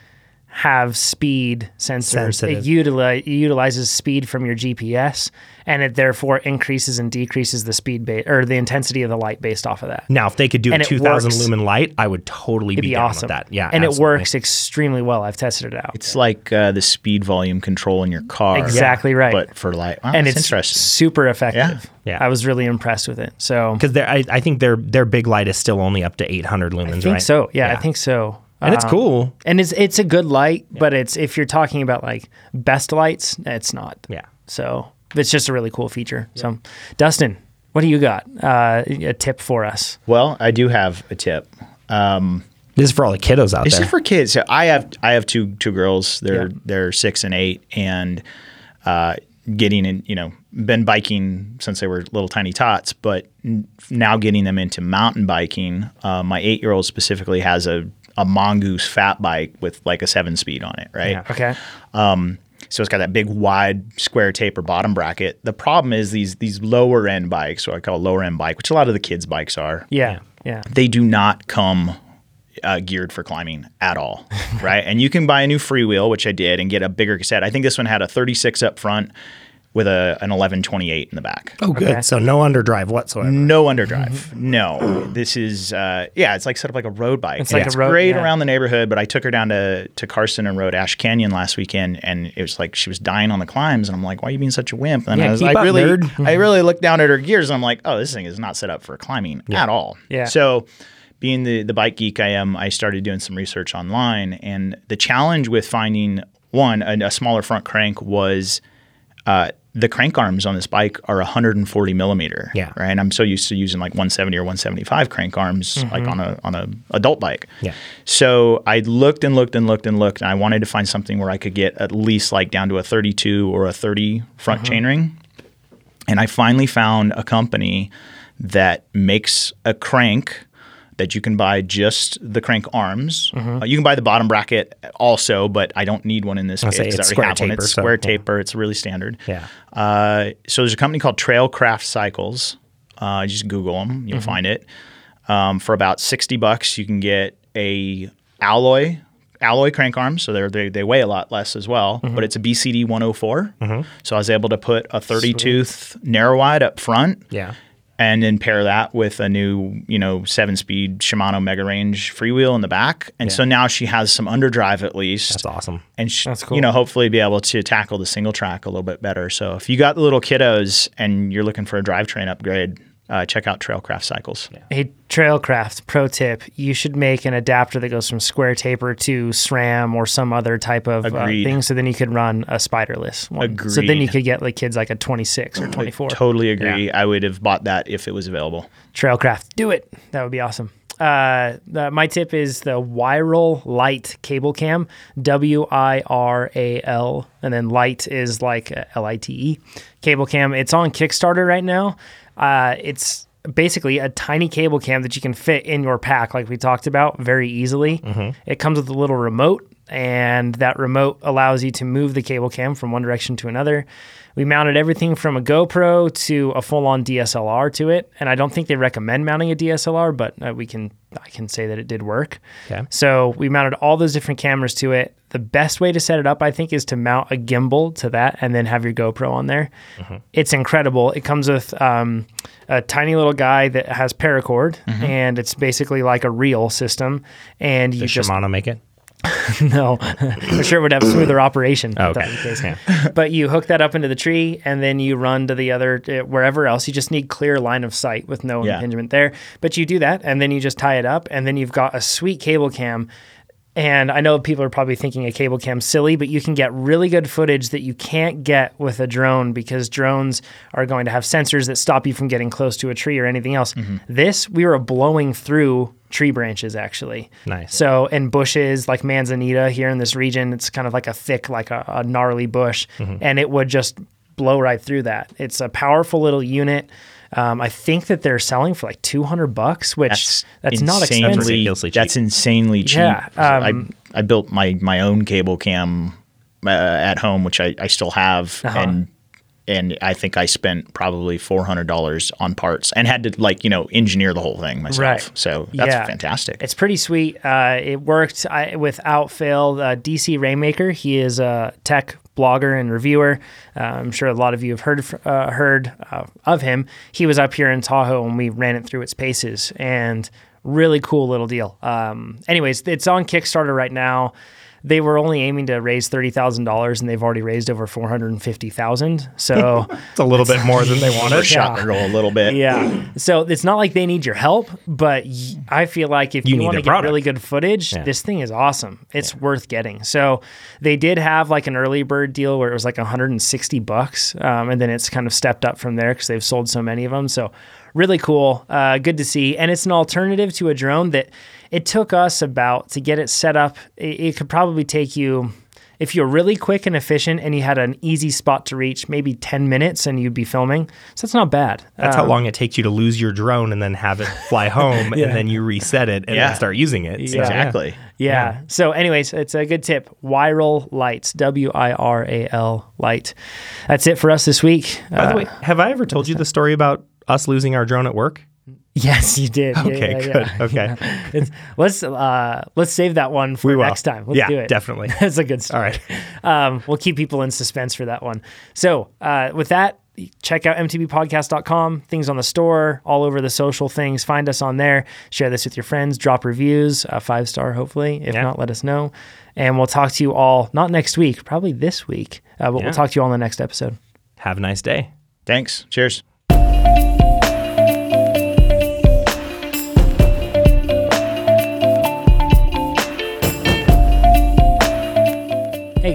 A: have speed sensors.
B: Sensitive.
A: It utilize, utilizes speed from your GPS, and it therefore increases and decreases the speed ba- or the intensity of the light based off of that.
B: Now, if they could do
A: And
B: a
A: it
B: 2000
A: works.
B: lumen light, I would totally
A: It'd
B: be,
A: be
B: down
A: awesome.
B: with that. Yeah.
A: and
B: absolutely.
A: it works extremely well. I've tested it out.
C: It's like uh, the speed volume control in your car.
A: Exactly right.
C: But for light. Wow,
A: and
C: that's
A: it's
C: interesting.
A: super effective.
B: Oh, Yeah. Yeah.
A: I was really impressed with it. So
B: Because I, I think their their big light is still only up to 800 lumens,
A: I think
B: right?
A: so. Yeah, I think so.
B: And it's
A: Um,
B: cool.
A: And it's it's a good light, but it's if you're talking about like best lights, it's not.
B: Yeah.
A: So it's just a really cool feature. So, Dustin, what do you got? Uh, a tip for us?
C: Well, I do have a tip.
B: This is for all the kiddos out
C: This
B: there.
C: is for kids. So I have I have two two girls. They're
A: Yeah.
C: they're six and eight, and uh, getting in. You know, been biking since they were little tiny tots, but n- now getting them into mountain biking. Uh, my eight year old specifically has a a mongoose fat bike with like a seven speed on it, right?
B: Yeah.
A: Okay.
C: So it's got that big wide square taper bottom bracket. The problem is these these lower end bikes, what I call lower end bike, which a lot of the kids' bikes are
A: Yeah. Yeah.
C: they do not come uh, geared for climbing at all, right? and you can buy a new freewheel, which I did, and get a bigger cassette. I think this one had a 36 up front, with a, an 1128 in the back.
G: Oh, good. So no underdrive whatsoever.
A: Mm.
C: No underdrive. No. This is uh, yeah, it's like sort of like a road bike. It's
A: like a road-
C: great
A: yeah.
C: around the neighborhood, but I took her down to to Carson and rode Ash Canyon last weekend and it was like she was dying on the climbs and I'm like, Why are you being such a wimp? And
B: Yeah,
C: I was
B: keep
C: like
B: up,
C: really
B: nerd.
A: Mm-hmm.
C: I really looked down at her gears and I'm like, Oh, this thing is not set up for climbing at all.
A: Yeah.
C: So being the, the bike geek I am, I started doing some research online and the challenge with finding one, a, a smaller front crank was uh, the crank arms on this bike are 140 millimeter.
B: Yeah.
C: Right. I'm so used to using like 170 or 175 crank arms, like on a on a adult bike.
B: Mm-hmm. Yeah.
C: So I looked and looked and looked and looked, and I wanted to find something where I could get at least like down to a 32 or a 30 front
B: Mm-hmm.
C: chainring. And I finally found a company that makes a crank that you can buy just the crank arms.
B: Mm-hmm.
C: Uh, you can buy the bottom bracket also, but I don't need one in this.
B: say
C: case.
B: it's
C: I already
B: square
C: have one.
B: taper,
C: It's
B: so,
C: square
B: yeah.
C: taper. It's really standard.
B: Yeah.
C: Uh, so there's a company called Trailcraft Cycles. Uh, just Google them, you'll find it. Um, for about sixty bucks, you can get a alloy alloy crank arms. So they're, they they weigh a lot less as well, but it's a BCD 104. So I was able to put a 30 tooth narrow wide up front.
B: Yeah.
C: And then pair that with a new, you know, seven speed Shimano Mega Range freewheel in the back. And so now she has some underdrive at least
B: That's awesome.
C: and sh-
A: That's
C: you know
A: cool.
C: hopefully be able to tackle the single track a little bit better. So if you got the little kiddos and you're looking for a drivetrain upgrade, uh, check out Trailcraft Cycles.
A: Hey, Trailcraft, pro tip: you should make an adapter that goes from square taper to SRAM or some other type of uh,
C: Agreed.
A: thing, so then you could run a spiderless one. So then you
C: Agreed.
A: could get like kids like a 26 or 24.
C: Totally agree. I would have bought that if it was available.
A: Trailcraft, do it. That would be awesome. Uh, the, my tip is the Wirral Light cable cam. W I R A L, and then Light is like L I T E cable cam. It's on Kickstarter right now. Uh, it's basically a tiny cable cam that you can fit in your pack, like we talked about, very easily. It comes with a little remote and that remote allows you to move the cable cam from one direction to another. We mounted everything from a GoPro to a full-on DSLR to it, and I don't think they recommend mounting a DSLR, but uh, we can I can say that it did work.
B: Okay.
A: So we mounted all those different cameras to it. The best way to set it up, I think, is to mount a gimbal to that and then have your GoPro on there. It's incredible. It comes with um, a tiny little guy that has paracord, and it's basically like a reel system, and you
B: Does
A: just
B: Shimano make it?
A: no, for sure it would have smoother operation. if
B: Okay.
A: that were the case. But you hook that up into the tree and then you run to the other, uh, wherever else. You just need clear line of sight with no
C: Yeah.
A: impingement there. But you do that and then you just tie it up and then you've got a sweet cable cam. And I know people are probably thinking a cable cam's silly, but you can get really good footage that you can't get with a drone because drones are going to have sensors that stop you from getting close to a tree or anything else. This, we were blowing through tree branches actually.
B: Nice.
A: So so and bushes like manzanita here in this region, it's kind of like a thick, like a, a gnarly bush, and it would just blow right through that. It's a powerful little unit. Um, I think that they're selling for like two hundred bucks, which that's, not
C: insanely-
A: expensive.
B: ridiculously cheap.
C: That's insanely cheap.
A: Yeah, um,
C: I I built my my own cable cam uh, at home, which I, I still have,
A: Uh-huh.
C: and and I think I spent probably four hundred dollars on parts and had to like you know engineer the whole thing myself.
A: Right.
C: So that's
A: Yeah.
C: fantastic.
A: It's pretty sweet. Uh, it worked I, without fail. Uh, DC Rainmaker, he is a tech blogger and reviewer. Uh, I'm sure a lot of you have heard of- uh, heard uh, of him. He was up here in Tahoe and we ran it through its paces and really cool little deal. Um, anyways, it's on Kickstarter right now. They were only aiming to raise thirty thousand dollars, and they've already raised over four hundred and fifty thousand. So
B: It's a little bit more than they wanted.
C: Shot
A: yeah.
C: their goal a little bit.
A: yeah. So it's not like they need your help, but y- I feel like if
B: You
A: you,
B: need
A: want
B: their
A: to get
B: product.
A: really good footage,
B: Yeah.
A: this thing is awesome. It's worth getting. So they did have like an early bird deal where it was like 160 bucks, um, and then it's kind of stepped up from there because they've sold so many of them. So really cool. Uh, good to see, and it's an alternative to a drone that it took us about to get it set up. It, it could probably take you. If you're really quick and efficient and you had an easy spot to reach, maybe 10 minutes and you'd be filming. So that's not bad.
B: That's how long it takes you to lose your drone and then have it fly home and then you reset it and
C: Yeah.
B: then start using it. So,
C: Exactly.
A: Yeah. So, anyways, it's a good tip. Viral lights, W I R A L light. That's it for us this week.
B: By
A: Uh,
B: the way, have I ever told you the story about us losing our drone at work?
A: Yes, you did. Yeah,
B: Okay,
A: yeah,
B: good.
A: yeah.
B: Okay.
A: It's, let's uh, let's save that one for
B: We will.
A: next time. Let's
B: Yeah,
A: do it.
B: definitely.
A: That's a good story.
B: All right.
A: Um, we'll keep people in suspense for that one. So uh, with that, check out mtbpodcast.com. Things on the store, all over the social things. Find us on there. Share this with your friends. Drop reviews, uh, five star hopefully. If
B: Yeah.
A: not, let us know. And we'll talk to you all not next week, probably this week. Uh, but
B: Yeah.
A: we'll talk to you all in the next episode.
B: Have a nice day.
C: Thanks. Cheers.
A: Hey